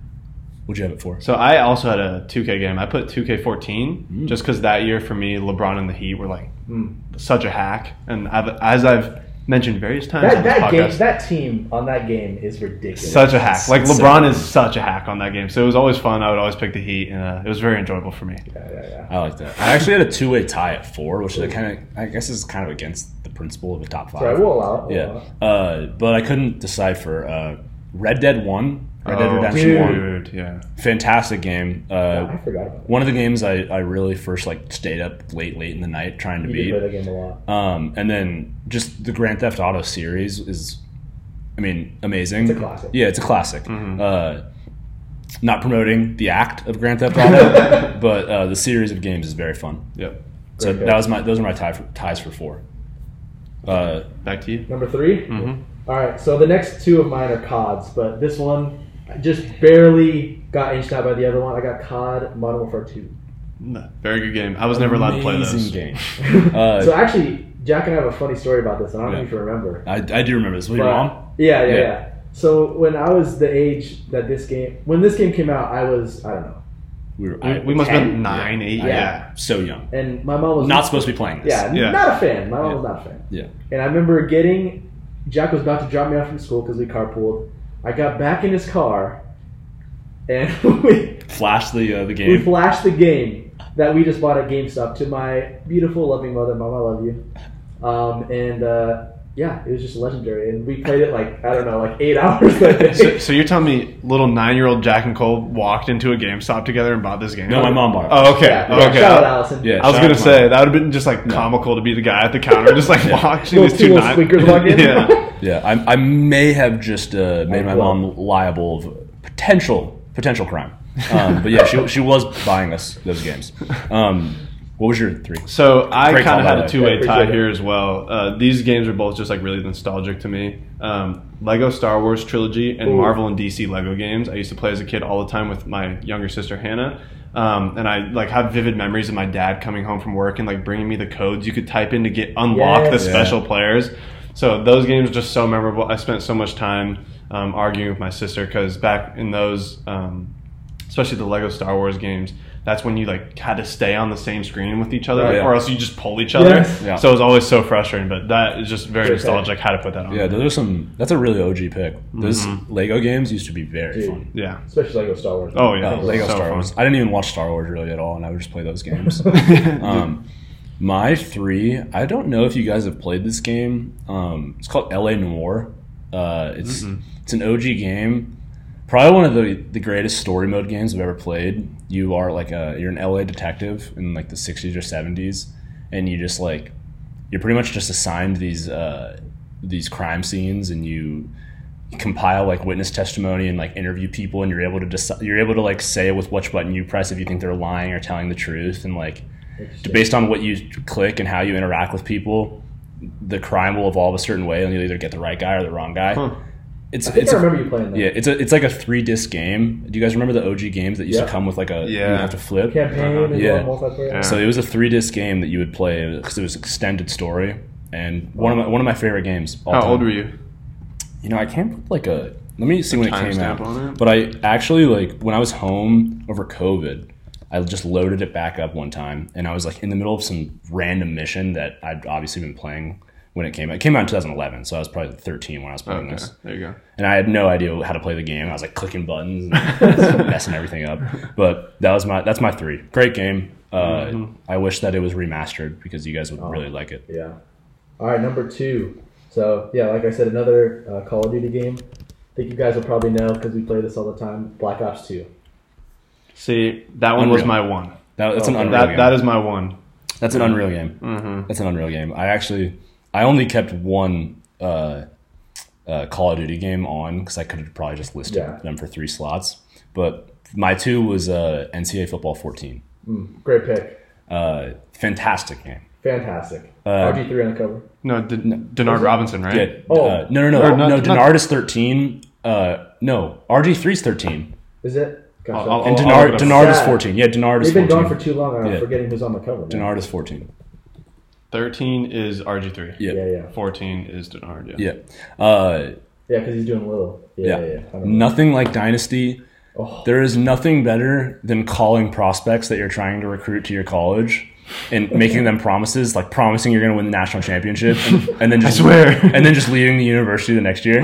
S1: what'd you have it for?
S2: So I also had a 2K game. I put 2K14 just because that year for me, LeBron and the Heat were like
S3: Mm.
S2: such a hack. And I've, as I've mentioned various times on
S3: That,
S2: this
S3: that
S2: podcast,
S3: game, that team on that game is ridiculous.
S2: such a hack. Like
S1: It's-
S2: LeBron is such a hack on that game. So it was always fun. I would always pick the Heat, and uh, it was very enjoyable for me.
S3: yeah, yeah, yeah.
S1: I like that. I actually had a two way tie at four, which is kind of I guess is kind of against the principle of a top five.
S3: Sorry, we'll allow it. We'll
S1: Yeah,
S3: allow it.
S1: uh, but I couldn't decide for uh, Red Dead One, Red Dead
S2: Oh,
S1: Redemption
S2: dude,
S1: One,
S2: yeah.
S1: fantastic game. Uh,
S3: I forgot about that.
S1: one of the games I, I really first like stayed up late, late in the night trying to
S3: You did
S1: beat.
S3: play that game a lot.
S1: Um, and then just the Grand Theft Auto series is, I mean, amazing.
S3: It's a classic.
S1: Yeah, it's a classic.
S2: Mm-hmm.
S1: Uh, not promoting the act of Grand Theft Auto, but uh, the series of games is very fun.
S2: Yep.
S1: So
S3: Great
S1: that
S3: pick.
S1: was my those are my tie for, ties for four. Uh,
S2: Back to you.
S3: Number 3 All right, so the next two of mine are CODs, but this one just barely got inched out by the other one. I got COD Modern Warfare 2.
S2: No, Very good game. I was never allowed to play those.
S1: amazing game. Uh,
S3: so actually, Jack and I have a funny story about this. and I don't
S1: Yeah.
S3: know if you remember.
S1: I, I do remember this. Was your
S3: but-
S1: mom?
S3: Yeah, yeah,
S1: Yeah.
S3: yeah, So when I was the age that this game, when this game came out, I was I don't know,
S1: We, were,
S2: We,
S1: I-
S2: we must have been
S3: Ten.
S2: nine, eight.
S1: I-
S2: Yeah.
S3: Yeah.
S1: so young.
S3: and my mom was
S1: Not supposed to be playing this.
S3: yeah,
S2: Yeah.
S3: not a fan. My mom
S1: Yeah.
S3: was not a fan.
S1: Yeah.
S3: And I remember getting Jack was about to drop me off from school because we carpooled. I got back in his car, and we
S1: Flash the uh, the
S3: We
S1: game.
S3: flashed the game that we just bought at GameStop to my beautiful, loving mother. Mom, I love you. Um, and uh, yeah, it was just legendary. And we played it like, I don't know, like eight hours. that day.
S2: So, so you're telling me little nine-year-old Jack and Cole walked into a GameStop together and bought this game?
S1: No, my mom bought it.
S2: Oh, okay.
S3: yeah,
S2: okay.
S3: Shout out, Allison.
S1: Yeah.
S2: I was
S1: Shout
S2: gonna
S1: out
S2: say that would have been just like comical to be the guy at the counter, just like watching
S3: Little
S2: these
S3: two
S2: two
S3: little
S2: nine.
S3: squeakers walk in.
S2: yeah,
S1: Yeah, I, I may have just uh, made my
S3: well.
S1: mom liable of potential potential crime. Um, but yeah, she, she was buying us those games. Um, what was your three?
S2: So I
S1: Great
S2: kind of
S1: call, by the
S2: had a
S1: way.
S2: two-way
S3: Yeah, appreciate
S2: tie
S3: it.
S2: here as well. Uh, these games are both just like really nostalgic to me. Um, Lego Star Wars trilogy and
S3: Ooh.
S2: Marvel and DC Lego games. I used to play as a kid all the time with my younger sister Hannah. Um, and I like have vivid memories of my dad coming home from work and like bringing me the codes you could type in to get unlock the
S3: Yes.
S2: special players. So those games are just so memorable. I spent so much time um, arguing with my sister because back in those um, especially the Lego Star Wars games. that's when you like had to stay on the same screen with each other,
S1: Right, yeah.
S2: or else you just pull each other.
S3: Yes.
S1: Yeah.
S2: So it was always so frustrating. But that is just very
S3: Great
S2: nostalgic. How to put that on?
S1: Yeah, those are some. That's a really OG pick. Those Lego games used to be very
S3: Dude.
S1: fun.
S2: Yeah.
S3: especially Lego Star Wars.
S2: Oh yeah.
S1: Uh, Lego
S2: so
S1: Star
S2: fun.
S1: Wars. I didn't even watch Star Wars really at all, and I would just play those games. um, my three. I don't know if you guys have played this game. Um, it's called L.A. Noir. Uh, it's it's an OG game. Probably one of the, the greatest story mode games I've ever played. You are like a you're an LA detective in like the 60s or 70s, and you just like you're pretty much just assigned these uh, these crime scenes, and you compile like witness testimony and like interview people and you're able to decide you're able to like say with which button you press if you think they're lying or telling the truth and like
S3: Interesting.
S1: based on what you click and how you interact with people the crime will evolve a certain way and you'll either get the right guy or the wrong guy
S2: Huh.
S1: it's
S3: I think
S1: it's
S3: I
S1: a,
S3: remember you playing that.
S1: yeah it's a it's like a three disc game do you guys remember the og games that used
S3: Yeah.
S1: to come with like a
S2: Yeah.
S1: you have to flip
S3: Campaign and
S1: Yeah.
S3: multiplayer.
S2: Yeah.
S1: so it was a three disc game that you would play because it was extended story and one of my one of my favorite games all
S2: How
S1: time.
S2: old were you?
S1: You know, I can't put like a. Let me see when it came
S2: timestamp
S1: out.
S2: on it?
S1: But I actually like when I was home over COVID, I just loaded it back up one time, and I was like in the middle of some random mission that I'd obviously been playing when it came out. It came out in 2011, so I was probably 13 when I was playing
S2: Okay.
S1: this,
S2: There you go.
S1: and I had no idea how to play the game. I was like clicking buttons, and messing everything up. But that was my that's my three. Great game. Uh,
S2: Mm-hmm.
S1: I wish that it was remastered because you guys
S2: Oh.
S1: would really like it.
S3: Yeah. All right, number two. So yeah, like I said, another uh, Call of Duty game. I think you guys will probably know because we play this all the time. Black Ops Two.
S2: See, that one was
S1: Unreal.
S2: my one.
S1: That, that's an
S3: Okay.
S1: unreal
S2: Oh, That
S1: game.
S2: that is my one.
S1: That's an unreal
S3: Mm-hmm.
S1: game. That's an unreal game. I actually, I only kept one uh, uh, Call of Duty game on because I could have probably just listed
S3: Yeah.
S1: them for three slots. But my two was uh, NCAA Football 14.
S3: Great pick.
S1: Uh, fantastic game.
S3: Fantastic. RG three on the cover.
S2: No, D- Denard Robinson, right?
S1: Yeah.
S3: Oh.
S1: Uh, no, no, no,
S2: Or
S1: no.
S2: not- not-
S1: Denard's 13. Uh, no, RG3's 13.
S3: Is it? Gosh,
S2: I'll-
S3: I've-
S1: And
S2: I'll
S1: Denard,
S2: look it up.
S1: Denard is
S3: Yeah.
S1: 14. Yeah, Denard is
S3: We've been
S1: 14.
S3: going for too long. and I'm
S1: Yeah.
S3: forgetting who's on the cover. man.
S1: Denard is 14.
S2: Thirteen is RG three.
S1: Yeah.
S3: Yeah, yeah,
S2: Fourteen is Denard. Yeah.
S1: Yeah. Uh,
S3: yeah. Because he's doing little. Yeah,
S1: yeah.
S3: yeah. yeah. I
S2: Mm,
S3: remember.
S1: Nothing like Dynasty.
S3: Oh.
S1: There is nothing better than calling prospects that you're trying to recruit to your college and making them promises, like promising you're going to win the national championship, and, and then just
S2: swear.
S1: and then just leaving the university the next year.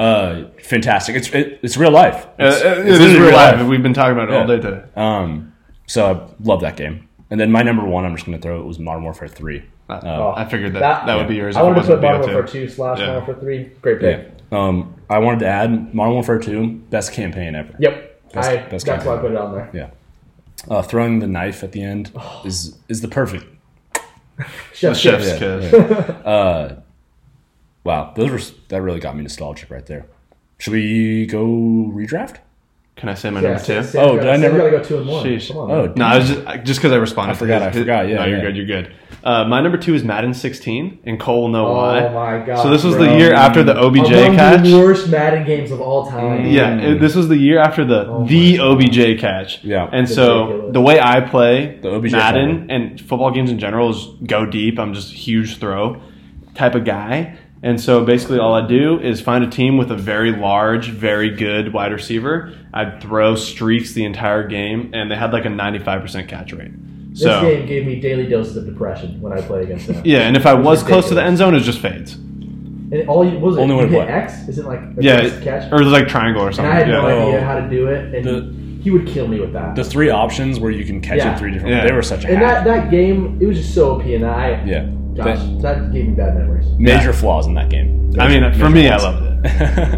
S1: uh, fantastic! It's it, it's real life.
S2: Uh,
S1: It's,
S2: it-
S1: it's
S2: it is
S1: literally
S2: real life. We've been talking about it all
S1: Yeah.
S2: day today.
S1: Um, so I love that game. And then my number one, I'm just going to throw it was Modern Warfare Three.
S2: Uh, I figured that that, would be yours.
S3: I
S2: if it
S3: wanted to put
S2: wasn't
S3: Modern
S2: BO2.
S3: Warfare Two slash
S2: Yeah.
S3: Modern Warfare Three. Great pick.
S1: Yeah. Um, I wanted to add Modern Warfare Two, best campaign ever.
S3: Yep.
S1: Best-
S3: I,
S1: best
S3: that's why I
S1: campaign.
S3: put it on there.
S1: Yeah. Uh, throwing the knife at the end is is the perfect.
S3: Chef,
S2: Chef's
S3: kiss.
S2: kiss.
S1: Wow, those were that really got me nostalgic right there. Should we go redraft?
S2: Can I say my
S3: Yeah,
S2: number two?
S3: Sam- Sam's
S1: Oh,
S3: gotta-
S1: did I
S3: Sam's
S1: never-
S3: gotta go two and one.
S2: Sheesh.
S3: Come on.
S1: Oh,
S2: No, I was just I- just because I responded. I
S1: forgot, I forgot, yeah,
S2: no, you're
S1: yeah.
S2: good. You're good. Uh, my number two is Madden 16, and Cole will know
S3: Oh
S2: why.
S3: my God,
S2: So this was
S3: bro.
S2: the year after the OBJ
S3: Among
S2: catch.
S3: the worst Madden games of all time.
S2: Mm, Yeah,
S1: Mm.
S2: it- this was the year after the
S3: Oh
S2: the OBJ catch.
S1: Yeah.
S2: and
S3: That's
S2: so
S3: ridiculous.
S2: the way I play
S1: The OBJ
S2: Madden
S1: follow.
S2: and football games in general is go deep. I'm just a huge throw type of guy, and so basically all I do is find a team with a very large, very good wide receiver. I'd throw streaks the entire game, and they had like a 95 percent catch rate.
S3: This
S2: So
S3: game gave me daily doses of depression when I play against them.
S2: yeah, and if I was close to the
S3: ridiculous.
S2: end zone, it just fades.
S3: And all you what was it,
S1: Only
S3: you
S1: when
S3: hit
S1: what?
S3: X? Is it like a
S2: Yeah,
S3: X catch?
S2: or it was like triangle or
S3: and
S2: something.
S3: I had
S2: yeah.
S3: no idea
S1: Oh.
S3: how to do it, and
S1: The-
S3: he would kill me with that.
S1: The three options where you can catch
S3: Yeah.
S1: it three different.
S2: Yeah.
S1: They were such a
S3: and that,
S1: hack.
S3: that game, it was just so OP, and I
S1: yeah.
S3: gosh,
S1: But
S3: that gave me bad memories.
S1: major flaws in that game.
S2: I mean, for me, I loved it.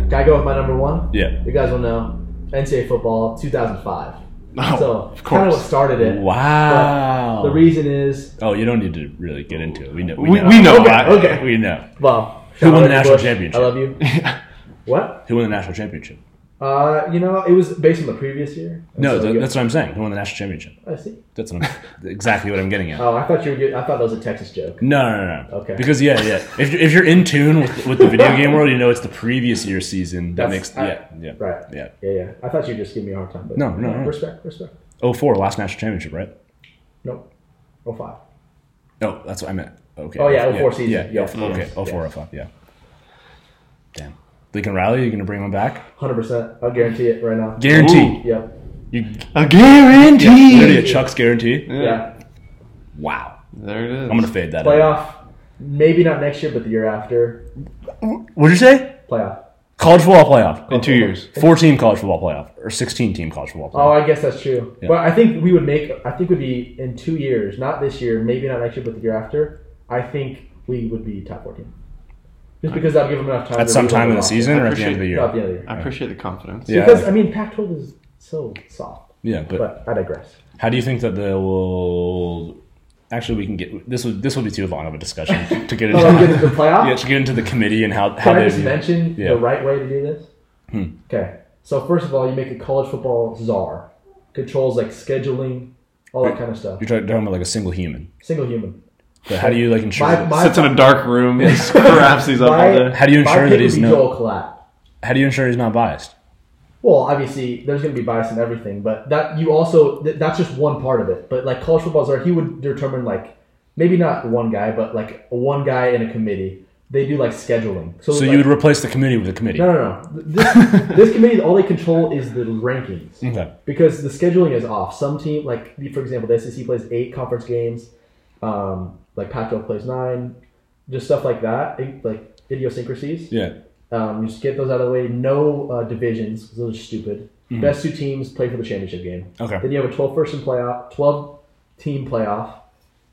S3: Can I go with my number one?
S1: yeah.
S3: You guys will know NCAA football, 2005.
S2: Oh,
S3: so
S2: of
S3: kind of what
S2: course.
S3: started it. Uh,
S1: Wow.
S3: The reason is
S1: oh, you don't need to really get into it. We know.
S2: We, we know why.
S3: okay.
S1: We know.
S3: well,
S1: Who won the
S3: shout out to
S1: national
S3: Bush.
S1: championship?
S3: I love you. what?
S1: Who won the national championship?
S3: Uh, you know, it was based on the previous year. And
S1: No,
S3: so
S1: th-
S3: you-
S1: that's what I'm saying. Who won the national championship?
S3: I see.
S1: That's what I'm, exactly what I'm getting at.
S3: Oh, I thought you were. Good. I thought that was a Texas joke.
S1: No, no, no, no.
S3: Okay.
S1: Because yeah, yeah. If, if you're in tune with, with the video game world, you know it's the previous year's season that makes
S3: That's-
S1: yeah, yeah,
S3: Right.
S1: yeah.
S3: Yeah, yeah. I thought you were just giving me a hard time. But
S1: No, no, no.
S3: Respect, respect.
S1: Oh four, last national championship, right?
S3: Nope. Oh five.
S1: No, that's what I meant. Okay.
S3: Oh, yeah, 04 season.
S1: Yeah,
S3: Yeah,
S1: yeah.
S3: yeah,
S1: Okay. Oh four,
S3: yeah.
S1: oh five. Yeah. Damn. Lincoln Riley, you gonna bring him back?
S3: Hundred percent. I'll guarantee it right now.
S1: Guarantee.
S2: Ooh.
S3: Yeah.
S1: You
S2: A guarantee.
S1: literally a Chuck's guarantee.
S2: Yeah.
S3: Yeah.
S1: Wow.
S2: There it is.
S1: I'm gonna fade that. out.
S3: Playoff, maybe not next year, but the year after.
S1: What'd you say?
S3: Playoff.
S1: College football playoff.
S2: in two years.
S1: Four team college football playoff or sixteen team college football
S3: Oh,
S1: playoff.
S3: I guess that's true. But I think we would make. I think would be in two years, not this year, maybe not next year, but the year after. I think we would be top fourteen. Just because that'll give them enough time.
S1: At
S3: to
S1: some
S3: really
S1: time in the
S3: lock in.
S1: season or at the
S2: appreciate-
S1: end of the
S3: Not the
S1: year.
S3: end of the year.
S2: I appreciate the confidence.
S1: Yeah.
S3: Because I mean, Pac-12 is so soft.
S1: Yeah, but
S3: But I digress.
S1: how do you think that they will? Actually, we can get this. Would this will be too long of a discussion to get into?
S3: Oh, I'm getting to the playoff.
S1: yeah, to get into the committee and how how
S3: Can I
S1: they
S3: just mention
S1: yeah. Hmm.
S3: the right way to do this? Okay. So first of all, you make a college football czar. Controls like scheduling, all that kind of stuff.
S1: You're talking talking about like a single human.
S3: Single human.
S1: But how do you like ensure?
S3: My,
S1: that-
S3: my,
S2: Sits in a dark room, and scraps these up all
S3: My-
S2: day.
S1: how do you
S3: my
S1: ensure
S3: pick
S1: that
S3: would
S1: he's
S3: be
S1: no?
S3: Joel Klatt.
S1: How do you ensure he's not biased?
S3: Well, obviously, there's going to be bias in everything, but that you also th- that's just one part of it. But like college football czar, he would determine like maybe not one guy, but like one guy in a committee. They do like scheduling. So,
S1: So
S3: like,
S1: you would replace the committee with a committee.
S3: no no no. This, this committee, all they control is the rankings.
S1: Okay.
S3: because the scheduling is off. Some team, like for example, the SEC plays eight conference games, um, like Pac-12 plays nine, just stuff like that, it- like idiosyncrasies.
S1: Yeah.
S3: Um, you just get those out of the way. No uh, divisions, 'cause those are stupid. Best two teams play for the championship game.
S1: Mm-hmm. Okay.
S3: Then you have a 12 person playoff, 12 team playoff,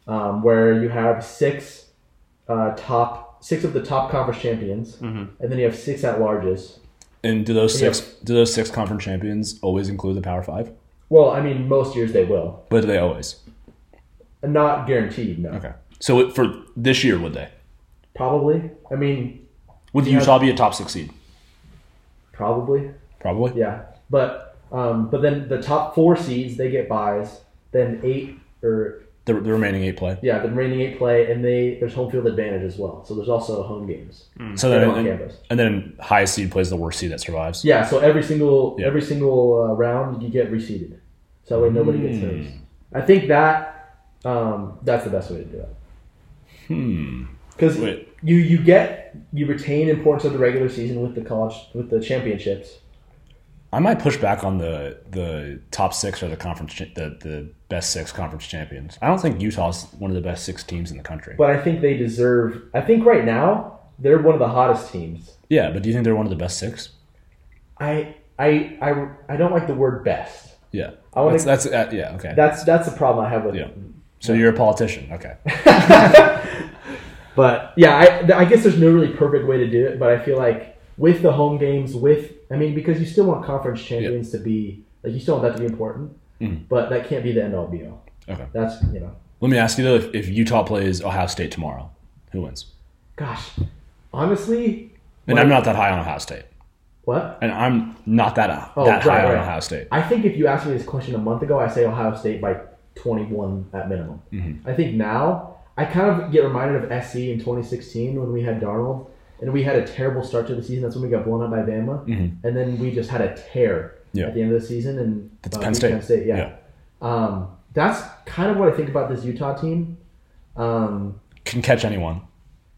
S3: um, where you have six uh, top, six of the top conference champions,
S1: Mm-hmm.
S3: and then you have six at larges.
S1: And do those six do those six conference champions always include the Power Five?
S3: Well, I mean, most years they will.
S1: But do they always?
S3: Not guaranteed, no.
S1: Okay. So it, for this year, would they?
S3: Probably. I mean,
S1: Would Utah be a top six seed?
S3: probably.
S1: Probably.
S3: Yeah. But um, but then the top four seeds they get buys. Then eight or
S1: The, the remaining eight play.
S3: yeah, the remaining eight play, and they there's home field advantage as well. So there's also home games.
S1: So then,
S3: They're on
S1: Oh, and,
S3: campus.
S1: and then highest seed plays the worst seed that survives.
S3: Yeah. So every single
S1: Yeah.
S3: every single uh, round you get reseeded. So that way nobody gets
S1: Hmm.
S3: hurt. I think that um, that's the best way to do it. Because
S1: Hmm. Wait.
S3: you you get you retain importance of the regular season with the college with the championships.
S1: I might push back on the the top six or the conference cha- the the best six conference champions. I don't think Utah's one of the best six teams in the country.
S3: but I think they deserve. I think right now they're one of the hottest teams.
S1: yeah, but do you think they're one of the best six?
S3: I I I, I don't like the word best.
S1: Yeah.
S3: I wanna-
S1: that's that's uh, yeah okay.
S3: That's that's the problem I have with
S1: yeah.
S3: it.
S1: So you're a politician, okay?
S3: But yeah, I I guess there's no really perfect way to do it. But I feel like with the home games, with I mean, because you still want conference champions to be like you still want that to be important, but that can't be the end all be all.
S1: Okay.
S3: That's you know,
S1: Let me ask you though: if, if Utah plays Ohio State tomorrow, who wins?
S3: gosh, honestly,
S1: And
S3: Like-
S1: I'm not that high on Ohio State,
S3: what?
S1: and I'm not that uh,
S3: Oh,
S1: that
S3: right,
S1: high
S3: right.
S1: on Ohio State.
S3: I think if you asked me this question a month ago, I say Ohio State by 21 at minimum.
S1: Mm-hmm.
S3: I think now I kind of get reminded of SC in 2016 when we had Darnold and we had a terrible start to the season. That's when we got blown out by Bama, and then we just had a tear
S1: Mm-hmm. Yeah.
S3: at the end of the season. And
S1: That's
S3: uh,
S1: Penn
S3: beat
S1: State.
S3: Penn State, yeah. Um, that's kind of what I think about this Utah team. Um,
S1: can catch anyone.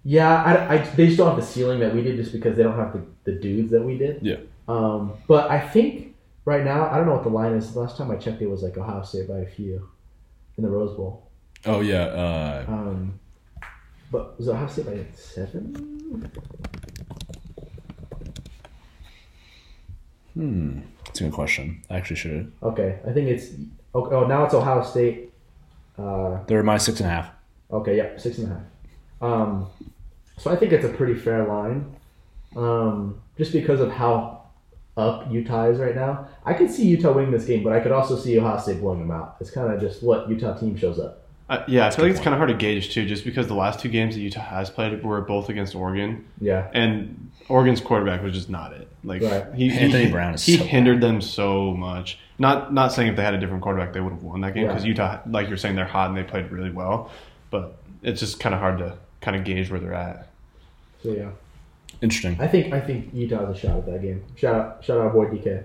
S3: yeah, I, I, they just don't have the ceiling that we did just because they don't have the, the dudes that we did.
S1: Yeah.
S3: Um, but I think right now, I don't know what the line is. Last time I checked, it was like Ohio State by a few in the Rose Bowl.
S1: Oh yeah. Uh,
S3: Um, but was it Ohio State by like seven?
S1: that's a good question. I actually should. have.
S3: Okay, I think it's. Oh, oh now it's Ohio State. Uh,
S1: They're my six and a half.
S3: okay, yeah, six and a half. Um, so I think it's a pretty fair line, um, just because of how up Utah is right now. I could see Utah winning this game, but I could also see Ohio State blowing them out. It's kind of just what Utah team shows up.
S2: Uh, yeah, I feel like it's kind of hard to gauge too, just because the last two games that Utah has played were both against Oregon,
S3: Yeah.
S2: and Oregon's quarterback was just not it. Like
S3: Right.
S2: he, he-
S1: Anthony Brown is
S2: he
S1: so
S2: hindered them so much. Not not saying if they had a different quarterback they would have won that game because
S3: Yeah.
S2: Utah, like you're saying, they're hot and they played really well, but it's just kind of hard to kind of gauge where they're at.
S3: So yeah.
S1: Interesting.
S3: I think I think Utah has a shot at that game. Shout out, shout out, boy DK.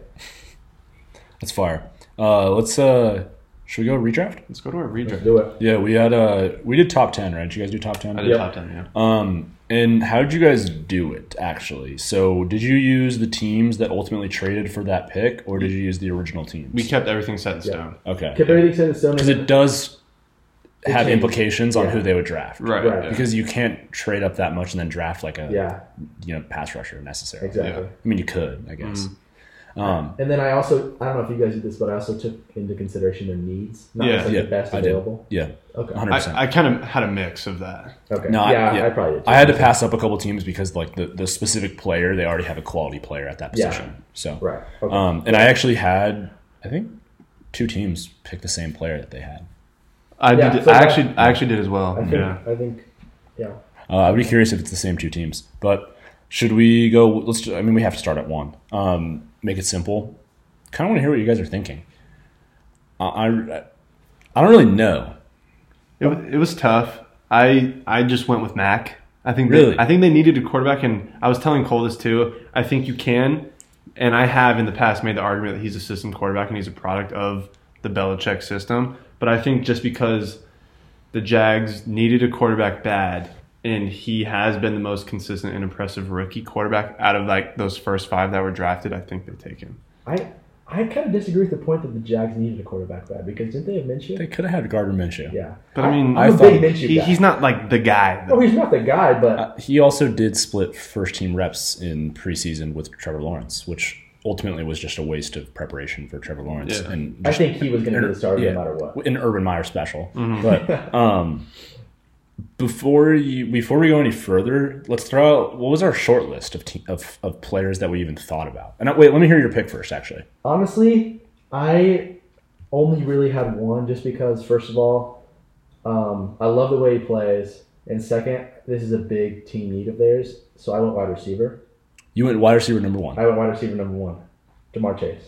S1: That's fire. Uh, let's uh, Should we go redraft?
S2: Let's go to our redraft.
S3: Let's do it.
S1: Yeah, we had uh we did top ten, right? Did you guys do top ten?
S2: I did
S3: Yep.
S2: top ten. Yeah.
S1: Um, and how did you guys do it actually? So did you use the teams that ultimately traded for that pick, or did you use the original teams?
S2: we kept everything set in stone.
S1: okay,
S3: Kept everything set in stone.
S1: because it does have
S3: changed.
S1: implications on
S3: Yeah.
S1: who they would draft,
S2: Right.
S3: Right.
S2: yeah.
S1: Because you can't trade up that much and then draft like a
S3: Yeah,
S1: you know pass rusher necessarily.
S3: exactly. Mm-hmm.
S1: I mean, you could, I guess. Um,
S3: And then I also I don't know if you guys did this, but I also took into consideration their needs, not
S2: Yeah,
S3: just like
S1: yeah,
S3: the best
S1: I did.
S3: available.
S1: yeah,
S3: Okay.
S1: hundred percent.
S2: I, I kind of had a mix of that.
S3: Okay.
S1: No, I-
S3: yeah, I,
S1: yeah.
S3: probably did.
S1: I had to pass up a couple teams because like the, the specific player, they already have a quality player at that
S3: Yeah.
S1: position. So
S3: Right. Okay.
S1: um, and I actually had I think two teams pick the same player that they had.
S2: I
S3: Yeah,
S2: did.
S3: so
S2: I
S3: that-
S2: actually, I actually did as well.
S3: I think.
S2: Yeah.
S3: I think. Yeah.
S1: Uh, I'd be curious if it's the same two teams, but should we go? Let's. ju- I mean, we have to start at one. Um, make it simple. Kind of want to hear what you guys are thinking. Uh, I I don't really know.
S2: It, wa- it was tough. I I just went with Mac. I think
S1: Really?
S2: they, I think they needed a quarterback, and I was telling Cole this too. I think you can, and I have in the past made the argument that he's a system quarterback and he's a product of the Belichick system. But I think just because the Jags needed a quarterback bad, and he has been the most consistent and impressive rookie quarterback out of like those first five that were drafted, I think they take him.
S3: I I kind of disagree with the point that the Jags needed a quarterback bad because didn't they have Minshew?
S1: They could have had Gardner Minshew.
S3: yeah.
S2: But I mean,
S3: I'm a
S1: thought
S3: big Minshew
S2: he,
S3: guy.
S2: he's not like the guy.
S3: Oh,
S2: Though.
S3: he's not the guy, but
S1: Uh, he also did split first team reps in preseason with Trevor Lawrence, which ultimately was just a waste of preparation for Trevor Lawrence.
S2: Yeah.
S1: And
S3: I
S1: just
S3: think he was going to be
S1: Ur-
S3: the starter
S1: yeah,
S3: no matter what.
S1: An Urban Meyer special. But um, before you before we go any further, let's throw out what was our short list of te- of, of players that we even thought about. And uh, wait, let me hear your pick first. Actually,
S3: Honestly, I only really had one just because, first of all, um, I love the way he plays, and second, this is a big team need of theirs, so I went wide receiver.
S1: you went wide receiver number one.
S3: I went wide receiver number one, Jamar Chase.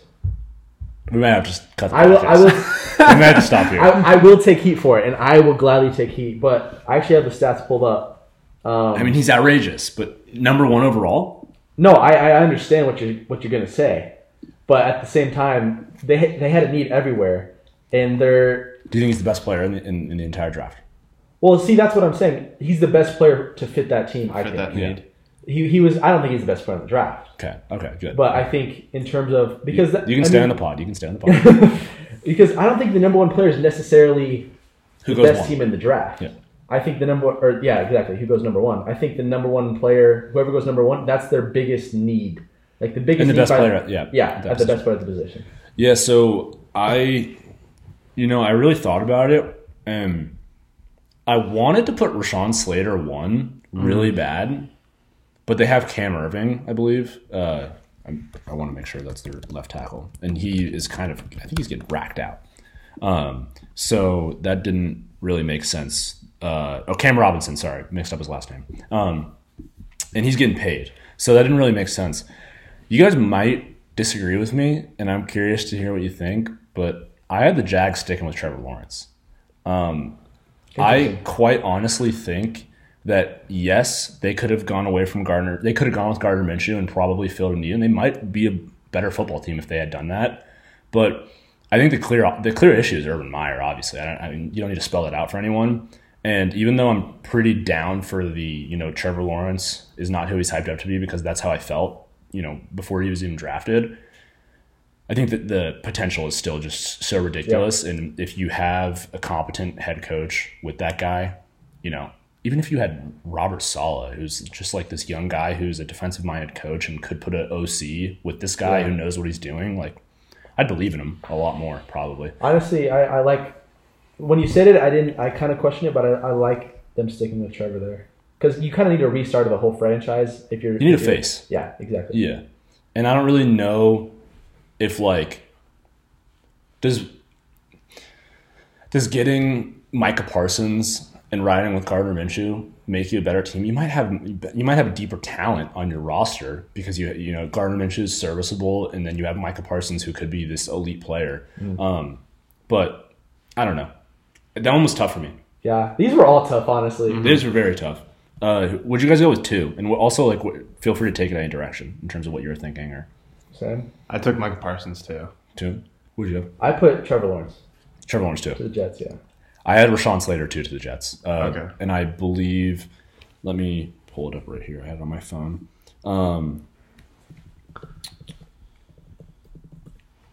S1: we might have to just cut. The
S3: I will,
S1: podcast.
S3: I will,
S1: we might have to stop here.
S3: I, I will take heat for it, and I will gladly take heat. But I actually have the stats pulled up. Um,
S1: I mean, he's outrageous, but number one overall.
S3: No, I, I understand what you're what you're gonna say, but at the same time, they they had a need everywhere, and they're
S1: Do you think he's the best player in the, in, in the entire draft?
S3: well. See, that's what I'm saying. He's the best player to fit that team. I
S2: Fit
S3: think
S2: that
S1: Yeah.
S2: need.
S3: he he was. I don't think he's the best player in the draft,
S1: Okay. Okay. Good.
S3: but I think in terms of because
S1: you can
S3: I
S1: stay
S3: mean,
S1: on the pod. You can stay on the pod.
S3: because I don't think the number one player is necessarily
S1: Who
S3: the
S1: goes
S3: best
S1: one?
S3: team in the draft.
S1: Yeah.
S3: I think the number or yeah, exactly. Who goes number one? I think the number one player, whoever goes number one, that's their biggest need. Like the biggest
S1: And the
S3: need
S1: best
S3: by-
S1: player at- yeah,
S3: yeah,
S1: at that
S3: at the
S1: position.
S3: best player at the position.
S1: Yeah, so I, you know, I really thought about it, and I wanted to put Rashawn Slater one really bad, but they have Cam Irving, I believe. Uh, i I want to make sure that's their left tackle, and he is kind of, I think he's getting racked out. Um, so that didn't really make sense. Uh, oh, Cam Robinson, sorry, mixed up his last name. Um, and he's getting paid, so that didn't really make sense. You guys might disagree with me, and I'm curious to hear what you think. But I had the Jags sticking with Trevor Lawrence. Um, I quite honestly think that yes, they could have gone away from Gardner. They could have gone with Gardner Minshew and probably filled a need, and they might be a better football team if they had done that. But I think the clear the clear issue is Urban Meyer. Obviously, I, don't, I mean you don't need to spell that out for anyone. And even though I'm pretty down for the you know Trevor Lawrence is not who he's hyped up to be because that's how I felt you know before he was even drafted. I think that the potential is still just so ridiculous. And if you have a competent head coach with that guy, you know, even if you had Robert Sala, who's just like this young guy who's a defensive minded coach and could put an OC with this guy who knows what he's doing, like I'd believe in him a lot more, probably.
S3: Honestly, I, I like when you said it. I didn't. I kind of questioned it, but I, I like them sticking with Trevor there because you kind of need a restart of the whole franchise if you're.
S1: You need
S3: if
S1: a
S3: you're-
S1: face.
S3: Yeah, exactly.
S1: Yeah. And I don't really know if like does does getting Micah Parsons and riding with Gardner Minshew make you a better team? You might have you might have deeper talent on your roster because you you know Gardner Minshew is serviceable, and then you have Micah Parsons who could be this elite player. Um, but I don't know. That one was tough for me.
S3: Yeah, these were all tough, honestly.
S1: These were very tough. Uh, would you guys go with two? And wh- also, like, wh- feel free to take it any direction in terms of what you were thinking or
S3: Sam,
S2: I took Michael Parsons too.
S1: two. Would you?
S3: I put Trevor Lawrence.
S1: Trevor Lawrence too.
S3: to the Jets. Yeah,
S1: I had Rashawn Slater too to the Jets. Uh,
S2: Okay.
S1: And I believe, let me pull it up right here. I had it on my phone. Um,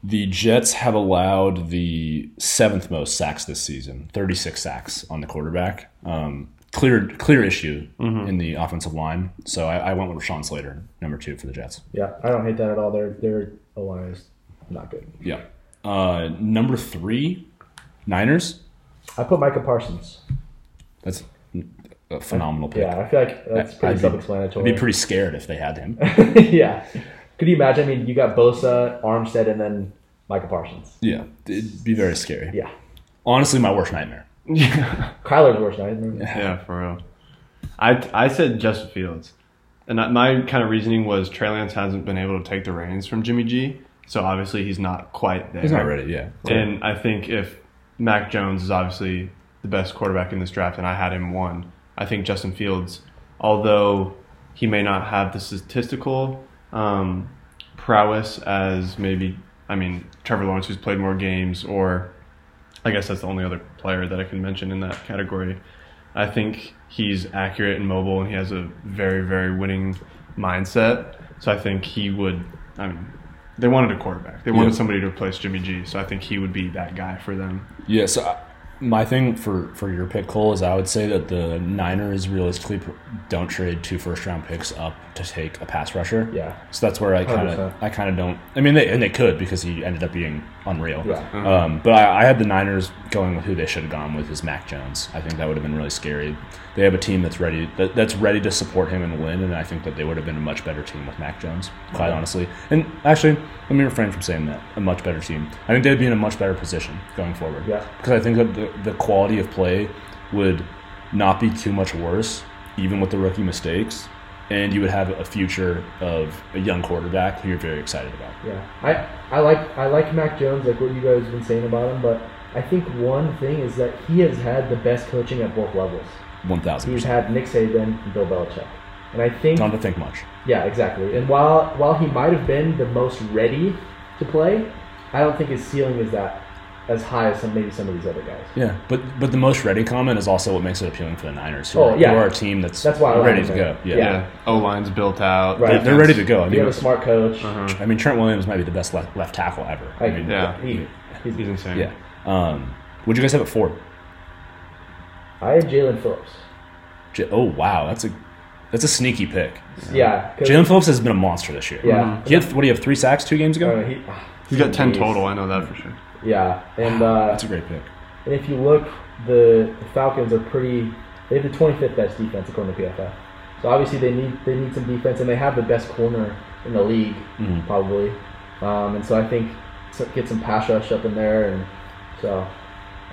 S1: the Jets have allowed the seventh most sacks this season, 36 sacks on the quarterback. Um, clear, clear issue in the offensive line. So I, I went with Rashawn Slater, number two for the Jets.
S3: yeah. I don't hate that at all. Their their O line is not good.
S1: Yeah. Uh, number three, Niners.
S3: I put Micah Parsons.
S1: That's a phenomenal pick.
S3: Yeah, I feel like that's pretty
S1: I'd be- I'd
S3: self-explanatory.
S1: be pretty scared if they had him.
S3: yeah. Could you imagine? I mean, you got Bosa, Armstead, and then Micah Parsons.
S1: Yeah, it'd be very scary.
S3: Yeah.
S1: Honestly, my worst nightmare.
S2: yeah,
S3: Kyler's worse nightmare.
S2: for real. I I said Justin Fields, and I- my kind of reasoning was Trey Lance hasn't been able to take the reins from Jimmy G, so obviously he's not quite there.
S1: He's not ready. Yeah.
S2: And I think if Mac Jones is obviously the best quarterback in this draft, and I had him one, I think Justin Fields, although he may not have the statistical um, prowess as maybe, I mean, Trevor Lawrence, who's played more games, or I guess that's the only other player that I can mention in that category. I think he's accurate and mobile, and he has a very, very winning mindset. So I think he would. I mean, they wanted a quarterback. They wanted
S1: Yeah.
S2: somebody to replace Jimmy G. So I think he would be that guy for them.
S1: Yeah. So I, my thing for for your pick, Cole, is I would say that the Niners realistically pr- don't trade two first round picks up to take a pass rusher.
S3: Yeah.
S1: So that's where I kind of
S3: 100%.
S1: I kind of don't. I mean, they, and they could because he ended up being unreal.
S3: Yeah.
S1: Um, but I, I had the Niners going with who they should have gone with is Mac Jones. I think that would have been really scary. They have a team that's ready that, that's ready to support him and win, and I think that they would have been a much better team with Mac Jones, quite honestly. And actually, let me refrain from saying that a much better team. I think they'd be in a much better position going forward.
S3: Yeah.
S1: Because I think that the, the quality of play would not be too much worse, even with the rookie mistakes. And you would have a future of a young quarterback who you're very excited about.
S3: Yeah, I, I like I like Mac Jones, like what you guys have been saying about him. But I think one thing is that he has had the best coaching at both levels.
S1: One thousand
S3: He's
S1: percent.
S3: had Nick Saban and Bill Belichick, and I think
S1: Not to think much.
S3: yeah, exactly. And while while he might have been the most ready to play, I don't think his ceiling is that as high as some maybe some of these other guys.
S1: Yeah, but but the most ready comment is also what makes it appealing for the Niners. Who
S3: Oh,
S1: are,
S3: yeah.
S1: who are a team that's
S3: That's why I like
S1: ready to
S3: them.
S1: go. Yeah,
S3: Yeah.
S2: O line's built out.
S3: Right.
S1: They're, they're ready to go. I
S3: You have
S1: mean,
S3: a smart coach.
S1: I mean Trent Williams might be the best left, left tackle ever.
S3: I,
S1: mean,
S2: yeah.
S3: he- he's-
S2: He's insane.
S1: yeah. Um, would you guys have it for?
S3: I had Jalen Phillips.
S1: J- oh wow, that's a that's a sneaky pick.
S3: Yeah, 'cause-
S1: Jalen Phillips has been a monster this year.
S3: Yeah.
S1: He had, what do you have? Three sacks two games ago.
S3: Uh, he-
S2: He's got ten
S3: Jeez.
S2: total. I know that for sure.
S3: Yeah, and uh,
S1: That's a great pick.
S3: And if you look, the, the Falcons are pretty. They have the 25th best defense according to PFF. So obviously they need they need some defense, and they have the best corner in the league
S1: Mm-hmm.
S2: Mm-hmm.
S3: probably. Um, and so I think so- get some pass rush up in there, and so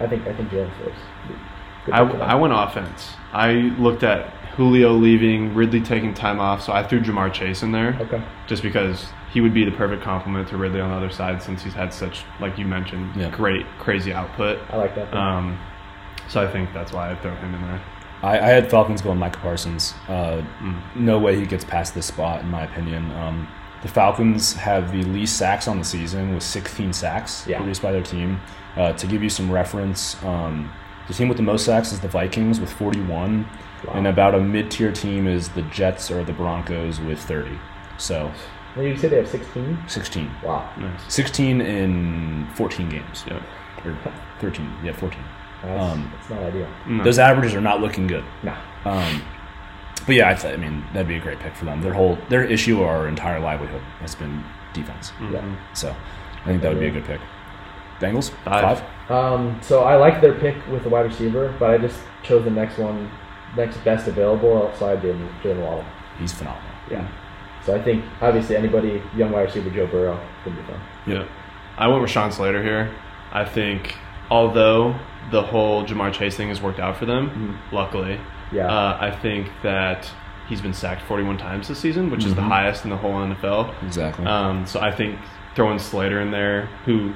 S3: I think I think Jalen Phillips. Good
S2: I,
S3: pick for them.
S2: I went offense. I looked at Julio leaving, Ridley taking time off, so I threw Jamar Chase in there.
S3: Okay.
S2: Just because he would be the perfect complement to Ridley on the other side since he's had such, like you mentioned,
S1: Yeah.
S2: great, crazy output.
S3: I like that.
S2: Um, so I think that's why I throw him in there.
S1: I, I had Falcons going Micah Parsons. Uh, No way he gets past this spot, in my opinion. Um, the Falcons have the least sacks on the season with 16 sacks
S3: Yeah.
S1: produced by their team. Uh, to give you some reference, um, the team with the most sacks is the Vikings with 41, and about a mid-tier team is the Jets or the Broncos with 30. So
S3: Well, you say they have 16.
S1: 16,
S3: Wow.
S2: Nice.
S1: 16 in 14 games,
S2: Yeah.
S1: or 13, yeah, 14.
S3: That's,
S1: Um,
S3: that's not ideal.
S1: Those averages are not looking good.
S3: Nah.
S1: Um, but yeah, I, th- I mean that'd be a great pick for them. Their whole their issue or entire livelihood has been defense.
S2: Hmm.
S3: Yeah.
S1: So I think that would be a good pick. Bengals
S2: Five.
S3: Um, so I like their pick with the wide receiver, but I just chose the next one, next best available outside Jalen Jalen Waddle.
S1: He's phenomenal.
S3: Yeah. So I think obviously anybody young wide receiver Joe Burrow could be fun.
S2: Yeah. I went with Sean Slater here. I think, although the whole Jamar Chase thing has worked out for them, luckily,
S3: Yeah.
S2: uh, I think that he's been sacked 41 times this season, which is the highest in the whole NFL.
S1: Exactly.
S2: Um, so I think throwing Slater in there, who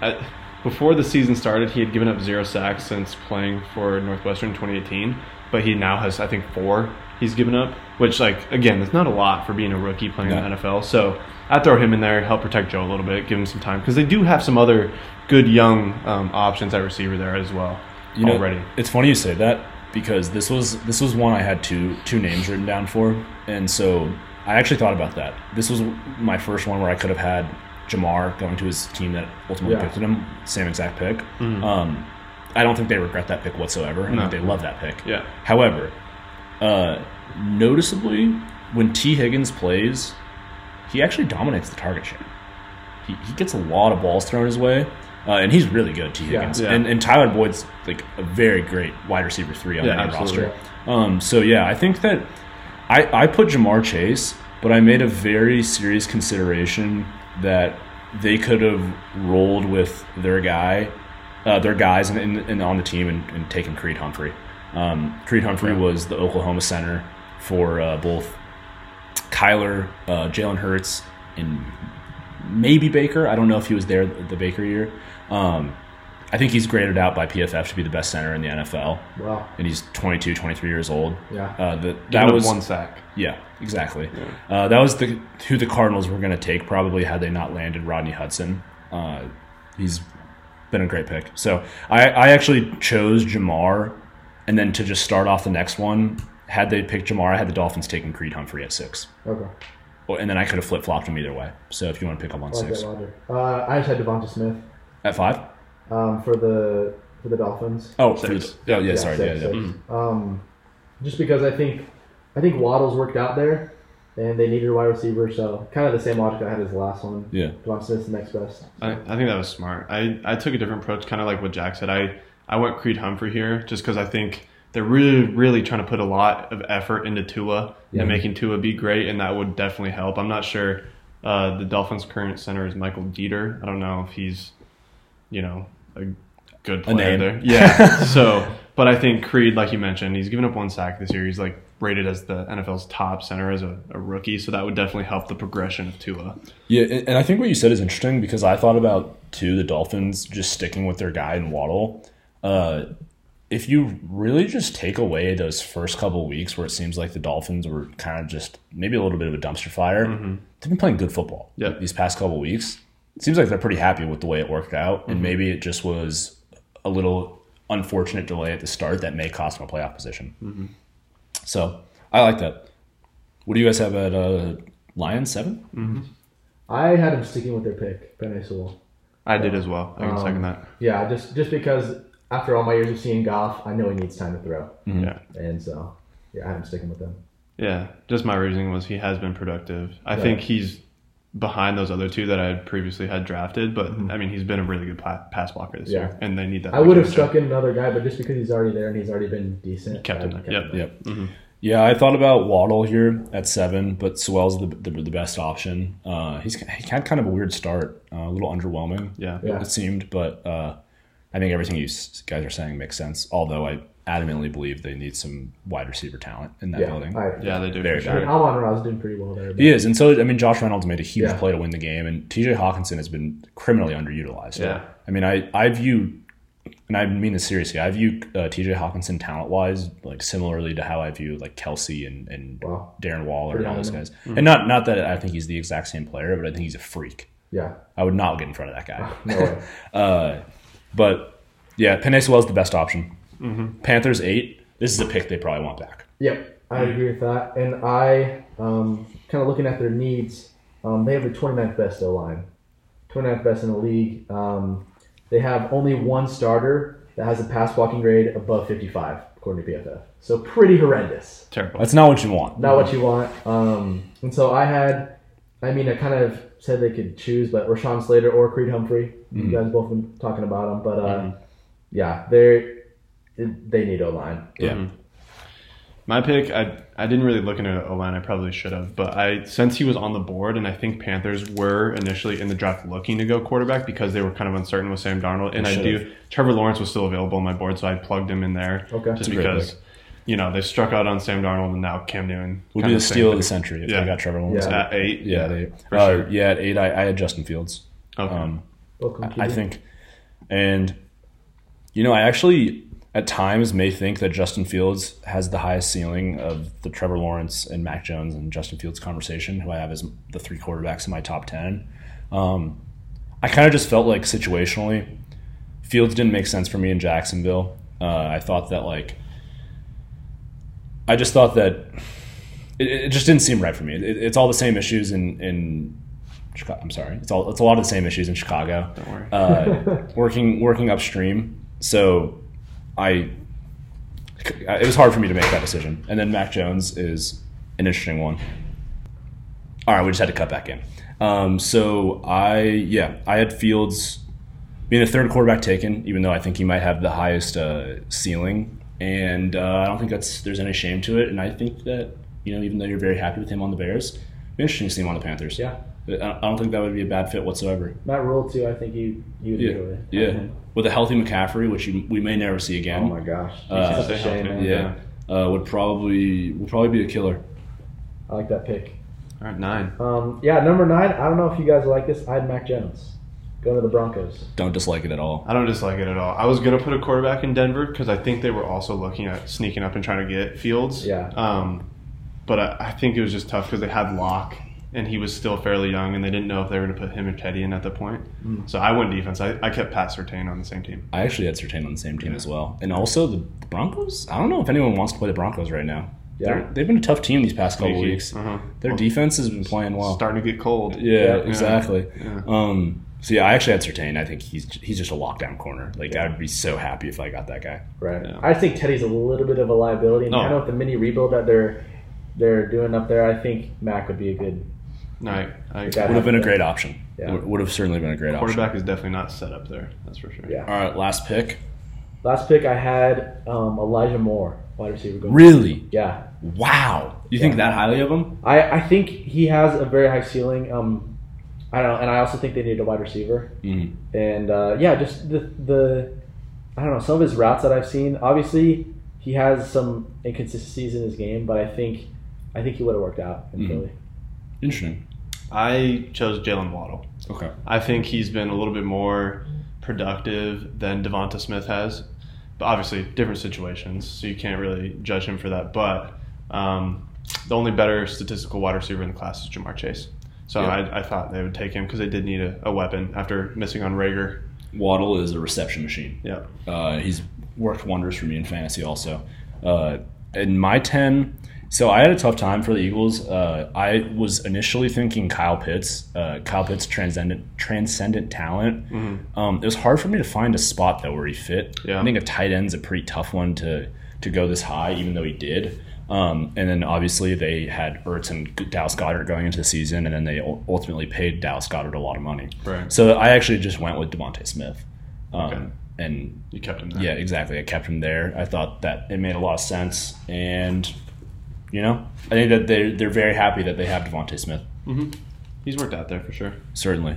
S2: I, before the season started, he had given up zero sacks since playing for Northwestern in 2018, but he now has, I think, four he's given up, which like again, that's not a lot for being a rookie playing in
S1: No.
S2: the NFL. So I throw him in there, help protect Joe a little bit, give him some time because they do have some other good young um, options at receiver there as well
S1: you know,
S2: already.
S1: It's funny you say that because this was this was one I had two two names written down for, and so I actually thought about that. This was my first one where I could have had Jamar going to his team that ultimately
S3: Yeah.
S1: picked him, same exact pick. Um, I don't think they regret that pick whatsoever. I
S2: Hmm. No.
S1: think they love that pick.
S2: Yeah.
S1: However, uh, noticeably, when T. Higgins plays, he actually dominates the target share. He, he gets a lot of balls thrown his way, uh, and he's really good, T.
S3: Yeah,
S1: Higgins.
S2: yeah.
S1: And, and Tyler Boyd's like a very great wide receiver three on
S2: Yeah,
S1: that
S2: absolutely.
S1: roster. Um, so yeah, I think that I, I put Jamar Chase, but I made a very serious consideration that they could have rolled with their guy, uh, their guys, and in, in, on the team and, and taken Creed Humphrey. Um, Creed Humphrey was the Oklahoma center for uh, both Kyler, uh, Jalen Hurts, and maybe Baker. I don't know if he was there the Baker year. Um, I think he's graded out by PFF to be the best center in the NFL
S3: Wow.
S1: and he's 22, 23 years old.
S3: Yeah.
S1: Uh, the,
S2: Given
S1: that
S2: up
S1: was
S2: one sack.
S1: yeah, exactly. Uh, that was the who the Cardinals were going to take probably had they not landed Rodney Hudson. Uh, he's been a great pick. So I, I actually chose Jamar, and then to just start off the next one, had they picked Jamar, I had the Dolphins taking Creed Humphrey at six,
S3: Okay.
S1: Or- and then I could have flip flopped him either way. So if you want to pick up on
S3: I like
S1: six
S3: that logic. Uh, I just had Devonta Smith
S1: at five,
S3: um, for the for the Dolphins.
S1: oh
S2: Six.
S1: for the- oh yeah, sorry,
S3: six,
S1: yeah, yeah.
S3: six. Um, just because I think I think Waddle's worked out there, and they needed a wide receiver, so kind of the same logic I had as the last one.
S1: Yeah.
S3: Devonta Smith's the next best.
S2: I, I think that was smart. I, I took a different approach, kind of like what Jack said. I, I went Creed Humphrey here just because I think they're really, really trying to put a lot of effort into Tua
S6: Yeah.
S2: and making Tua be great, and that would definitely help. I'm not sure uh, the Dolphins' current center is Michael Dieter. I don't know if he's, you know, a good
S1: A
S2: player
S1: name.
S2: there. Yeah. so, but I think Creed, like you mentioned, he's given up one sack this year. He's like rated as the NFL's top center as a, a rookie, so that would definitely help the progression of Tua.
S1: Yeah, and and I think what you said is interesting because I thought about too the Dolphins just sticking with their guy and Waddle. Uh, if you really just take away those first couple weeks where it seems like the Dolphins were kind of just maybe a little bit of a dumpster fire, they've been playing good football
S2: Yeah.
S1: these past couple weeks. It seems like they're pretty happy with the way it worked out, and maybe it just was a little unfortunate delay at the start that may cost them a playoff position. So I like that. What do you guys have at uh, Lions seven?
S3: I had him sticking with their pick, Ben Sewell.
S2: I did as well. I can second that.
S3: Yeah, just just because after all my years of seeing Goff, I know he needs time to throw,
S1: Mm-hmm.
S2: Yeah.
S3: and so yeah, I had him sticking with them.
S2: Yeah, just my reasoning was he has been productive. I think he's behind those other two that I had previously had drafted, but I mean he's been a really good pa- pass blocker this
S3: Mm-hmm. Yeah.
S2: year, and they need that.
S3: I would have
S2: production.
S3: stuck in another guy, but just because he's already there and he's already been decent,
S2: kept
S3: I
S2: him there.
S3: kept
S2: Yep.
S1: Yep. Yeah, I thought about Waddle here at seven, but Sewell's the the, the best option. Uh, he's he had kind of a weird start, uh, a little underwhelming.
S2: Yeah.
S3: Yeah.
S1: it seemed, but uh, I think everything you s- guys are saying makes sense. Although I adamantly believe they need some wide receiver talent in that
S3: Yeah,
S1: building.
S3: I,
S2: Yeah, they do.
S1: Very
S2: for sure.
S1: bad.
S3: Amon Ra's doing pretty well there. But,
S1: He is, and so I mean, Josh Reynolds made a huge
S3: Yeah.
S1: play to win the game, and T.J. Hawkinson has been criminally underutilized.
S2: Yeah.
S1: I mean, I I view, and I mean this seriously. I view uh, T.J. Hawkinson talent wise like similarly to how I view like Kelsey and and
S3: Wow.
S1: Darren Waller and all those
S3: Phenomenal.
S1: guys. And not not that I think he's the exact same player, but I think he's a freak.
S3: Yeah.
S1: I would not get in front of that guy.
S3: No way.
S1: Uh, but yeah, Penny Sewell is the best option.
S3: Mm-hmm.
S1: Panthers eight. This is a pick they probably want back.
S3: Yep, I agree with that. And I, um, kind of looking at their needs, um, they have the 29th best O line, 29th best in the league. Um, they have only one starter that has a pass blocking grade above 55, according to PFF. So pretty horrendous.
S2: Terrible.
S1: That's not what you want.
S3: Not what you want. Um, and so I had, I mean, I kind of said they could choose, but Rashawn Slater or Creed Humphrey.
S1: Mm-hmm.
S3: You guys both been talking about them, but uh, yeah, they're they need O line.
S1: Yeah.
S2: My pick, I I didn't really look into O line. I probably should have, but I since he was on the board, and I think Panthers were initially in the draft looking to go quarterback because they were kind of uncertain with Sam Darnold, and I,
S1: should've.
S2: do. Trevor Lawrence was still available on my board, so I plugged him in there
S3: Okay.
S2: just
S1: a great
S2: because. You know they struck out on Sam Darnold, and now Cam Newton
S1: Would
S2: kinda
S1: be the
S2: same
S1: steal of
S2: thing.
S1: the century if
S2: Yeah.
S1: they got Trevor Lawrence.
S3: Yeah.
S2: at eight.
S1: Yeah, they,
S2: for
S1: uh,
S2: sure.
S1: yeah. At eight, I, I had Justin Fields.
S2: Okay.
S1: Um,
S3: Welcome to
S1: I
S3: the-
S1: think, and you know, I actually at times may think that Justin Fields has the highest ceiling of the Trevor Lawrence and Mac Jones and Justin Fields conversation, who I have as the three quarterbacks in my top 10. Um, I kind of just felt like situationally, Fields didn't make sense for me in Jacksonville. Uh, I thought that, like, I just thought that it, it just didn't seem right for me. It, it's all the same issues in, in Chicago. I'm sorry. It's all it's a lot of the same issues in Chicago. Don't
S2: worry.
S1: Uh, working working upstream, so I it was hard for me to make that decision. And then Mac Jones is an interesting one. All right, we just had to cut back in. Um, so I yeah I had Fields being the third quarterback taken, even though I think he might have the highest uh, ceiling, and uh, I don't think that's there's any shame to it. And I think that you know even though you're very happy with him on the Bears, it'd be interesting to see him on the Panthers.
S3: Yeah.
S1: I I don't think that would be a bad fit whatsoever.
S3: Matt Rule too. I think you you would enjoy.
S1: yeah. With a healthy McCaffrey, which you, we may never see again.
S3: uh-huh. Oh my gosh.
S1: Uh,
S3: That's a shame, man.
S1: yeah, uh, would probably would probably be a killer.
S3: I like that pick.
S2: All right, nine.
S3: Um, yeah, number nine. I don't know if you guys like this. I had Mac Jones going to the Broncos.
S1: Don't dislike it at all.
S2: I don't dislike it at all. I was gonna put a quarterback in Denver because I think they were also looking at sneaking up and trying to get Fields.
S3: Yeah.
S2: Um, but I, I think it was just tough because they had Locke and he was still fairly young, and they didn't know if they were gonna put him or Teddy in at that point.
S1: Hmm.
S2: So I went defense. I, I kept Pat Sertain on the same team.
S1: I actually had Sertain on the same team as well, and also the Broncos. I don't know if anyone wants to play the Broncos right now.
S3: Yeah.
S1: They're, they've been a tough team these past couple
S2: Sneaky.
S1: weeks.
S2: Uh-huh.
S1: Their
S2: Well,
S1: defense has been playing well.
S2: starting to get cold.
S1: Yeah,
S3: Yeah.
S1: exactly.
S2: Yeah.
S1: Um, so yeah, I actually had Sertain. I think he's he's just a lockdown corner. Like I'd be so happy if I got that guy.
S3: Right.
S2: Yeah.
S3: I think Teddy's a little bit of a liability. And
S2: Oh.
S3: kind of with the mini rebuild that they're they're doing up there, I think Mac would be a good.
S2: No, I, I,
S3: Good guy.
S1: Would have been a great option.
S3: Yeah.
S1: Would- Would have certainly been a great option.
S2: quarterback is definitely not set up there. That's for sure.
S3: Yeah.
S1: All right, last pick.
S3: Last pick I had um, Elijah Moore, wide receiver. Going.
S1: Really?
S3: Yeah.
S1: Wow. You think that highly of him?
S3: I, I think he has a very high ceiling. Um, I don't know, and I also think they need a wide receiver.
S1: Mhm.
S3: And uh, yeah, just the the I don't know some of his routes that I've seen. Obviously, he has some inconsistencies in his game, but I think I think he would have worked out in
S1: Mhm.
S3: Philly.
S1: Interesting.
S2: I chose Jalen Waddle.
S1: Okay.
S2: I think he's been a little bit more productive than Devonta Smith has, but obviously different situations, so you can't really judge him for that. But um, the only better statistical wide receiver in the class is Jamar Chase. So
S1: Yeah.
S2: I, I thought they would take him because they did need a, a weapon after missing on Rager.
S1: Waddle is a reception machine.
S2: Yeah,
S1: Uh, he's worked wonders for me in fantasy also. Uh, in my 10, so I had a tough time for the Eagles. Uh, I was initially thinking Kyle Pitts, uh, Kyle Pitts' transcendent, transcendent talent. Um, it was hard for me to find a spot though where he fit.
S2: Mm-hmm. Yeah.
S1: I think a tight end's a pretty tough one to to go this high, even though he did. Um, and then obviously they had Ertz and Dallas Goddard going into the season, and then they ul- ultimately paid Dallas Goddard a lot of money.
S2: Right.
S1: So I actually just went with Devontae Smith. Um,
S2: Okay.
S1: And
S2: you kept him there.
S1: yeah, exactly. I kept him there. I thought that it made a lot of sense, and you know, I think that they're they're very happy that they have Devonte Smith.
S2: he's worked out there for sure.
S1: Certainly.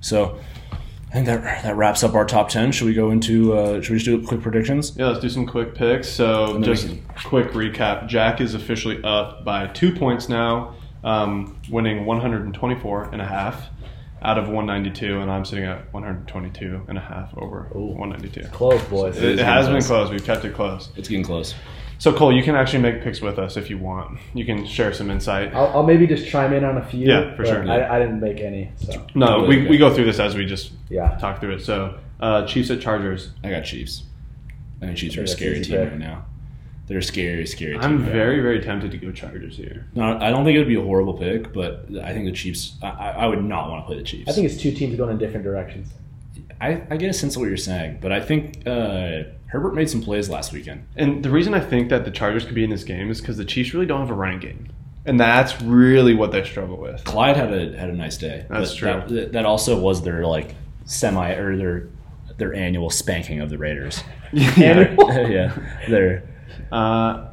S1: So, I think that that wraps up our top ten. Should we go into? Uh, should we just do quick predictions?
S2: Yeah, let's do some quick picks.
S1: And
S2: So
S1: then we
S2: just
S1: can-
S2: quick recap. Jack is officially up by two points now, um, winning 124 and a half out of 192, and I'm sitting at 122 and a half over 192.
S3: Close, boys.
S2: It, it
S1: getting
S2: has been
S1: close.
S2: close. We've kept it close.
S1: It's getting close.
S2: So Cole, you can actually make picks with us if you want. You can share some insight.
S3: I'll, I'll maybe just chime in on a few.
S2: Yeah, for
S3: but
S2: sure.
S3: I, I didn't make any, so
S2: No, we,
S1: Okay.
S2: we go through this as we just
S3: yeah.
S2: talk through it. So uh, Chiefs at Chargers.
S1: I got Chiefs. I think Chiefs are
S3: Yeah,
S1: a scary
S3: easy
S1: team
S3: pick.
S1: right now. They're a scary, scary team.
S2: I'm
S1: right
S2: very very tempted to go Chargers here.
S1: now. No, I don't think it would be a horrible pick, but I think the Chiefs. I, I I would not want to play the Chiefs.
S3: I think it's two teams going in different directions.
S1: I, I get a sense of what you're saying, but I think uh, Herbert made some plays last weekend.
S2: And the reason I think that the Chargers could be in this game is because the Chiefs really don't have a running game, and that's really what they struggle with.
S1: Clyde had a had a nice day.
S2: That's
S1: but
S2: true.
S1: That, that also was their like semi or their their annual spanking of the Raiders.
S2: yeah.
S1: yeah, their
S2: Uh,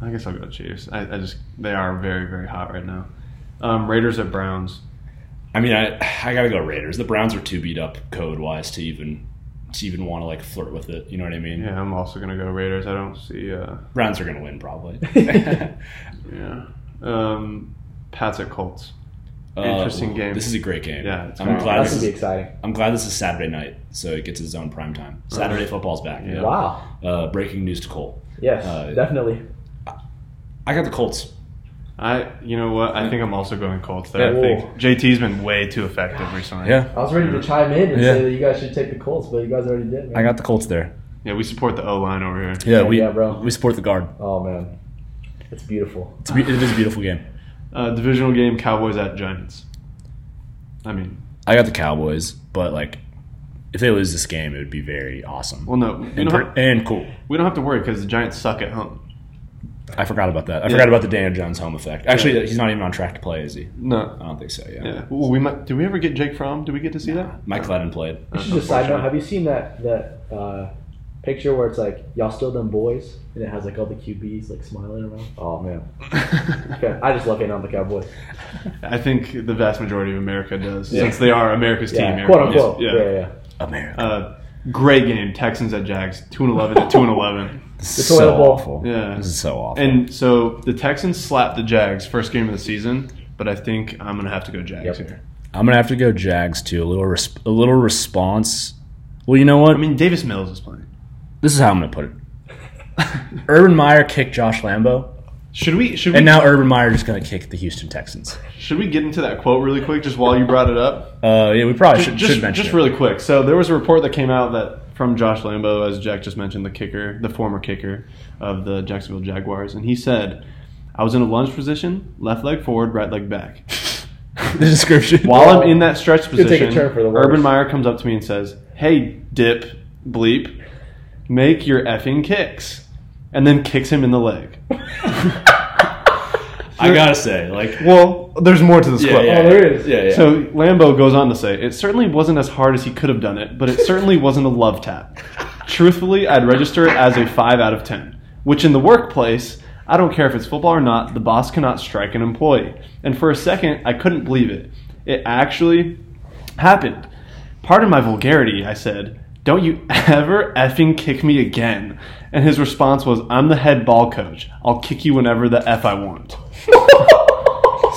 S2: I guess I'll go Chiefs. I, I just they are very very hot right now. Um, Raiders at Browns.
S1: I mean, I I gotta go Raiders. The Browns are too beat up code wise to even to even want to like flirt with it. You know what I mean?
S2: Yeah, I'm also gonna go Raiders. I don't see. Uh,
S1: Browns are gonna win probably.
S2: yeah. Um, Pats at Colts. Interesting game.
S1: Uh, This is a great game.
S2: Yeah, it's
S1: I'm
S2: great.
S1: glad,
S3: That's
S1: this
S3: gonna be
S1: is,
S3: exciting.
S1: I'm glad this is Saturday night, so it gets its own prime time. Saturday football's back.
S2: Yeah.
S3: Wow.
S1: Uh, breaking news to Cole.
S3: Yes,
S1: Uh,
S3: definitely.
S1: I got the Colts.
S2: I, you know what? I think I'm also going Colts there.
S3: Yeah.
S2: I think JT's been way too effective recently.
S3: I was ready to chime in and
S1: Yeah.
S3: say that you guys should take the Colts, but you guys already did. Man.
S1: I got the Colts there.
S2: yeah. We support the O line over here.
S1: Yeah, we
S3: yeah, bro.
S1: we support the guard.
S3: Oh man, it's beautiful.
S1: It's, a be- it is a beautiful game.
S2: Uh, divisional game: Cowboys at Giants. I mean,
S1: I got the Cowboys, but like, if they lose this game, it would be very awesome
S2: well, no, we
S1: and,
S2: don't,
S1: pre-
S2: have,
S1: and cool.
S2: we don't have to worry because the Giants suck at home.
S1: I forgot about that. I forgot about the Daniel Jones home effect. Actually, he's not even on track to play, is he? I
S2: No.
S1: don't think so. Yeah.
S2: Yeah. Ooh, we might. Did we ever get Jake Fromm? Did we get to see that?
S1: Mike Glennon played.
S3: You should just side note. Have you seen that that uh, picture where it's like y'all still them boys, and it has like all the QBs like smiling around? Oh man, okay. I just love hitting on the Cowboys.
S2: I think the vast majority of America does, since they are America's team.
S3: Yeah,
S2: here.
S3: quote unquote.
S2: Yeah.
S3: Yeah, yeah. yeah.
S1: America.
S2: Uh, great game. Texans at Jags. Two and eleven to two and eleven.
S1: This
S3: the
S1: is
S3: toilet
S1: so
S3: bowl.
S1: awful.
S2: Yeah.
S1: This is so awful.
S2: And so the Texans slapped the Jags first game of the season, but I think I'm gonna have to go Jags
S3: Yep.
S2: here.
S1: I'm gonna have to go Jags too. A little resp- a little response. Well, you know what?
S2: I mean, Davis Mills is playing.
S1: this is how I'm gonna put it. Urban Meyer kicked Josh Lambo,
S2: Should we? Should we?
S1: and now Urban Meyer is gonna kick the Houston Texans.
S2: should we get into that quote really quick? Just while you brought it up,
S1: Uh, yeah, we probably should,
S2: just
S1: should mention
S2: just
S1: it.
S2: really quick. So there was a report that came out that from Josh Lambo, as Jack just mentioned, the kicker, the former kicker of the Jacksonville Jaguars, and he said, "I was in a lunge position, left leg forward, right leg back."
S1: the description.
S2: While I'm in that stretch
S3: could take a
S2: position,
S3: turn for the worse.
S2: Urban Meyer comes up to me and says, "Hey, dip, bleep, make your effing kicks," and then kicks him in the leg.
S1: I gotta say, like,
S2: Well, there's more to this quote.
S1: yeah,
S3: Oh, there is.
S1: yeah, yeah.
S2: So Lambo goes on to say, "It certainly wasn't as hard as he could have done it, but it certainly wasn't a love tap. Truthfully, I'd register it as a five out of ten. Which in the workplace, I don't care if it's football or not, the boss cannot strike an employee. And for a second, I couldn't believe it. It actually happened. Pardon my vulgarity, I said." Don't you ever effing kick me again. And his response was, I'm the head ball coach. I'll kick you whenever the F I want.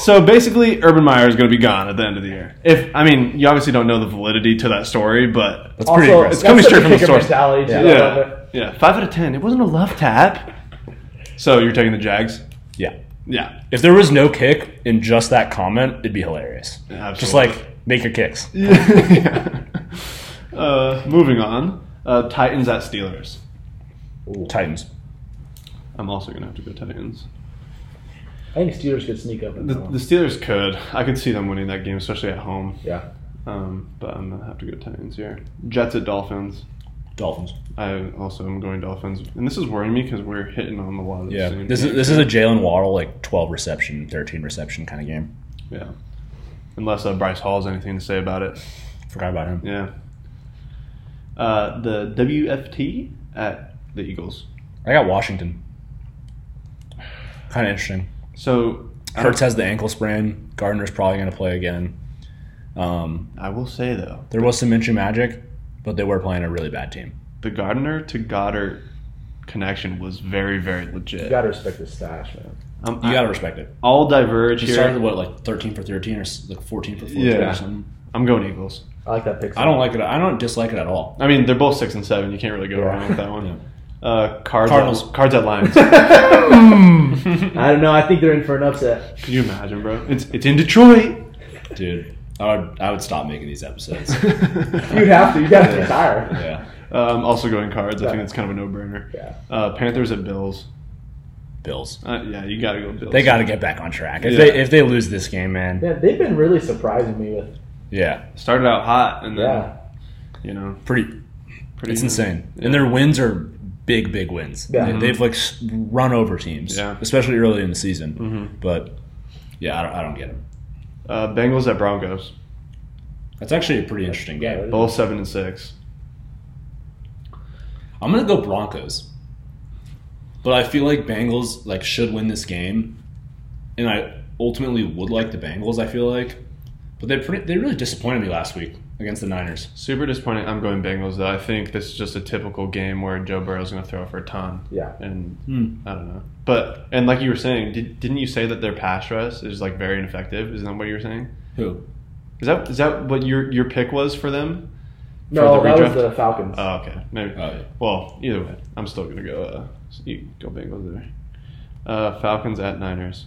S2: So basically, Urban Meyer is going to be gone at the end of the year. If I mean, you obviously don't know the validity to that story, but
S1: that's pretty
S3: Also,
S1: aggressive.
S2: coming
S3: that's
S2: straight from the
S3: kicker
S2: source.
S3: mentality, too. I love it.
S2: yeah, yeah, five out of ten. It wasn't a love tap. So you're taking the Jags?
S1: Yeah.
S2: Yeah,
S1: If there was no kick in just that comment, it'd be hilarious.
S2: absolutely.
S1: Just like make your kicks.
S2: yeah. Uh, moving on, uh, Titans at Steelers.
S1: Titans.
S2: I'm also going to have to go Titans.
S3: I think Steelers could sneak up in
S2: The,
S3: that one.
S2: the Steelers could. I could see them winning that game, especially at home.
S3: yeah.
S2: Um, but I'm going to have to go Titans here. Jets at Dolphins.
S1: Dolphins.
S2: I also am going Dolphins, and this is worrying me because we're hitting on a lot of
S1: Yeah.
S2: the same.
S1: This is
S2: teams.
S1: this is a Jalen Waddle like twelve reception, thirteen reception kind of game.
S2: yeah. Unless uh, Bryce Hall has anything to say about it,
S1: Forgot about him.
S2: yeah. Uh, the WFT at the Eagles.
S1: I got Washington. Kind of interesting.
S2: So
S1: Hertz has the ankle sprain. Gardner's probably going to play again. Um,
S2: I will say though,
S1: there was some Minshew magic, but they were playing a really bad team.
S2: the Gardner to Goddard connection was very, very
S3: You
S2: legit.
S3: gotta respect the stash, man.
S2: Um,
S1: You
S2: I-
S1: got to respect it.
S2: I'll diverge
S1: He
S2: here.
S1: started what like thirteen for thirteen or s- like fourteen for fourteen
S2: Yeah.
S1: or something.
S2: I'm going Eagles.
S3: I like that pick.
S1: I don't like it. I don't dislike it at all.
S2: I mean, they're both six and seven. You can't really go wrong with that one. Uh, cards
S1: Cardinals.
S2: At, cards at Lions. Mm.
S3: I don't know. I think they're in for an upset.
S2: Could you imagine, bro? It's it's in Detroit.
S1: Dude, I would I would stop making these episodes.
S3: You'd have to. You'd have to retire.
S1: yeah,
S2: Um, also going cards. I
S3: Yeah.
S2: think that's kind of a no-brainer.
S3: Yeah.
S2: Uh, Panthers at Bills.
S1: Bills.
S2: Uh, yeah, you gotta go Bills.
S1: They got to get back on track. If
S2: Yeah.
S1: they if they lose this game, man.
S3: Yeah, they've been really surprising me with.
S1: Yeah,
S2: started out hot, and then
S3: Yeah,
S2: you know,
S1: pretty.
S2: pretty.
S1: It's insane. And their wins are big, big wins.
S3: Yeah.
S1: They, have like s- run over teams,
S2: Yeah. Mm-hmm.
S1: especially early in the season. But yeah, I don't, I don't get it.
S2: Uh, Bengals at Broncos.
S1: That's actually a pretty interesting game.
S2: Both seven and six.
S1: I'm gonna go Broncos, but I feel like Bengals like should win this game, and I ultimately would like the Bengals. I feel like, but they pretty they really disappointed me last week against the Niners.
S2: Super disappointing. I'm going Bengals though. I think this is just a typical game where Joe Burrow's going to throw for a ton,
S3: yeah.
S2: and
S1: Hmm.
S2: I don't know. But and like you were saying, did, didn't you say that their pass rush is like very ineffective? Isn't that what you were saying?
S1: Who?
S2: Is that is that what your your pick was for them?
S3: No,
S2: For the
S3: that was
S2: redraft?
S3: the Falcons.
S2: Oh, okay. Maybe.
S1: Oh, yeah.
S2: Well, either way, I'm still gonna go. Uh, you go Bengals there. Uh, Falcons at Niners.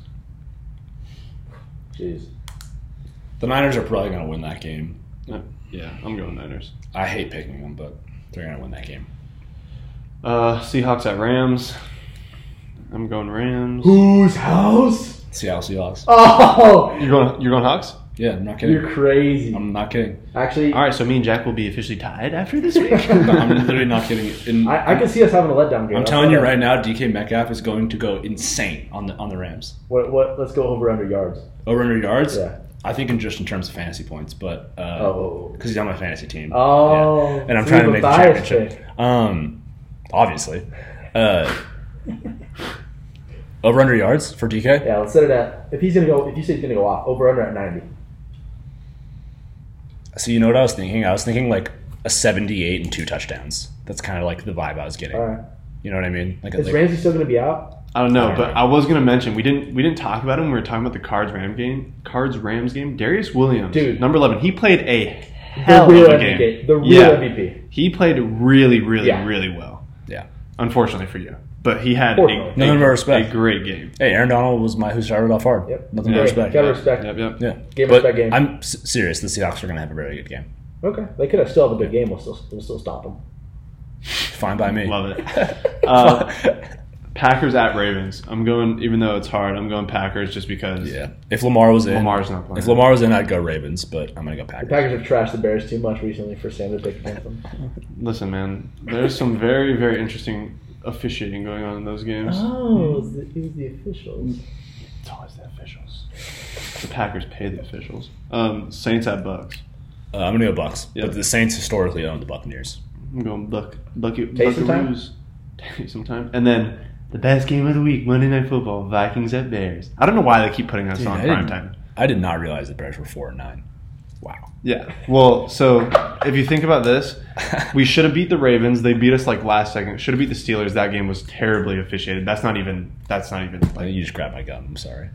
S3: Jeez.
S1: The Niners are probably going to win that game.
S2: No, yeah, I'm going Niners.
S1: I hate picking them, but they're going to win that game.
S2: Uh, Seahawks at Rams. I'm going Rams.
S3: Whose house?
S1: Seattle Seahawks.
S3: Oh,
S2: You're going. You're going Hawks.
S1: Yeah, I'm not kidding.
S3: you're crazy.
S1: I'm not kidding.
S3: Actually,
S2: All right. So me and Jack will be officially tied after this week.
S1: I'm literally not kidding. In,
S3: I, I can see us having a letdown game.
S1: I'm
S3: That's
S1: telling you
S3: what I-
S1: right now, DK Metcalf is going to go insane on the on the Rams.
S3: What? What? Let's go over under yards.
S1: Over 100 yards.
S3: Yeah.
S1: I think in just in terms of fantasy points, but uh,
S3: Oh.
S1: because he's on my fantasy team.
S3: Oh,
S1: Yeah. and I'm
S3: so
S1: trying
S3: you
S1: to
S3: have
S1: make
S3: a
S1: the
S3: bias
S1: championship. Um, obviously, uh, over under yards for DK.
S3: Yeah, let's set it at. If he's gonna go, if you say he's gonna go off, over under at ninety.
S1: So you know what I was thinking? I was thinking like a 78 and two touchdowns. That's kind of like the vibe I was getting.
S3: All right.
S1: You know what I mean? Like,
S3: Is
S1: like-
S3: Ramsey still gonna be out?
S2: I don't know,
S1: All
S2: but
S1: right.
S2: I was gonna mention we didn't we didn't talk about him. when We were talking about the Cards Rams game. Cards Rams game. Darius Williams,
S3: Dude.
S2: number eleven. He played a hell
S3: the real
S2: of a
S3: MVP.
S2: game.
S3: The real
S2: Yeah.
S3: MVP.
S2: He played really, really,
S3: Yeah.
S2: really well.
S1: yeah.
S2: Unfortunately for you, but he had a,
S3: Fortunately.
S1: Nothing but
S2: a-
S1: respect.
S2: a great game.
S1: Hey, Aaron Donald was my who started off hard.
S3: Yep.
S1: Nothing
S3: Yeah.
S1: but respect.
S3: Gotta respect.
S2: Yep, yep.
S1: Yeah.
S3: Game
S1: but
S3: respect game.
S1: I'm s- serious. The Seahawks are going to have a very good game.
S3: Okay, they could have still have a good game. We'll still, we'll still stop them.
S1: Fine by me.
S2: Love it. Uh, Packers at Ravens. I'm going, even though it's hard. I'm going Packers just because.
S1: yeah. If Lamar was in,
S2: Lamar's not playing.
S1: If Lamar was in, I'd go Ravens, but I'm going to go
S3: The
S1: Packers.
S3: Packers have trashed the Bears too much recently for Sam to pick against them.
S2: Listen, man, there's some very, very interesting officiating going on in those games.
S1: Uh-huh.
S3: Oh, it was the, it was the officials.
S2: It's always the officials. The Packers pay the officials. Um, Saints at Bucks.
S1: Uh, I'm going to go Bucks.
S2: Yeah.
S1: But the Saints historically own the Buccaneers.
S2: I'm going Buck, Bucky,
S3: Taysom time?
S2: Buckaroos. Taysom time. And then the best game of the week, Monday Night Football, Vikings at Bears. I don't know why they keep putting us on
S1: I
S2: prime
S1: didn't-
S2: time.
S1: I did not realize the Bears were four and nine. Wow.
S2: Yeah. Well, so if you think about this, we should have beat the Ravens. They beat us like last second. Should have beat the Steelers. That game was terribly officiated. That's not even. That's not even.
S1: I
S2: Like,
S1: think you just grabbed my gun. I'm sorry.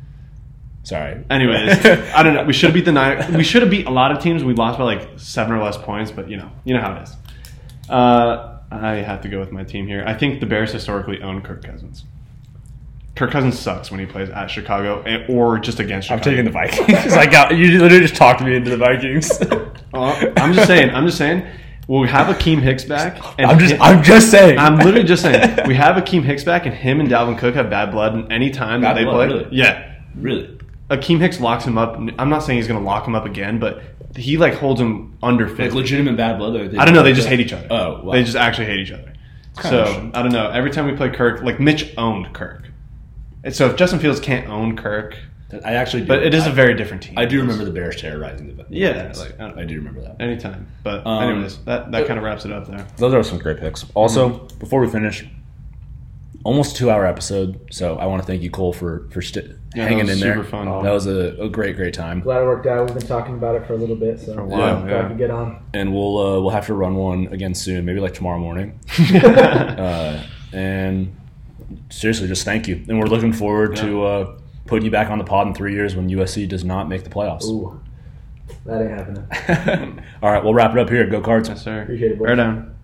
S1: Sorry.
S2: anyways, I don't know. We should have beat the Niners. We should have beat a lot of teams. We lost by like seven or less points, but you know, you know how it is. Uh, I have to go with my team here. I think the Bears historically own Kirk Cousins. Kirk Cousins sucks when he plays at Chicago and- or just against
S1: I'm
S2: Chicago.
S1: taking the Vikings. I got you. Literally just talked me into the Vikings.
S2: Uh, I'm just saying. I'm just saying. We'll have Akeem Hicks back. and
S1: I'm just.
S2: hit-
S1: I'm just saying.
S2: I'm literally just saying we have Akeem Hicks back, and him and Dalvin Cook have bad blood. And any time that
S1: Bad
S2: they
S1: blood,
S2: play,
S1: really?
S2: yeah,
S1: really.
S2: Akeem Hicks locks him up. I'm not saying he's going to lock him up again, but he like holds him under
S1: Like
S2: fifty.
S1: legitimate bad blood.
S2: I don't know. They just hate each other.
S1: Oh, wow.
S2: they just actually hate each other.
S1: kinda
S2: So
S1: interesting.
S2: I don't know. Every time we play Kirk, like Mitch owned Kirk, and so if Justin Fields can't own Kirk,
S1: I actually. Do.
S2: but it is
S1: I,
S2: a very different team.
S1: I do remember the Bears terrorizing the. the
S2: Yeah,
S1: Vikings.
S2: like, I don't-
S1: I do remember that.
S2: anytime. But
S1: Um,
S2: anyways, that that kind of wraps it up there.
S1: Those are some great picks. Also,
S2: Mm.
S1: before we finish, almost a two-hour episode. So I want to thank you, Cole, for for sti
S2: Yeah, that
S1: hanging
S2: was
S1: in
S2: super
S1: there.
S2: fun.
S1: That was a, a great, great time.
S3: Glad it worked out. We've been talking about it for a little bit, so for a
S2: while,
S3: glad
S2: yeah.
S3: we could get on.
S1: and we'll uh, we'll have to run one again soon, maybe like tomorrow morning. uh, and seriously, just thank you. And we're looking forward to uh, putting you back on the pod in three years when USC does not make the playoffs.
S3: Ooh, that ain't happening.
S1: All right, we'll wrap it up here. Go Cards.
S2: Yes, sir.
S3: Appreciate it, boys.
S2: Bear down.